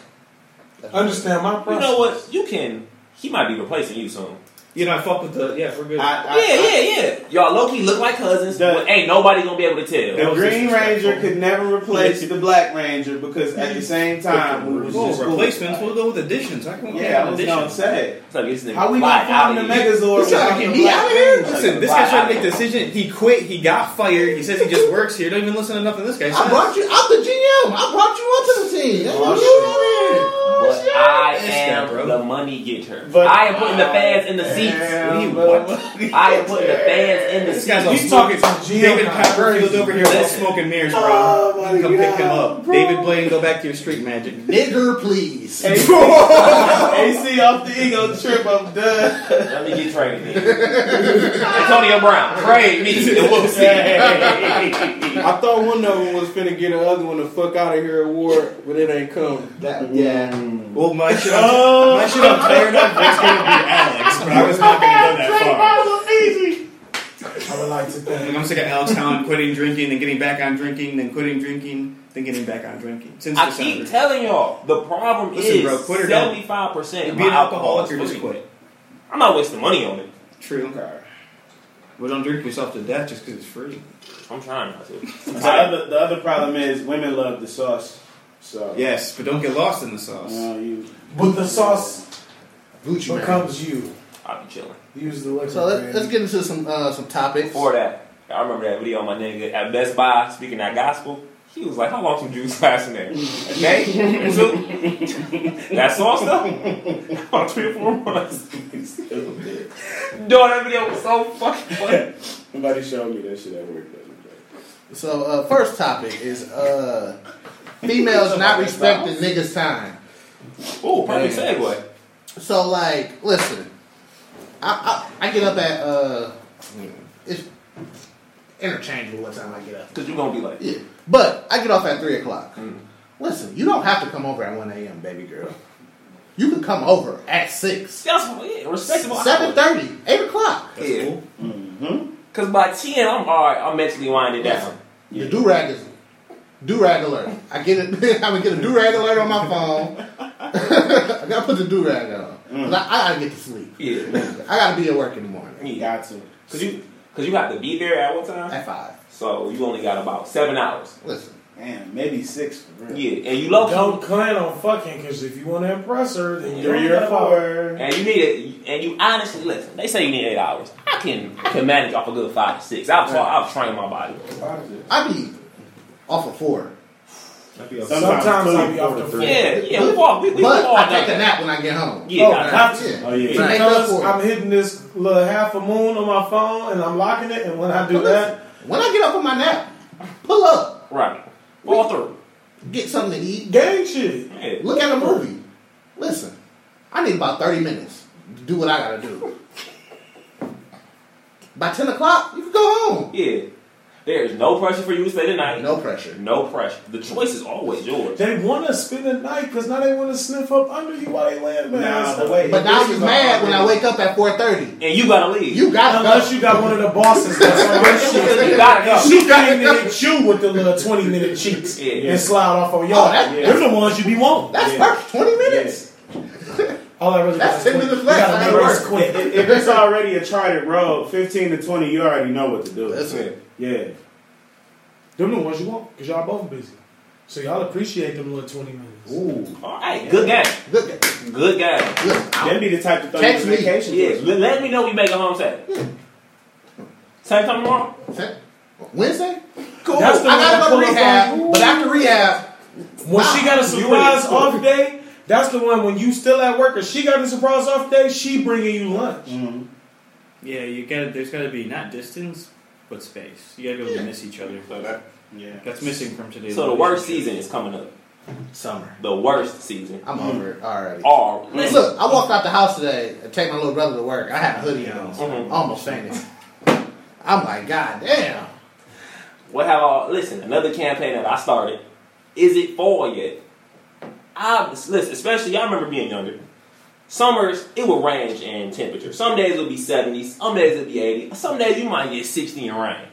understand my
You
process.
know what? You can he might be replacing you soon.
You know, I fuck with the. Yeah, we're good.
I, I,
yeah, yeah, yeah. Y'all low key look like cousins,
The-
but ain't nobody gonna be able to tell.
That
The
was
Green
disrespectful.
Ranger could never replace the Black Ranger because at the same time we was just
Whoa,
cool.
replacements. We'll go with additions. I can
Yeah, I was
additions.
gonna say.
So this nigga
How we
fly
gonna
out
find
of
the
here.
Megazord without the Black Ranger?
Listen, this guy's trying to make a decision. He quit. He got fired. He says he just works here. Don't even listen to nothing this guy says. Oh,
I brought you. I'm the GM. I brought you onto the team.
Oh,
but
shit.
I
It's
am
that, bro.
the money getter.
But
I am putting the
I
fans in the seats.
am
We-
the
what?
money
I am putting the fans in the
This
seats.
guy's on smoking. David Copperfield over here on smoking mirrors, bro.
Oh
you can come pick him up. David Blaine, go back to your street magic.
Nigger,
*laughs*
please.
AC off the ego trip. I'm done.
Let me get traded. then. Antonio Brown, trade me, and we'll see.
I thought one of them was finna get the other one the fuck out of here award, but it ain't coming.
That, yeah.
Well, my shit,
Oh.
on, my shit, I'm tired of. It's gonna be Alex, but I was not gonna go that far.
I would like to
Like,
thank.
I'm sick of Alex Allen quitting drinking, then getting back on drinking, then quitting drinking, then getting back on drinking. Since
I
December.
keep telling y'all, the problem
Listen,
is
bro, quit or don't.
seventy five percent
If
of
be
my
an
alcohol
alcoholic
is
or just
free.
quit.
I'm not wasting money on it.
True. Well, don't drink yourself to death just because it's free.
I'm trying not to.
The other, the other problem is women love the sauce. So
Yes, but don't get lost in the sauce.
No, you.
But the sauce
Gucci man.
becomes you.
I'll be chilling.
Use the liquor.
So let, let's
Brandy.
get into some uh, some topics.
Before that, I remember that video on my nigga at Best Buy speaking that gospel. He was like, "How long some juice last in there? A day, or two? That sauce stuff? About three or four
*laughs*
months." Dog, that video was so fucking funny.
Nobody showed me that shit at work. but okay.
So uh, first topic is uh, females not respecting niggas' time.
Ooh, perfect
Man.
segue.
So like, listen, I I, I get up at uh, it's interchangeable what time I get up.
Cause you're gonna be like,
Yeah, but I get off at three o'clock. Listen, you don't have to come over at one a.m., baby girl. You can come over at six,
"That's yeah, respectable."
seven thirty, eight o'clock.
Yeah. Cause by ten, I'm alright. I'm mentally winded down.
The do rag is do rag alert. I get it. *laughs* I would get a do rag alert on my phone. *laughs* I gotta put the do rag on. 'Cause I, I gotta get to sleep.
Mm. Yeah.
I gotta be at work in the morning
You
yeah.
got to.
Cause you, cause you have to be there at one time.
at five.
So you only got about seven hours.
Listen,
Man, maybe six for real.
Yeah, and you low key
Don't plan on fucking because if you want to impress her, then you
Three
don't
or
fuck.
four.
And you need it, and you honestly listen. They say you need eight hours. I can, I can manage off a good five to six. I've, tra- I've trained my body.
I be off at four,
Sometimes I'll
Sometimes
be off the floor.
Yeah, yeah, we've all, we, we've
but
all
I
done
take a
that.
nap when I get home.
Yeah,
Oh,
I-
have to.
Yeah,
Oh, yeah.
To make up
Because
for it.
I'm hitting this little half a moon on my phone and I'm locking it, and when I do
But listen,
that,
When I get up on my nap, pull up,
right. Fall through.
get something to eat,
gang shit.
Yeah.
look at a movie. Listen, I need about 30 minutes to do what I gotta do. By 10 o'clock, you can go home.
yeah. There is no pressure for you to stay tonight.
No pressure.
No pressure. The choice is always yours.
They want to spend the night because now they want to sniff up under you while they land
Nah,
man.
but wait.
But now you're mad when I wake up at 4.30.
And you gotta leave.
You gotta
Unless
go.
you got one of the bosses that's on
*laughs*
your shit.
You gotta go.
She came in at you with the little 20 minute cheeks
Yeah.
and slide off on
Oh,
y'all.
that-
They're the ones you be wanting.
That's perfect. 20 minutes.
All I really got
That's
is
10
quick.
minutes
You
left.
gotta
I
be
gotta
race
work.
quick.
If if it's already a charted road, fifteen to twenty, you already know what to do.
That's it.
Yeah.
Them the ones you want because y'all both busy. So y'all appreciate them little 20 minutes.
Ooh.
All right. Good game.
Look,
Good game.
look. I-
That'd be the type to throw
Text
you
me.
on vacation.
Yeah.
for.
Let, let me know we make a home set. Same time tomorrow.
Wednesday? Cool.
That's the
I
one
gotta
I
go
pull
to
up
rehab.
on.
But after rehab,
When she got a surprise off day, that's the one when you still at work or she got a surprise off day, she bringing you lunch.
Mhm.
Yeah, you gotta. There's gotta be not distance, but space. You gotta be able to miss each other.
Yeah.
That's missing from today's.
So the worst
relationship.
season is coming up.
summer.
The worst season.
Mm-hmm.
I'm over it already.
All listen.
Look, I walked out the house today to take my little brother to work. I had a hoodie on.
Mm-hmm.
Mhm.
Almost fainted. I'm like, God damn.
What have all? Listen, another campaign that I started. Is it fall yet? I listen, especially y'all remember being younger. Summers it will range in temperature. Some days it'll be 70, some days it'll be 80, some days you might get 60 and rain.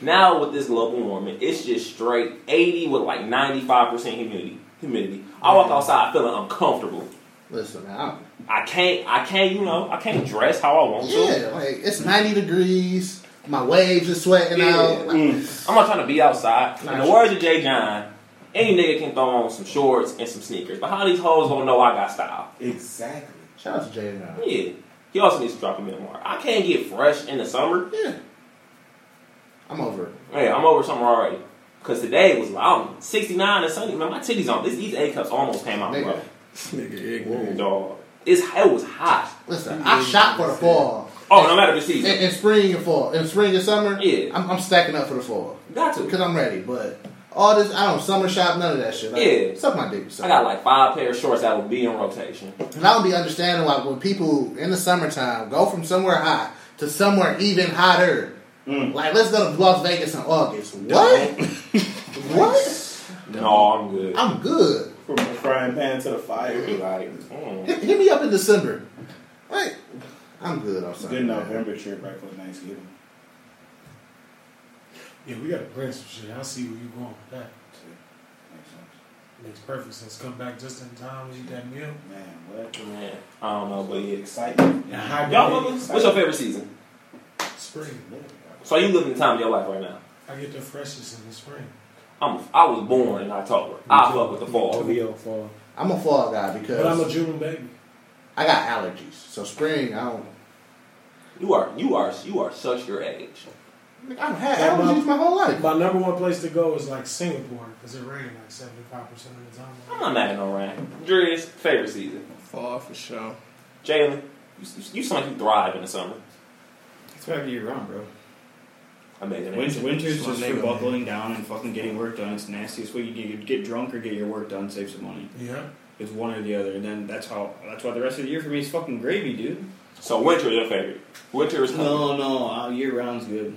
Now with this global warming, it's just straight 80 with like 95% humidity. Humidity. I walk outside feeling uncomfortable.
Listen, man. I'm,
I can't, I can't, you know, I can't dress how I want to.
yeah, like it's 90 degrees. My waves are sweating
Yeah. Mm.
out. Like,
I'm not trying to be outside. In
Nice.
the words of Jay John, any nigga can throw on some shorts and some sneakers, but how these hoes gonna know I got style?
Exactly.
Shout out to Jay uh, now.
Yeah. He also needs to drop a memoir. I can't get fresh in the summer.
Yeah. I'm over it.
Hey, I'm over summer already. Cause today was like I'm 69 and sunny. Man, my titties on this these A cups almost came out, bro.
Nigga,
Nigga,
dog. It's, it was hot.
Listen, I shop for the fall.
Oh, no matter the
In,
season.
in spring and fall, in spring and summer,
Yeah.
I'm, I'm stacking up for the fall.
Got to.
because I'm ready. But all this, I don't summer shop, none of that shit. Like,
Yeah.
suck my dick.
I
son.
got like five pair of shorts that will be in rotation.
And I don't be understanding why when people in the summertime go from somewhere hot to somewhere even hotter.
Mm.
Like let's go to Las Vegas in August. What?
*laughs*
what?
No, I'm good.
I'm good.
From the frying pan to the fire.
Like,
Hit,
mm.
hit me up in December. Like I'm good. I'm sorry.
Good November trip right for Thanksgiving.
Yeah, we gotta plan some shit. I see where you going with that. Makes perfect sense. Come back just in time to eat that meal.
Man, what?
Man, I don't know, but yeah.
Excitement.
And hide
Y'all,
that
mother, what's your favorite season?
spring.
So you living the time of your life right now?
I get the freshest in the spring.
I'm. I was born in October. I fuck with the fall.
Leo fall.
I'm a fall guy
But I'm a
because
June baby.
I got allergies. So spring, I don't.
You are. You are. You are such your age.
I've had
Yeah, well-
allergies my whole life.
My number one place to go is like Singapore because it rains like 75% of the time.
I'm not mad at no rain. Dre's favorite season.
fall for sure.
Jalen, you, you sound like you thrive in the summer.
It's back year round, bro.
I made it.
Winter, winter's
It's my
just for
neighborhood.
buckling down and fucking getting work done. It's the nastiest way you can get- get drunk or get your work done, save some money.
Yeah.
It's one or the other, and then that's how. That's why the rest of the year for me is fucking gravy, dude.
So winter is your favorite. Winter is coming.
No, no, uh, year round's good.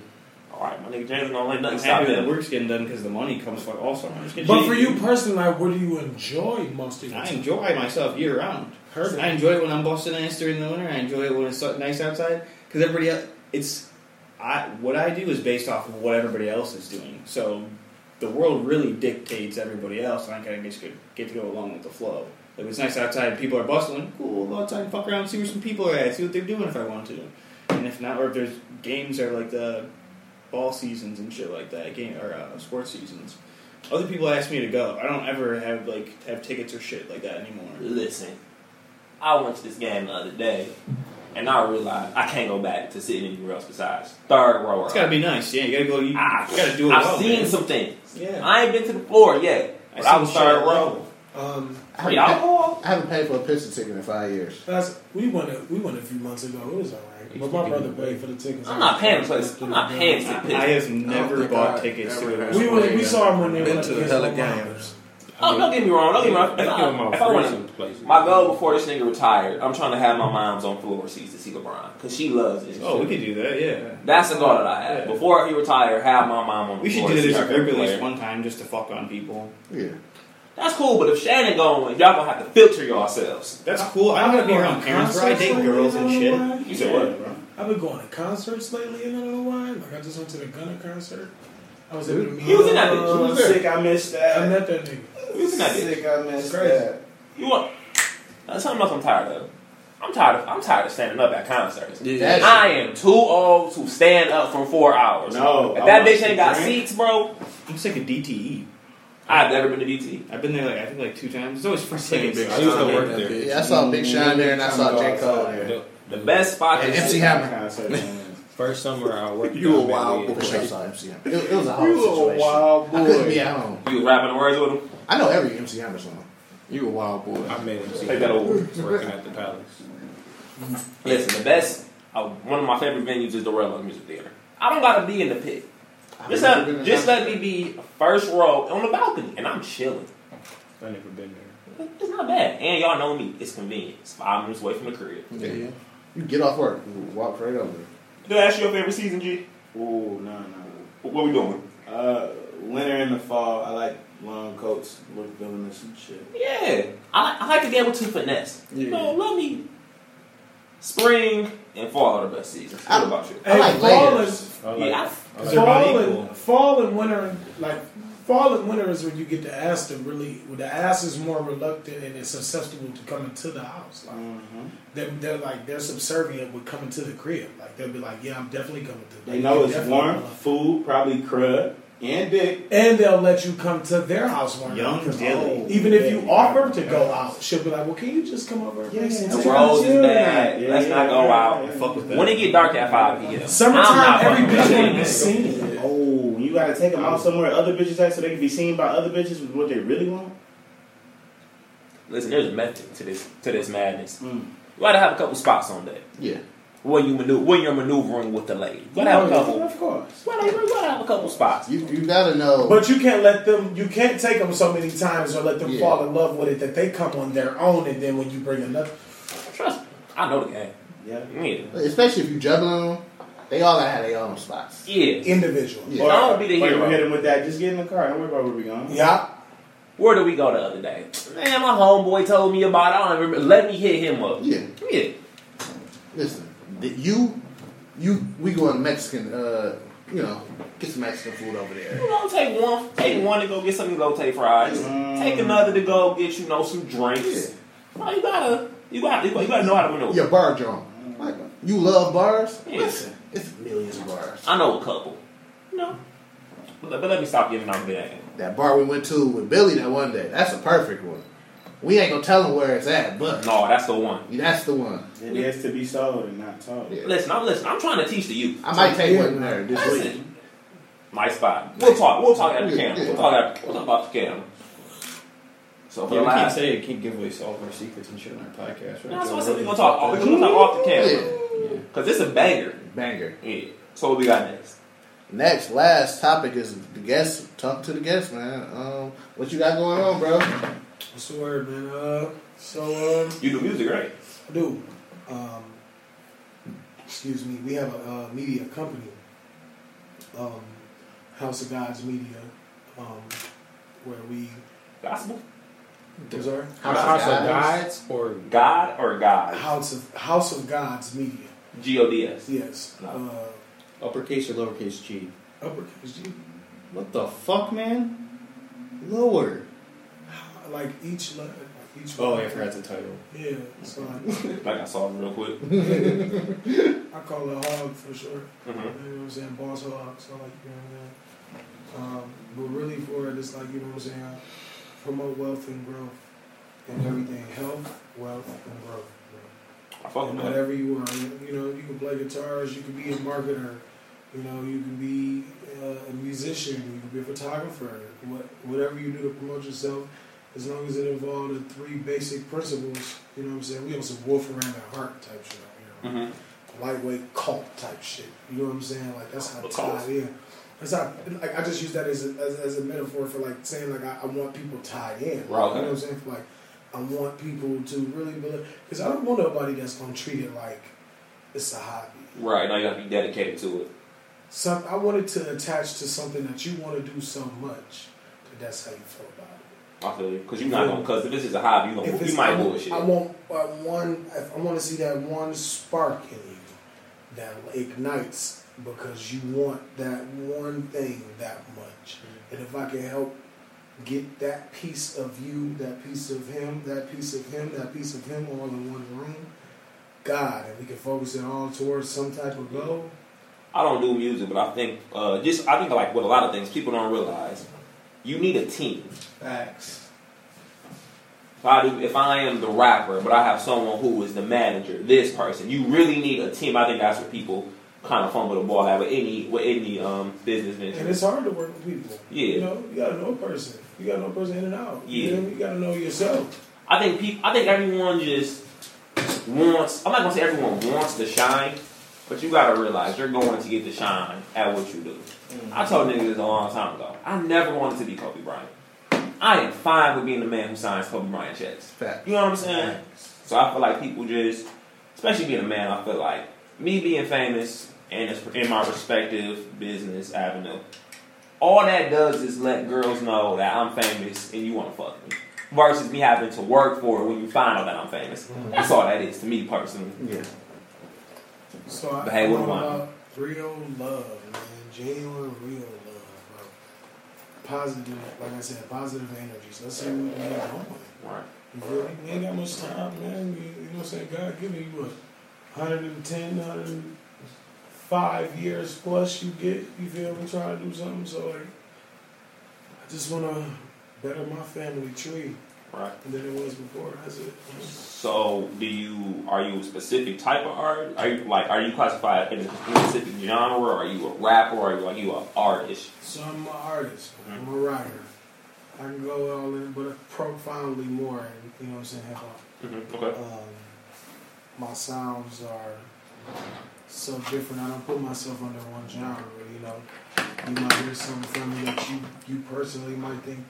All right, my nigga Jalen don't let
I'm
nothing stop
happy that
him.
work's getting done because the money comes fuck all summer. Just get
But
shitty.
for you personally, like, what do you enjoy most of your
I
time?
enjoy myself year round.
Perfect.
I enjoy it when I'm busting ass during the winter. I enjoy it when it's so- nice outside because everybody else. It's I what I do is based off of what everybody else is doing. So the world really dictates everybody else, and I kind of just get, get to go along with the flow. If it's nice outside, and people are bustling. Cool, go outside and fuck around, see where some people are at, see what they're doing if I want to. And if not, or if there's games or like the ball seasons and shit like that, game or uh, sports seasons. Other people ask me to go. I don't ever have like have tickets or shit like that anymore.
Listen, I went to this game the other day, and I realized I can't go back to sitting anywhere else besides third row.
It's gotta be nice, yeah. You gotta go. You,
Ah,
you gotta do it.
I've
well,
seen
man.
some things.
Yeah.
I ain't been to the floor yet.
I
But
seen
I was third
shit.
row.
Um,
I haven't,
Free
paid,
alcohol?
I haven't paid for a pizza ticket in five years.
that's, we went a, we went a few months ago. It was all right. But my brother paid for the tickets.
I'm not paying for this. I'm not paying for
I,
this.
I have
I
Oh
never
don't
bought
think I
tickets
ever
to
had
a
We, were, we saw him when they
Been
went
to
against
hella
my mom.
games.
Oh, don't get me wrong. Don't get me wrong. If
Thank you,
I,
my
if I
freezing
want
place.
my goal before this nigga retired, I'm trying to have my mom's on floor seats to see LeBron because she loves it.
Oh, we could do that. Yeah.
That's the goal that I have.
Yeah.
Before he retired, have my mom on the
We should
floor
do
to
that
see
as a
her
group at
play.
least one time just to fuck on people.
Yeah.
That's cool, but if Shannon going, y'all gonna have to filter yourselves.
That's cool. I don't gotta be around parents. Bro. I date girls and shit.
You said what?
I've been going to concerts lately, and I don't know why. Like I just went to the Gunna concert. I was able to meet.
You was in that bitch. You
I'm
was there.
sick I missed
I
that.
met that nigga.
You was in that bitch.
sick I missed
Crazy.
that.
You want? That's something else I'm tired of. I'm tired of. I'm tired of standing up at concerts.
That shit-
I am too old to stand up for four hours.
No,
if
I
that
want
bitch
to
ain't got
drink.
seats, bro,
I'm sick of DTE.
E.
I've never been to DT.
I've been there like I think like two times. It's always free tickets.
I used to
Sean
work
in that
there.
bitch.
Yeah, I saw Big Sean there and I saw J. Cole there.
The,
The best spot
And
is
MC Hammer.
Concert, man.
first summer I worked.
You a
down
wild
Bentley.
For
boy.
sure I saw MC Hammer. It, it was a hard situation. I couldn't be at home.
You was rapping the words with him.
I know every MC Hammer song.
You a wild boy.
I met him. see,
Take that over.
Working at the palace.
Listen, the best. Uh, one of my favorite venues is the Railroad Music Theater. I don't gotta be in the pit.
I've
Just
never been
let,
in
just
that-
let me be first row on the balcony, and I'm chilling.
I never been there.
It's not bad, and y'all know me. It's convenient. It's five minutes away from the crib.
Yeah.
You get off work, you walk right over.
Did I ask you your favorite season, G?
Ooh, no, no.
What we doing?
Uh, winter and the fall. I like long coats, look villainous and shit.
Yeah, I like, I like to be able to finesse.
Yeah.
No, let me. Spring and fall are the best seasons. What
I-
about you?
I like
fall
layers.
is
I like,
Yeah,
I like
fall
equal.
and, fall and winter like fall and winter is when you get the ass to really when the ass is more reluctant and it's susceptible to coming to the house. Like
Mm-hmm.
they're, they're like they're subservient with coming to the crib. Like they'll be like, yeah, I'm definitely coming to.
They know it's
Definitely
warm,
coming.
food, probably crud, and dick.
and they'll let you come to their house one
Young
night.
Dilly.
Even if you
Yeah.
offer to go out, she'll be like, well, can you just come over? and
Yeah.
make some
the
tea?
Yeah.
roads is bad.
Yeah,
Let's
yeah,
not go
yeah,
out.
yeah.
I fuck with that.
When it get dark at five p.m., I'm not
Summertime, every
fucking with
bitch
that
want to be
nigga.
seen.
Oh, you gotta take them out somewhere other bitches at so they can be seen by other bitches with what they really want.
Listen, there's a method to this to this madness. You gotta have a couple spots on that.
Yeah.
When you maneuver, when you're maneuvering with the lady, you gotta have a couple.
Of course.
Well, you gotta have a couple spots.
You, you gotta know.
But you can't let them. You can't take them so many times or let them
Yeah.
fall in love with it that they come on their own. And then when you bring another,
trust me, I know the game.
Yeah.
Yeah.
Especially if you juggling them, they all gotta have their own spots.
Yeah.
Individual.
Yeah.
Or-
Don't be the
or you
hero.
hit him with that. Just get in the car. Don't worry about where we going.
Yeah.
Where did we go the other day? Man, my homeboy told me about. it. I don't remember. Let me hit him up.
Yeah.
Yeah.
Listen, th- you, you, we going to Mexican. Uh, you know, get some Mexican food over there.
You know, take one, take one to go get something to go take fries. Take another to go get you know some drinks. No, you gotta, you gotta, you gotta, you gotta know how to maneuver.
Your bar drunk. Like, you love bars?
Yeah.
Listen, it's millions of bars.
I know a couple. No. But, let- but let me stop giving out bad.
That bar we went to with Billy that one day. That's a perfect one. We ain't gonna tell him where it's at, but
No, that's the one.
that's the one.
It is to be sold and not told.
Listen, I'm listening. I'm trying to teach the youth.
I might take one there this
Listen, My spot. We'll talk. We'll talk after the camera. We'll talk after. We'll talk about the camera. So for
yeah,
the
we can't
last,
say can't give away all of our secrets and shit on our podcast. Right?
that's why I said we gonna talk. off- We gonna talk off the camera because it's a banger.
Banger.
Yeah. So what we got next?
Next, last topic is the guest. Talk to the guest, man. Um, what you got going on, bro?
What's the word, man? Uh, so um,
You do music, right?
I do. Um, excuse me. We have a, uh media company, um, House of Gods Media, um, where we
gospel.
I'm sorry?
House, House of Gods or
God or God?
House of House of Gods Media.
G O D S.
Yes. Uh,
uppercase or lowercase G?
uppercase G.
What the fuck, man? Lower.
Like each letter. Each
Oh,
one.
yeah, I forgot the title.
Yeah. So I,
Like I saw him real quick.
I call it hog for sure.
Mhm.
You know what I'm saying? Boss hog. So like, you know what I'm saying? Um, but really for it, it's like, you know what I'm saying? Promote wealth and growth and everything. Health, wealth, and growth.
I fuck
And
with that.
whatever you are. You know, you can play guitars, you can be a marketer, you know, you can be uh, a musician, you can be a photographer. What, whatever you do to promote yourself, as long as it involves the three basic principles, you know what I'm saying? We on some wolf around our heart type shit. You know?
Mm-hmm.
Lightweight cult type shit. You know what I'm saying? Like, that's how
Cult.
tied in. That's how, like, I just use that as a, as, as a metaphor for, like, saying, like, I, I want people tied in. Like,
Right.
You know what I'm saying? For, like, I want people to really believe. Because I don't want nobody that's going to treat it like it's a hobby.
Right now, you gotta be dedicated to it.
Some, I want it to attach to something that you want to do so much that that's how you feel about it.
I feel you because you're not gonna. Because if this is a hobby, you
If
gonna you
it's-
might
I want-
bullshit.
I want uh, one. if I want to see that one spark in you that ignites because you want that one thing that much.
Mm-hmm.
And if I can help get that piece of you, that piece of him, that piece of him, that piece of him, all in one room, God, and we can focus it all towards some type of goal.
I don't do music, but I think uh, just I think like with a lot of things, people don't realize you need a team.
Facts.
If I do, if I am the rapper, but I have someone who is the manager, this person, you really need a team. I think that's what people kind of fumble the ball at with any with any um, business
And
venture.
it's hard to work with people.
Yeah.
You know, you gotta know a person. You gotta know a person in and out.
Yeah.
You, know, you gotta know yourself.
I think people. I think everyone just wants. I'm not gonna say everyone wants to shine, but you gotta realize you're going to get the shine at what you do. I told niggas this a long time ago. I never wanted to be Kobe Bryant. I am fine with being the man who signs Kobe Bryant checks.
Fact.
You know what I'm saying? So I feel like people just, especially being a man, I feel like me being famous and it's in my respective business avenue, all that does is let girls know that I'm famous and you want to fuck me. Versus me having to work for it when you find out that I'm famous. That's all that is to me personally.
Yeah.
So I
But hey, what
I'm
do I
all
know?
about real love, man. Genuine real love, bro. Positive, like I said, positive energies. Let's see what we have going.
Right.
You feel me? We ain't got much time, man. You, you know what I'm saying? God giving you what? 110, 105 years plus you get, you feel me, trying to do something. So, like, I just want to better my family tree
Right.
than it was before. That's it.
So, do you are you a specific type of art? Are you like are you classified in a specific genre? Are you a rapper? Are you like you an artist?
So I'm an artist. I'm a writer. I can go all in, but profoundly more in You know what I'm saying? Hip hop.
Mhm, okay.
Um, my sounds are so different. I don't put myself under one genre. You know, you might hear something from me that you you personally might think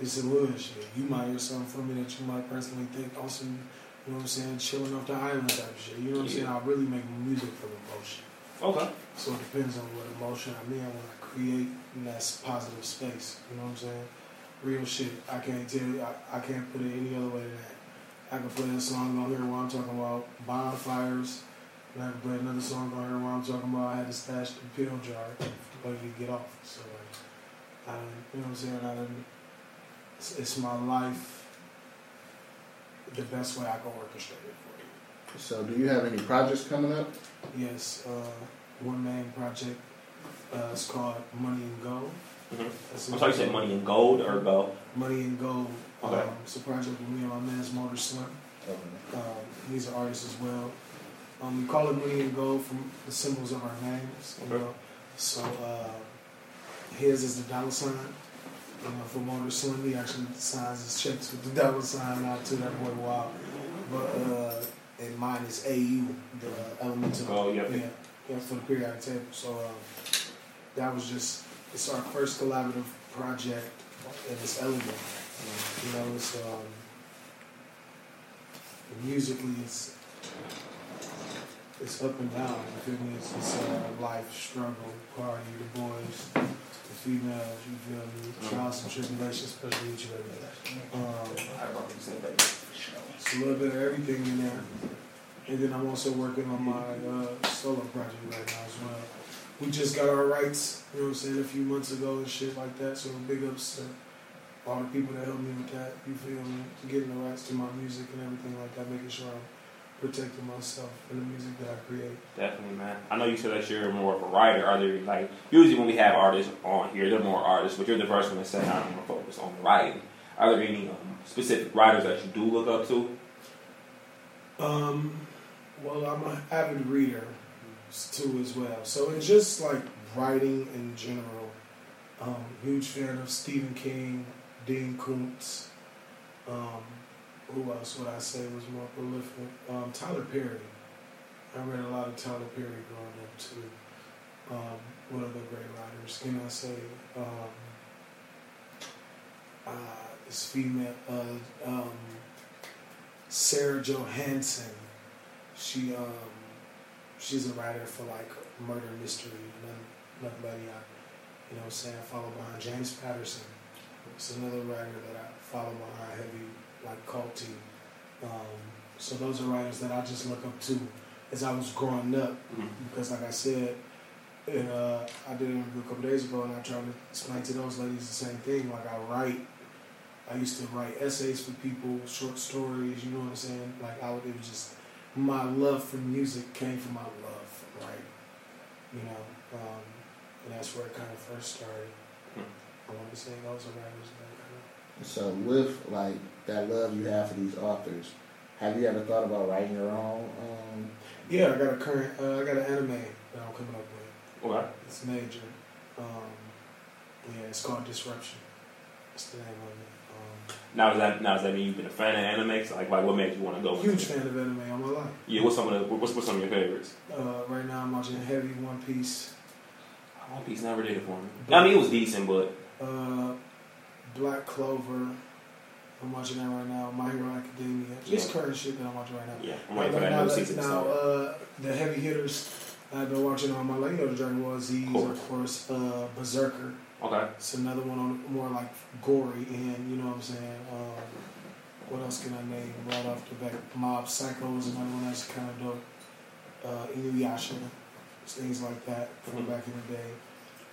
is some hood shit. You might hear something from me that you might personally think also. You know what I'm saying? Chilling off the island type of shit. You know what I'm
Yeah.
saying? I really make music from emotion.
Okay.
So it depends on what emotion I'm in when I create in that positive space. You know what I'm saying? Real shit. I can't tell you. I, I can't put it any other way than that. I can play a song on here where I'm talking about bonfires. And I can play another song on here where I'm talking about I had to stash the pill jar waiting to get off. So like, I, done- you know what I'm saying? I done, it's, it's my life. The best way I can orchestrate it for you.
So, do you have any projects coming up?
Yes, uh, one man project. Uh, it's called Money and Gold. That's
Mm-hmm.
it.
I'm sorry, you said money in gold or gold?
Money and Gold.
Okay.
Um, it's a project with me and my man's Motor Slim. Um, he's an artist as well. Um, we call it Money and Gold from the symbols of our names. You know? So uh, his is the dollar sign. You know, for Motor Slim, he actually signs his checks with the dollar sign out to that boy wild. But uh, and mine is AU, the uh, elemental.
Oh, yeah.
yeah, yeah, for the periodic table. So um, that was just it's our first collaborative project, and it's elegant. You know, it's um, musically it's it's up and down. You feel me? It's, it's uh, life struggle, party, the boys, the females. You feel me? Trials and tribulations, especially each other. Um, it's a little bit of everything in there. And then I'm also working on my uh, solo project right now as well. We just got our rights, you know what I'm saying, a few months ago and shit like that. So big ups to all the people that helped me with that. You feel me? Getting the rights to my music and everything like that, making sure I'm protecting myself and the music that I create.
Definitely, man. I know you said that you're more of a writer. Are there like usually when we have artists on here, they're more artists, but you're the first one to say I'm gonna focus on writing. Are there any um, specific writers that you do look up to?
Um, well, I'm an avid reader s- too as well. So it's just like writing in general. Um, huge fan of Stephen King, Dean Koontz. Um, who else would I say was more prolific? Um, Tyler Perry. I read a lot of Tyler Perry growing up too. Um, one of the great writers. Can I say? Um, uh, it's female. Uh, um, Sarah Johansson. She um, she's a writer for like murder mystery, nothing, nothing but yeah. You know what I'm saying? I follow behind James Patterson. It's another writer that I follow behind heavy like culty. Um, so those are writers that I just look up to as I was growing up because like I said, and uh, I did an interview a couple days ago and I tried to explain to those ladies the same thing. Like I write I used to write essays for people, short stories, you know what I'm saying? Like, I would, it was just, my love for music came from my love for writing, you know? Um, and that's where it kind of first started. I want to say those are writers that
So with like that love you have for these authors, have you ever thought about writing your own? Um,
Yeah, I got a current, uh, I got an anime that I'm coming up with.
Okay.
It's major. Um, yeah, it's called Disruption. That's the name of it.
Now does that now does that mean you've been a fan of anime? So, like, like what made you want to go?
Um,
into
huge
it?
fan of anime all my life.
Yeah. What's some of the what's, what's some of your favorites?
Uh, right now I'm watching Heavy One Piece.
One Piece never did it for me. I mean, it was decent, but
Uh, Black Clover. I'm watching that right now. My Hero Academia. Just
Yeah.
current shit that I'm watching right now.
Yeah, I'm waiting for
Right
that
now,
new
that-
season to
Now, uh, the heavy hitters I've been watching on my like, you know, the Dragon Ball Z's, of course, uh, Berserker.
okay.
It's another one on more like gory and you know what I'm saying. Um, what else can I name right off the bat? Mob Psycho is another one that's kind of dope. Uh, Inuyasha, things like that from back in the day.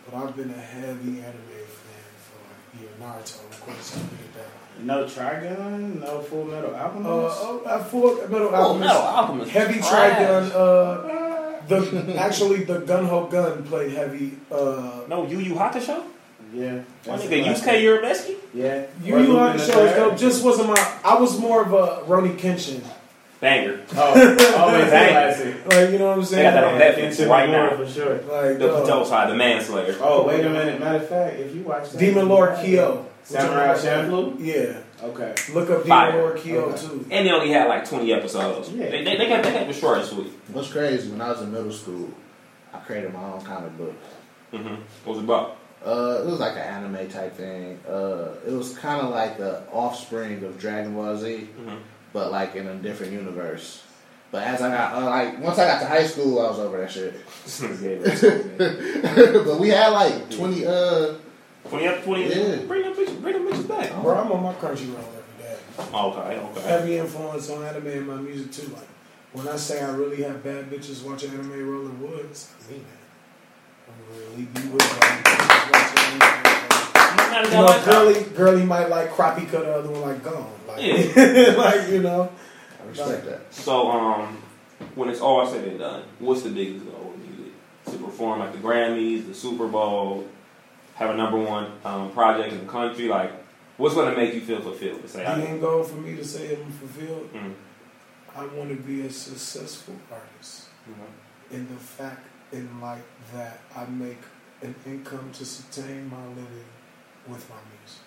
But I've been a heavy anime fan for like you know, Naruto, of course. I get that.
No Trigun, no Full Metal Alchemist.
Uh, oh, uh, Full Metal
Oh,
Full
Alchemist.
Metal Alchemist,
Heavy
trash.
Trigun. Uh, the actually the Gun Ho Gun played heavy. Uh,
no, Yu Yu Hakusho.
Yeah.
My
That's
nigga,
a classic.
Yusuke Urameski.
Yeah.
You you on the show though just wasn't my. I was more of a Ronnie Kenshin. *laughs*
Banger.
Oh,
*laughs*
Like, Like you know what I'm
They
saying?
got that on Netflix right now.
for sure.
Like
The
uh,
Potato Side, the Manslayer.
Oh, wait a minute. Matter of fact, if you watch that
Demon Lord Kyo.
Samurai Champloo?
Yeah.
Okay.
Look up
Fire.
Deodora Keo
Okay.
too.
And they only had like 20 episodes.
Yeah.
They, they, they kept they kept it short and sweet.
What's crazy? When I was in middle school, I created my own comic book.
Mm-hmm. What was it about?
Uh, it was like an anime type thing. Uh, it was kind of like the offspring of Dragon Ball Z, but like in a different universe. But as I got uh, like once I got to high school, I was over that shit. *laughs*
Mm-hmm. *laughs*
but we had like twenty uh
20 up, 20
Yeah.
Bring them bitches, bring them bitches back.
Bro, I'm on my Crunchyroll every day.
Okay, okay.
Heavy influence on anime and my music too. Like when I say I really have bad bitches watching anime Rolling Woods, I mean that. I'm really be with bad bitches
You
watching anime. know, girly, girly might like crappie cut the other one like gone. Like,
Yeah.
*laughs* like you know.
I
respect
that.
So, um, when it's all said and done, what's the biggest goal of music? To perform at the Grammys, the Super Bowl, have a number one um, project in the country? Like, what's going to make you feel fulfilled? To say,
The
I,
end goal for me to say I'm fulfilled,
Mm.
I want to be a successful artist.
Mm-hmm.
In the fact, in like that, I make an income to sustain my living with my music.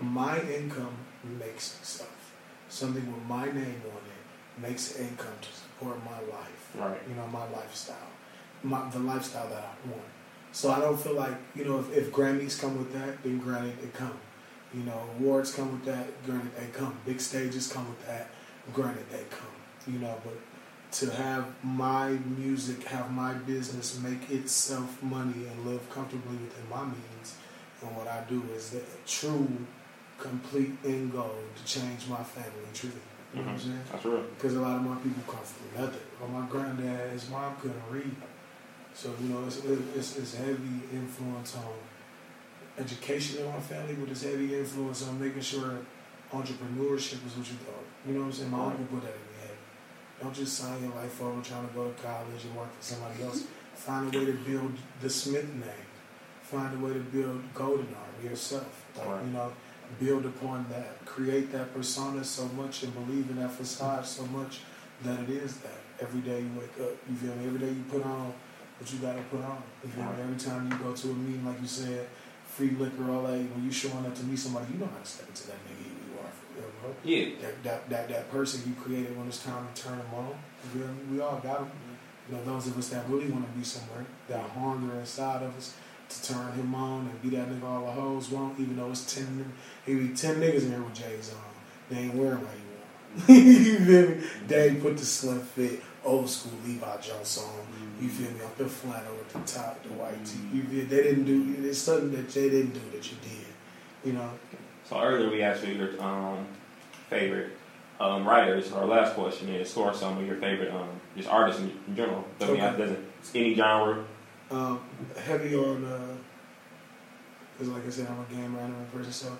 My income makes itself. Something with my name on it makes income to support my life.
Right.
You know, my lifestyle. My, the lifestyle that I want. So I don't feel like, you know, if, if Grammys come with that, then granted, it come. You know, awards come with that, granted they come. Big stages come with that, granted they come. You know, but to have my music, have my business make itself money and live comfortably within my means and what I do is the true, complete end goal to change my family truly. You know what I'm
Mhm.
saying?
That's real.
Because a lot of my people come from nothing. Well, my granddad, his mom couldn't read. So, you know, it's, it's, it's heavy influence on education in my family, but it's heavy influence on making sure entrepreneurship is what you thought. You know what I'm saying? My
Right.
uncle put that in my head. Don't just sign your life over trying to go to college and work for somebody else.
Mm-hmm.
Find a way to build the Smith name. Find a way to build Golden Arm yourself. Like,
Right.
You know, build upon that. Create that persona so much and believe in that facade so much that it is that. Every day you wake up, you feel me? Every day you put on what you gotta put on. You feel me?
Right.
Every time you go to a meeting, like you said, free liquor, all that, when you showing up to meet somebody, you know how to step into that nigga you are for real, bro.
Yeah.
That, that, that, that person you created when it's time to turn them on, you feel me? We all got them. You know, those of us that really want to be somewhere, that hunger inside of us to turn him on and be that nigga all the hoes want, even though it's 10, nin- it be 10 niggas in here with J's on. They ain't wearing what he want. *laughs* you feel me? Daddy put the slim fit, old school Levi Jones on. You feel me? Up the flannel with the top, the white tee. You feel They didn't do, it's something that they didn't do that you did. You know?
So earlier we asked you your um, favorite um, writers. Our last question is, who are some of your favorite um, just artists in in general? Doesn't
Okay.
have doesn't any genre.
Um, heavy on, because like I said, I'm a game random person, so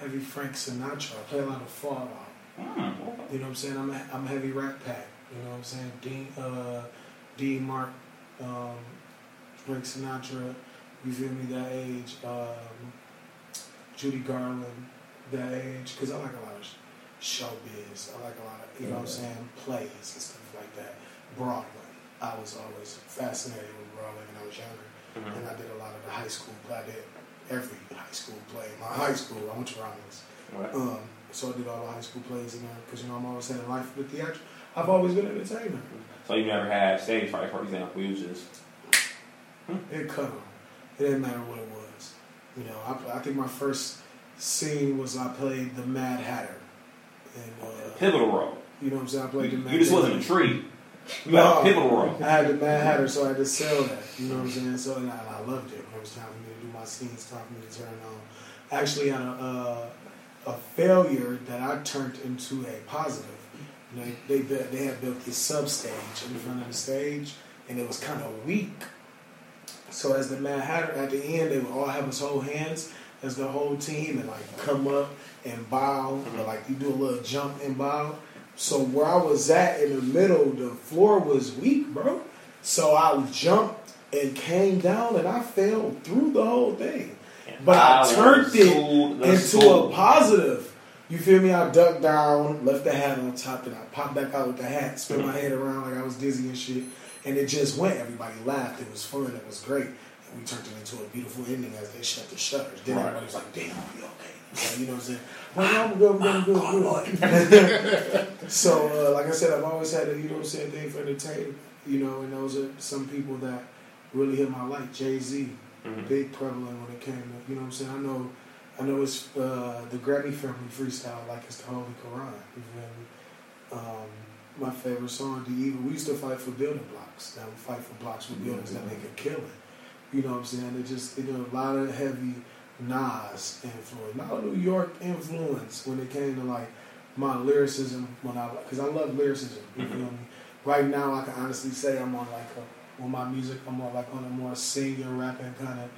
heavy Frank Sinatra. I play a lot of Fallout. You know what I'm saying? I'm a, I'm a heavy Rat Pack. You know what I'm saying? Dean, uh, D. Mark, um, Frank Sinatra. You feel me? That age. Um, Judy Garland. That age. Because I like a lot of sh- showbiz. I like a lot of you know what I'm saying plays and stuff like that. Broadway. I was always fascinated with Broadway when I was younger,
Mhm.
and I did a lot of the high school. I did every high school play. My high school. I went to Rollins.
Right.
Um, so I did all the high school plays and because you know I'm always had a life with theater. I've always been an entertainer.
So you never had stage fright, for example. You was just
It cut on. It didn't matter what it was. You know, I, I think my first scene was I played the Mad Hatter. And, uh,
pivotal role.
You know what I'm saying? I played the Mad
You just
Hatter.
wasn't a tree. You had a pivotal role.
I had the Mad Hatter, so I had to sell that. You know what I'm saying? So and I, I loved it. When it was time for me to do my scenes, time for me to turn it on. I actually had a, uh, a failure that I turned into a positive. You know, they built, they had built this substage in front of the stage, and it was kind of weak. So as the Mad Hatter at the end, they would all have us hold hands as the whole team and like come up and bow, or like you do a little jump and bow. So where I was at in the middle, the floor was weak, bro. So I jumped and came down, and I fell through the whole thing. But I,
I
turned it
schooled the
into
school.
a positive. You feel me? I ducked down, left the hat on top, and I popped back out with the hat, spin my head around like I was dizzy and shit. And it just went. Everybody laughed. It was fun. It was great. we turned it into a beautiful ending as they shut the shutters. Then
Right.
everybody was like, damn, we okay. Like, you know what I'm saying?
Well, I'm good, I'm good, I'm
*laughs*
good.
so, uh, like I said, I've always had a, you know what I'm saying, thing for entertainment. You know, and those are some people that really hit my light. Jay Z,
Mhm.
big prevalent when it came to, you know what I'm saying? I know I know it's uh, the Grammy family freestyle like it's the Holy Quran. You feel me? Um, my favorite song, The Evil. We used to fight for building blocks. Now we fight for blocks for buildings that make a killing. You know what I'm saying? It just you know a lot of heavy Nas influence, a lot of New York influence when it came to like my lyricism. When I because I love lyricism. You feel me? Right now, I can honestly say I'm on like a, with my music. I'm on like on a more singing, rapping kind of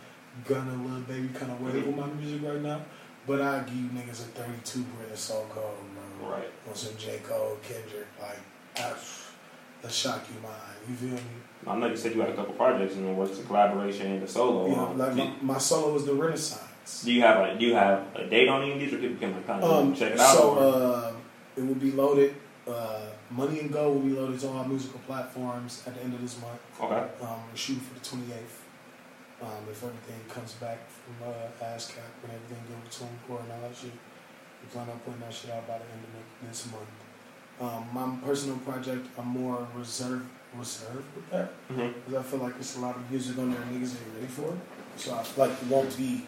gunna little baby kind of way with my music right now. But I give you niggas a 32 British so cold, man. Right. On some J. Cole, Kendrick, like, that's, that shock you mind. You feel me?
I know you said you had a couple projects in the works, a collaboration and a solo.
You know,
Um,
like,
do,
my, my solo was the Renaissance.
do you have a do you have a date on any of these, or people can like, kind of
Um,
check it out?
So
or-
uh, it will be loaded. Uh, Money and Go will be loaded to all musical platforms at the end of this month.
Okay.
Um, we're shooting for the 28th. Um, if everything comes back from uh, ASCAP and everything goes to encore and all that shit, we plan on putting that shit out by the end of the- this month. Um, my personal project, I'm more reserved, reserved with that
Mhm.
because I feel like it's a lot of music on there niggas ain't ready for it. So I feel like it won't be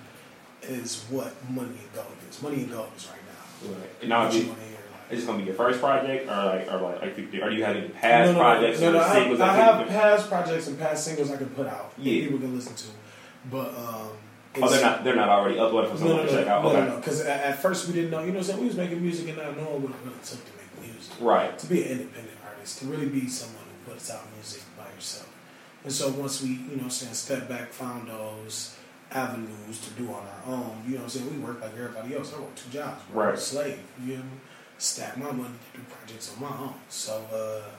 is what Money and Gold is. Money and Gold is right now.
Right. Now,
What
do
you
you-
wanna hear?
is this gonna be your first project, or like, or like, like do- or do you have any past
no, no,
projects
No,
or
no, I,
singles?
I
that
have
people-
past projects and past singles I can put out. that
Yeah.
people can listen to. But um,
Oh,
it's-
they're not they're not already uploaded for someone
no, no,
to
no,
check out.
No,
okay.
no, no. Because at, at first we didn't know. You know, what I'm saying we was making music and not knowing what it really took to make music.
Right.
To be an independent artist, to really be someone who puts out music by yourself. And so once we, you know, what I'm saying step back, found those avenues to do on our own. You know, what I'm saying we work like everybody else. I work two jobs. Bro. I'm a
Right.
slave. You know, what I mean? stack my money to do projects on my own. So. uh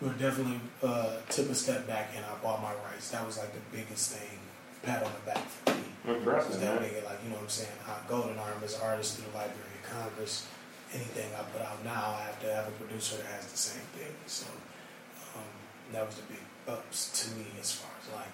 we definitely uh, took a step back and I bought my rights. That was like the biggest thing, pat on the back for me.
Impressive,
Was that
man.
nigga, like you know what I'm saying? I golden arm as an artist through the Library of Congress. Anything I put out now, I have to have a producer that has the same thing. So um, that was the big ups to me as far as like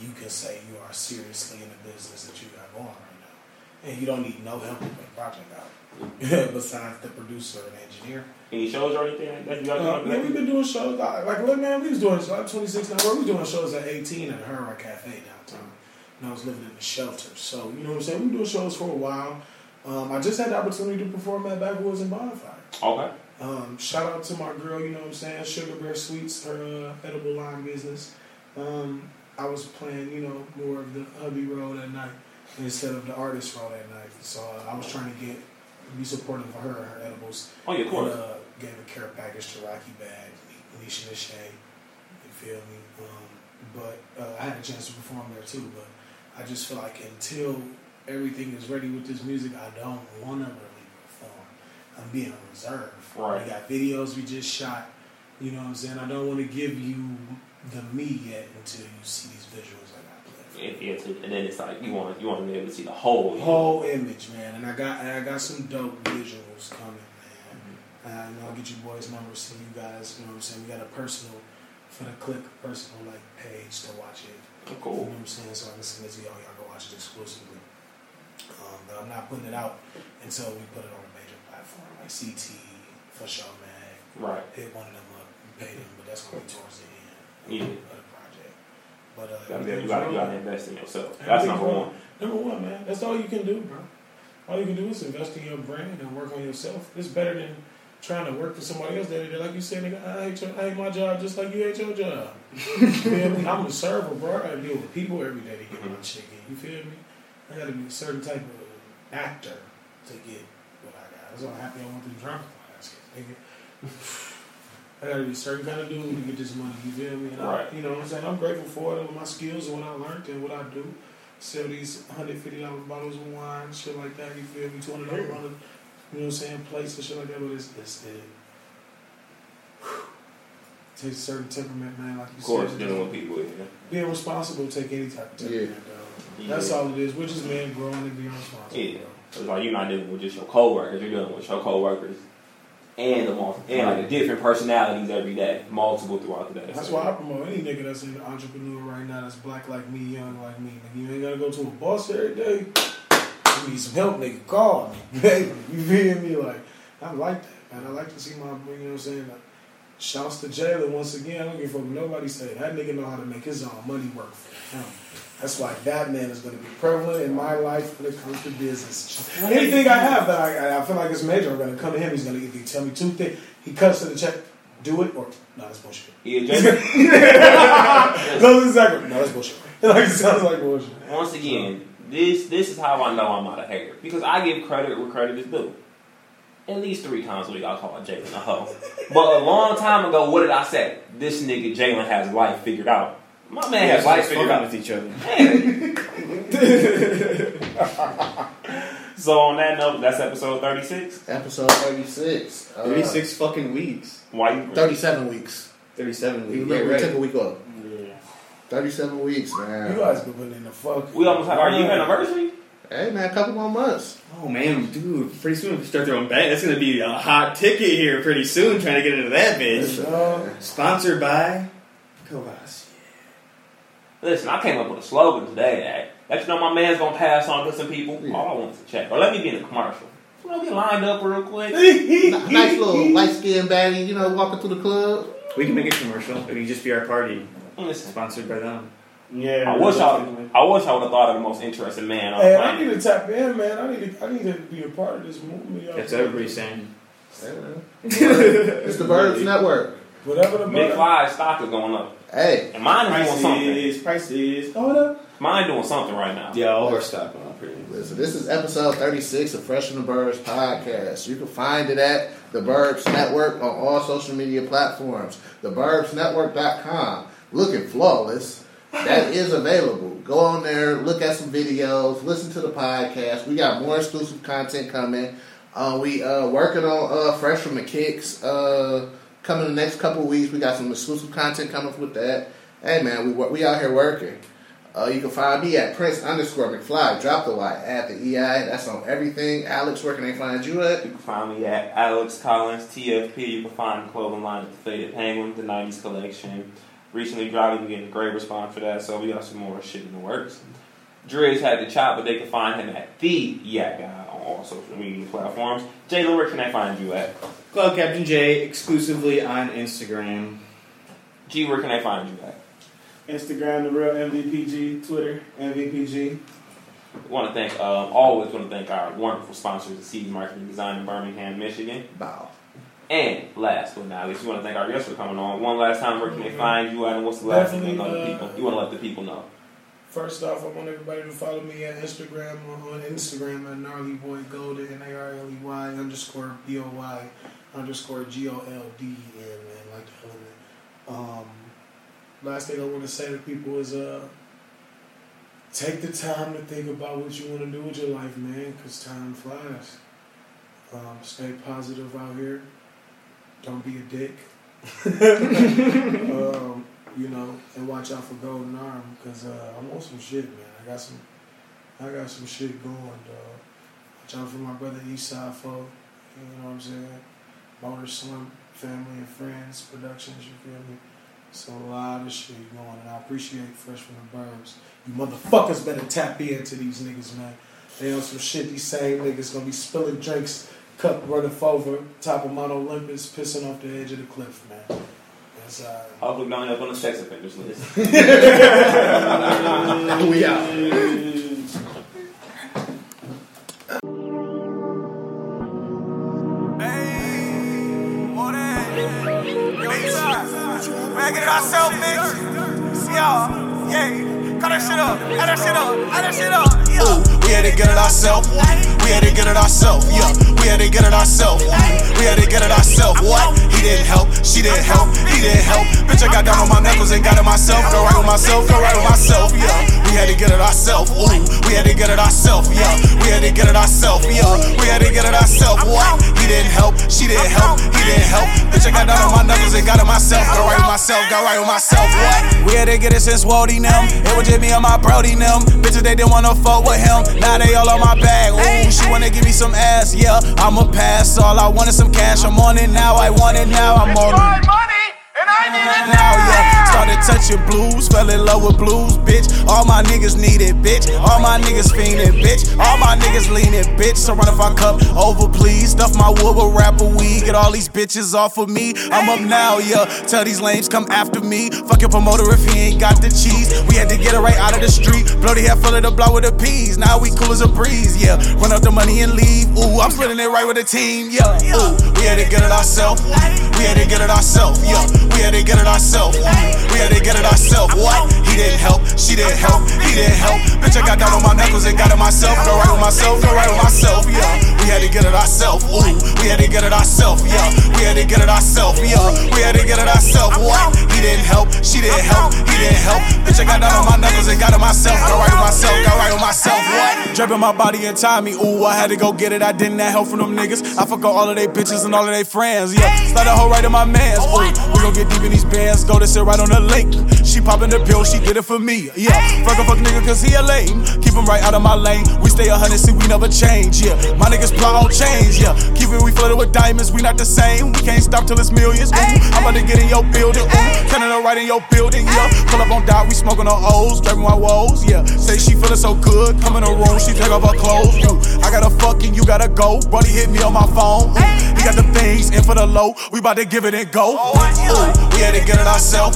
you can say you are seriously in the business that you got going right now, and you don't need no help to put a project out *laughs* besides the producer and engineer.
Any shows or anything that you got
Uh,
coming
yeah,
up?
we've been doing shows. Like, like, look, man, we was doing like 26 now. We was doing shows at 18 at Herrera Cafe downtown. And I was living in the shelter. So, you know what I'm saying? We were doing shows for a while. Um, I just had the opportunity to perform at Backwoods and Bonfire.
Okay.
Um, shout out to my girl, you know what I'm saying? Sugar Bear Sweets, her uh, edible line business. Um, I was playing, you know, more of the hubby role that night instead of the artist role that night. So uh, I was trying to get be supportive of her, her edibles.
Oh, yeah, of course.
And, uh, gave a care package to Rocky Bag, Alicia Lachey. You feel me? Um, but uh, I had a chance to perform there too. But I just feel like until everything is ready with this music, I don't want to really perform. I'm being reserved.
Right.
We got videos we just shot. You know what I'm saying? I don't want to give you the me yet until you see these visuals I got planned.
If- if- and then it's like you want you want to be able to see the whole.
Whole image, man. And I got and I got some dope visuals coming, man. Uh, And I'll get you boys' numbers so you guys, you know what I'm saying? We got a personal for the click personal like page to watch it.
Oh, cool.
You know what I'm saying? So I can send it to y'all, y'all can watch it exclusively. Um, but I'm not putting it out until we put it on a major platform like CT, for sure, man.
Right.
Hit one of them up, and pay them, but that's gonna be towards the end
Yeah.
of the project. But uh,
Gotta be- you
everything's
gotta- you
rolling.
gotta invest in yourself. That's number
Everything's
one.
Number one, man. That's all you can do, bro. All you can do is invest in your brand and work on yourself. It's better than trying to work for somebody else. That like you said, nigga, I hate, your, I hate my job just like you hate your job. You feel me? I'm a server, bro. I gotta deal with people every day to get my chicken. You feel me? I gotta be a certain type of actor to get what I got. That's why I'm happy I went to the drama class. 'cause, Nigga. *sighs* I gotta be a certain kind of dude to get this money. You feel me? And
Right.
I, you know what I'm saying? I'm grateful for it, all my skills and what I learned and what I do. Sell these hundred fifty dollar bottles of wine, shit like that. You feel me? Two hundred dollar bottle, you know what I'm saying? Plates and shit like that. But it's it's it. Takes a certain temperament, man. Like you
Of course,
said,
dealing with people. Yeah.
being responsible take any type of
Yeah.
temperament. dog. That's
Yeah.
all it is. We're just men growing and being responsible.
Yeah. It's like you're not dealing with just your coworkers. You're dealing with your coworkers. and the mul- and like the different personalities every day, multiple throughout the day.
That's
So,
why I promote any nigga that's an entrepreneur right now that's black like me, young like me. Nigga, you ain't gotta go to a boss every day. You need some help, nigga. Call me. *laughs* Baby. you feel me? Like, I like that, man. I like to see my, you know what I'm saying? Like, shouts to Jalen once again. I don't give a fuck what nobody say. That nigga know how to make his own money work for him. That's why that man is going to be prevalent in my life when it comes to business. Anything I have that I, I feel like it's major, I'm going to come to him. He's going to either tell me two things. He cuts to the check, do it, or no, that's bullshit.
Yeah,
Jalen. Those exactly. No, that's bullshit. *laughs* It like sounds like bullshit.
Once again, this this is how I know I'm not a hater because I give credit where credit is due. At least three times a week, I call Jalen a hoe. But a long time ago, what did I say? This nigga Jalen has life figured out. My man
Yeah,
has life
so
figured
*laughs* fucking
out
with each other.
so on that note, that's episode thirty six.
Episode thirty six.
36 fucking weeks.
Why you?
37 weeks.
37
We,
weeks.
remember,
yeah,
we
right.
took a week off. Thirty-seven weeks, man.
You guys
been putting in the fuck.
We almost had our year anniversary.
Hey man, a couple more months.
Oh man, dude! Pretty soon we start throwing bang. That's gonna be a hot ticket here pretty soon. Trying to get into that bitch. Sponsored by Kovas.
Listen, I came up with a slogan today. That let you know my man's gonna pass on to some people. All I want is a check, or let me be in a commercial. Let me lined up real quick.
nice
*laughs*
little light skinned baddie, you know, walking through the club.
We can make a commercial. It can just be our party. Sponsored by them.
I wish I, I wish I would have thought of the most interesting man on
Hey,
the
I
planet.
need to tap in, man. I need to, I need to be a part of this movement. y'all.
That's what everybody's saying.
it's the Birds Network.
Whatever the
Big Fly's stock is going up.
Hey,
and mine is doing
Prices,
something.
prices
going up.
Mine doing something right now.
Yeah, all of our stock went up.
Listen, this is episode 36 of Fresh in the Burbs podcast. You can find it at The Burbs Network on all social media platforms. TheBurbsNetwork.com. Looking flawless. That is available. Go on there, look at some videos, listen to the podcast. We got more exclusive content coming. Uh, we uh, working on uh, Fresh from the Kicks uh, coming the next couple weeks. We got some exclusive content coming with that. Hey man, we wor- we out here working. Uh, you can find me at Prince underscore McFly. Drop the Y. Add the EI. That's on everything. Alex, where can they find you at?
You can find me at Alex Collins TFP. You can find the clothing line at the Faded Penguin, the '90s collection. Recently, driving, we getting a great response for that. So we got some more shit in the works. Dre's had the chop, but they can find him at the Yeah Guy on all social media platforms. Jalen, where can I find you at?
Club Captain J exclusively on Instagram.
G, where can I find you at?
Instagram, the real MVPG, Twitter, MVPG.
Want to thank, um, always want to thank our wonderful sponsors, the Seeds Marketing Design in Birmingham, Michigan.
Bow.
And last but not least, we want to thank our guests for coming on. One last time, where can they find you at, and what's the last thing you, know the
Mm-hmm. Definitely, uh,
people, you want to let the people know?
First off, I want everybody to follow me at Instagram on Instagram at gnarlyboygold N A R L E Y underscore B O Y underscore G O L D E N man like the element. Um, last thing I want to say to people is uh, take the time to think about what you want to do with your life, man, because time flies. Um, stay positive out here. Don't be a dick. *laughs* um, you know, and watch out for Golden Arm because uh, I'm on some shit, man. I got some, I got some shit going, dog. Watch out for my brother Eastside Foe. You know what I'm saying? Motor Slim, family and friends, productions. You feel me? So a lot of shit going, and I appreciate Fresh from the Burbs. You motherfuckers better tap into these niggas, man. They on some shit. These same niggas gonna be spilling drinks, cup running over, top of Mount Olympus, pissing off the edge of the cliff, man. That's uh,
I'll look down up on the sex offenders list.
we
out.
Man, get it ourselves, bitch. See y'all. Yeah. Cut that shit up. Add that shit up. Add that shit up. Yeah.
We had to get it ourselves. We had to get it ourselves. Yeah, we had to get it ourselves. We had to get it ourselves. What? He didn't help. She didn't help. He didn't help. Bitch, I got down on my knuckles and got it myself. Go right with myself. Go right with myself. Yeah, we had to get it ourselves. Ooh, we had to get it ourselves. Yeah, we had to get it ourselves. Yeah, we had to get it ourselves. What? He
He didn't help, she didn't help, he didn't help. Bitch, I got down on my knuckles and got it myself. Got right with myself, got right with myself. What? We had to get it since Wody them. It was just me and my Brody them. Bitches, they didn't wanna fuck with him. Now they all on my bag. Ooh, she wanna give me some ass, yeah. I'ma pass. All I want is some cash. I'm on it now, I want it now, I'm on it. Now, yeah, started touching blues, fell in love with blues, bitch. All my niggas need it, bitch. All my niggas fiendin', bitch. All my niggas lean it, bitch. So run if I cup over, please. Stuff my wood with rapper weed. Get all these bitches off of me. I'm up now, yeah. Tell these lames come after me. Fucking promoter if he ain't got the cheese. We had to get it right out of the street. Blow the hair full of the blow with the peas. Now we cool as a breeze, yeah. Run up the money and leave. Ooh, I'm splitting it right with the team, yeah. Ooh, we had to get it ourselves. We had to get it ourselves, yeah. We had to get it ourselves. We had to get it ourselves. What? He didn't help, she didn't help, he didn't help. Bitch, I got down on my knuckles and got it myself. Go right with myself, go right with myself, yeah. We had to get it ourselves. Ooh, we had to get it ourselves, yeah. We had to get it ourselves, yeah. We had to get it ourselves. What? He didn't help, she didn't help, he didn't help. Bitch, I got down on my knuckles and got it myself. Go right with myself, go right with myself. What? Dripping my body and tie me. Ooh, I had to go get it. I didn't have help from them niggas. I fuck up all of they bitches and all of they friends, yeah. Slide a hoe right in my mans. Ooh, we gon' get deep in these bands. Go to sit right on the link. She poppin' the pill, she did it for me, yeah. Fuck a fuck nigga, cause he a lame. Keep him right out of my lane. We stay a hundred, see, we never change, yeah. My niggas plot on change, yeah. Keep it, we flooded with diamonds. We not the same. We can't stop till it's millions. Ooh, I'm about to get in your building, ooh. Turning her right in your building, yeah. Pull up on dot, we smoking on O's, driving my woes, yeah. Say she feelin' so good, come in the room, she take off her clothes, ooh. I gotta fuck and you gotta go. Brody hit me on my phone, ooh. He got the things in for the low, we about to give it and go. Ooh, we had to get it ourselves.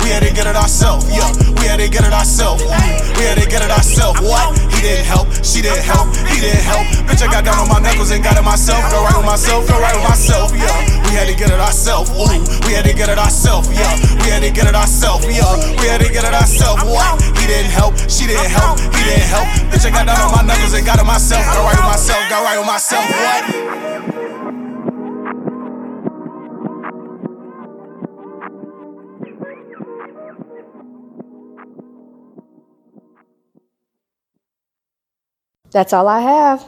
We had to get it ourselves. Yeah, we had to get it ourselves. We had to get it ourselves. What? He didn't help. She didn't help. He didn't help. Bitch, I got down on my knuckles and got it myself. Go right with myself. Go right with myself. Yeah, we had to get it ourselves. Ooh, we had to get it ourselves. Yeah, we had to get it ourselves. Yeah, we had to get it ourselves. What? He didn't help. She didn't help. He didn't help. Bitch, I got down on my knuckles and got it myself. Go right with myself. Go right with myself. What?
That's all I have.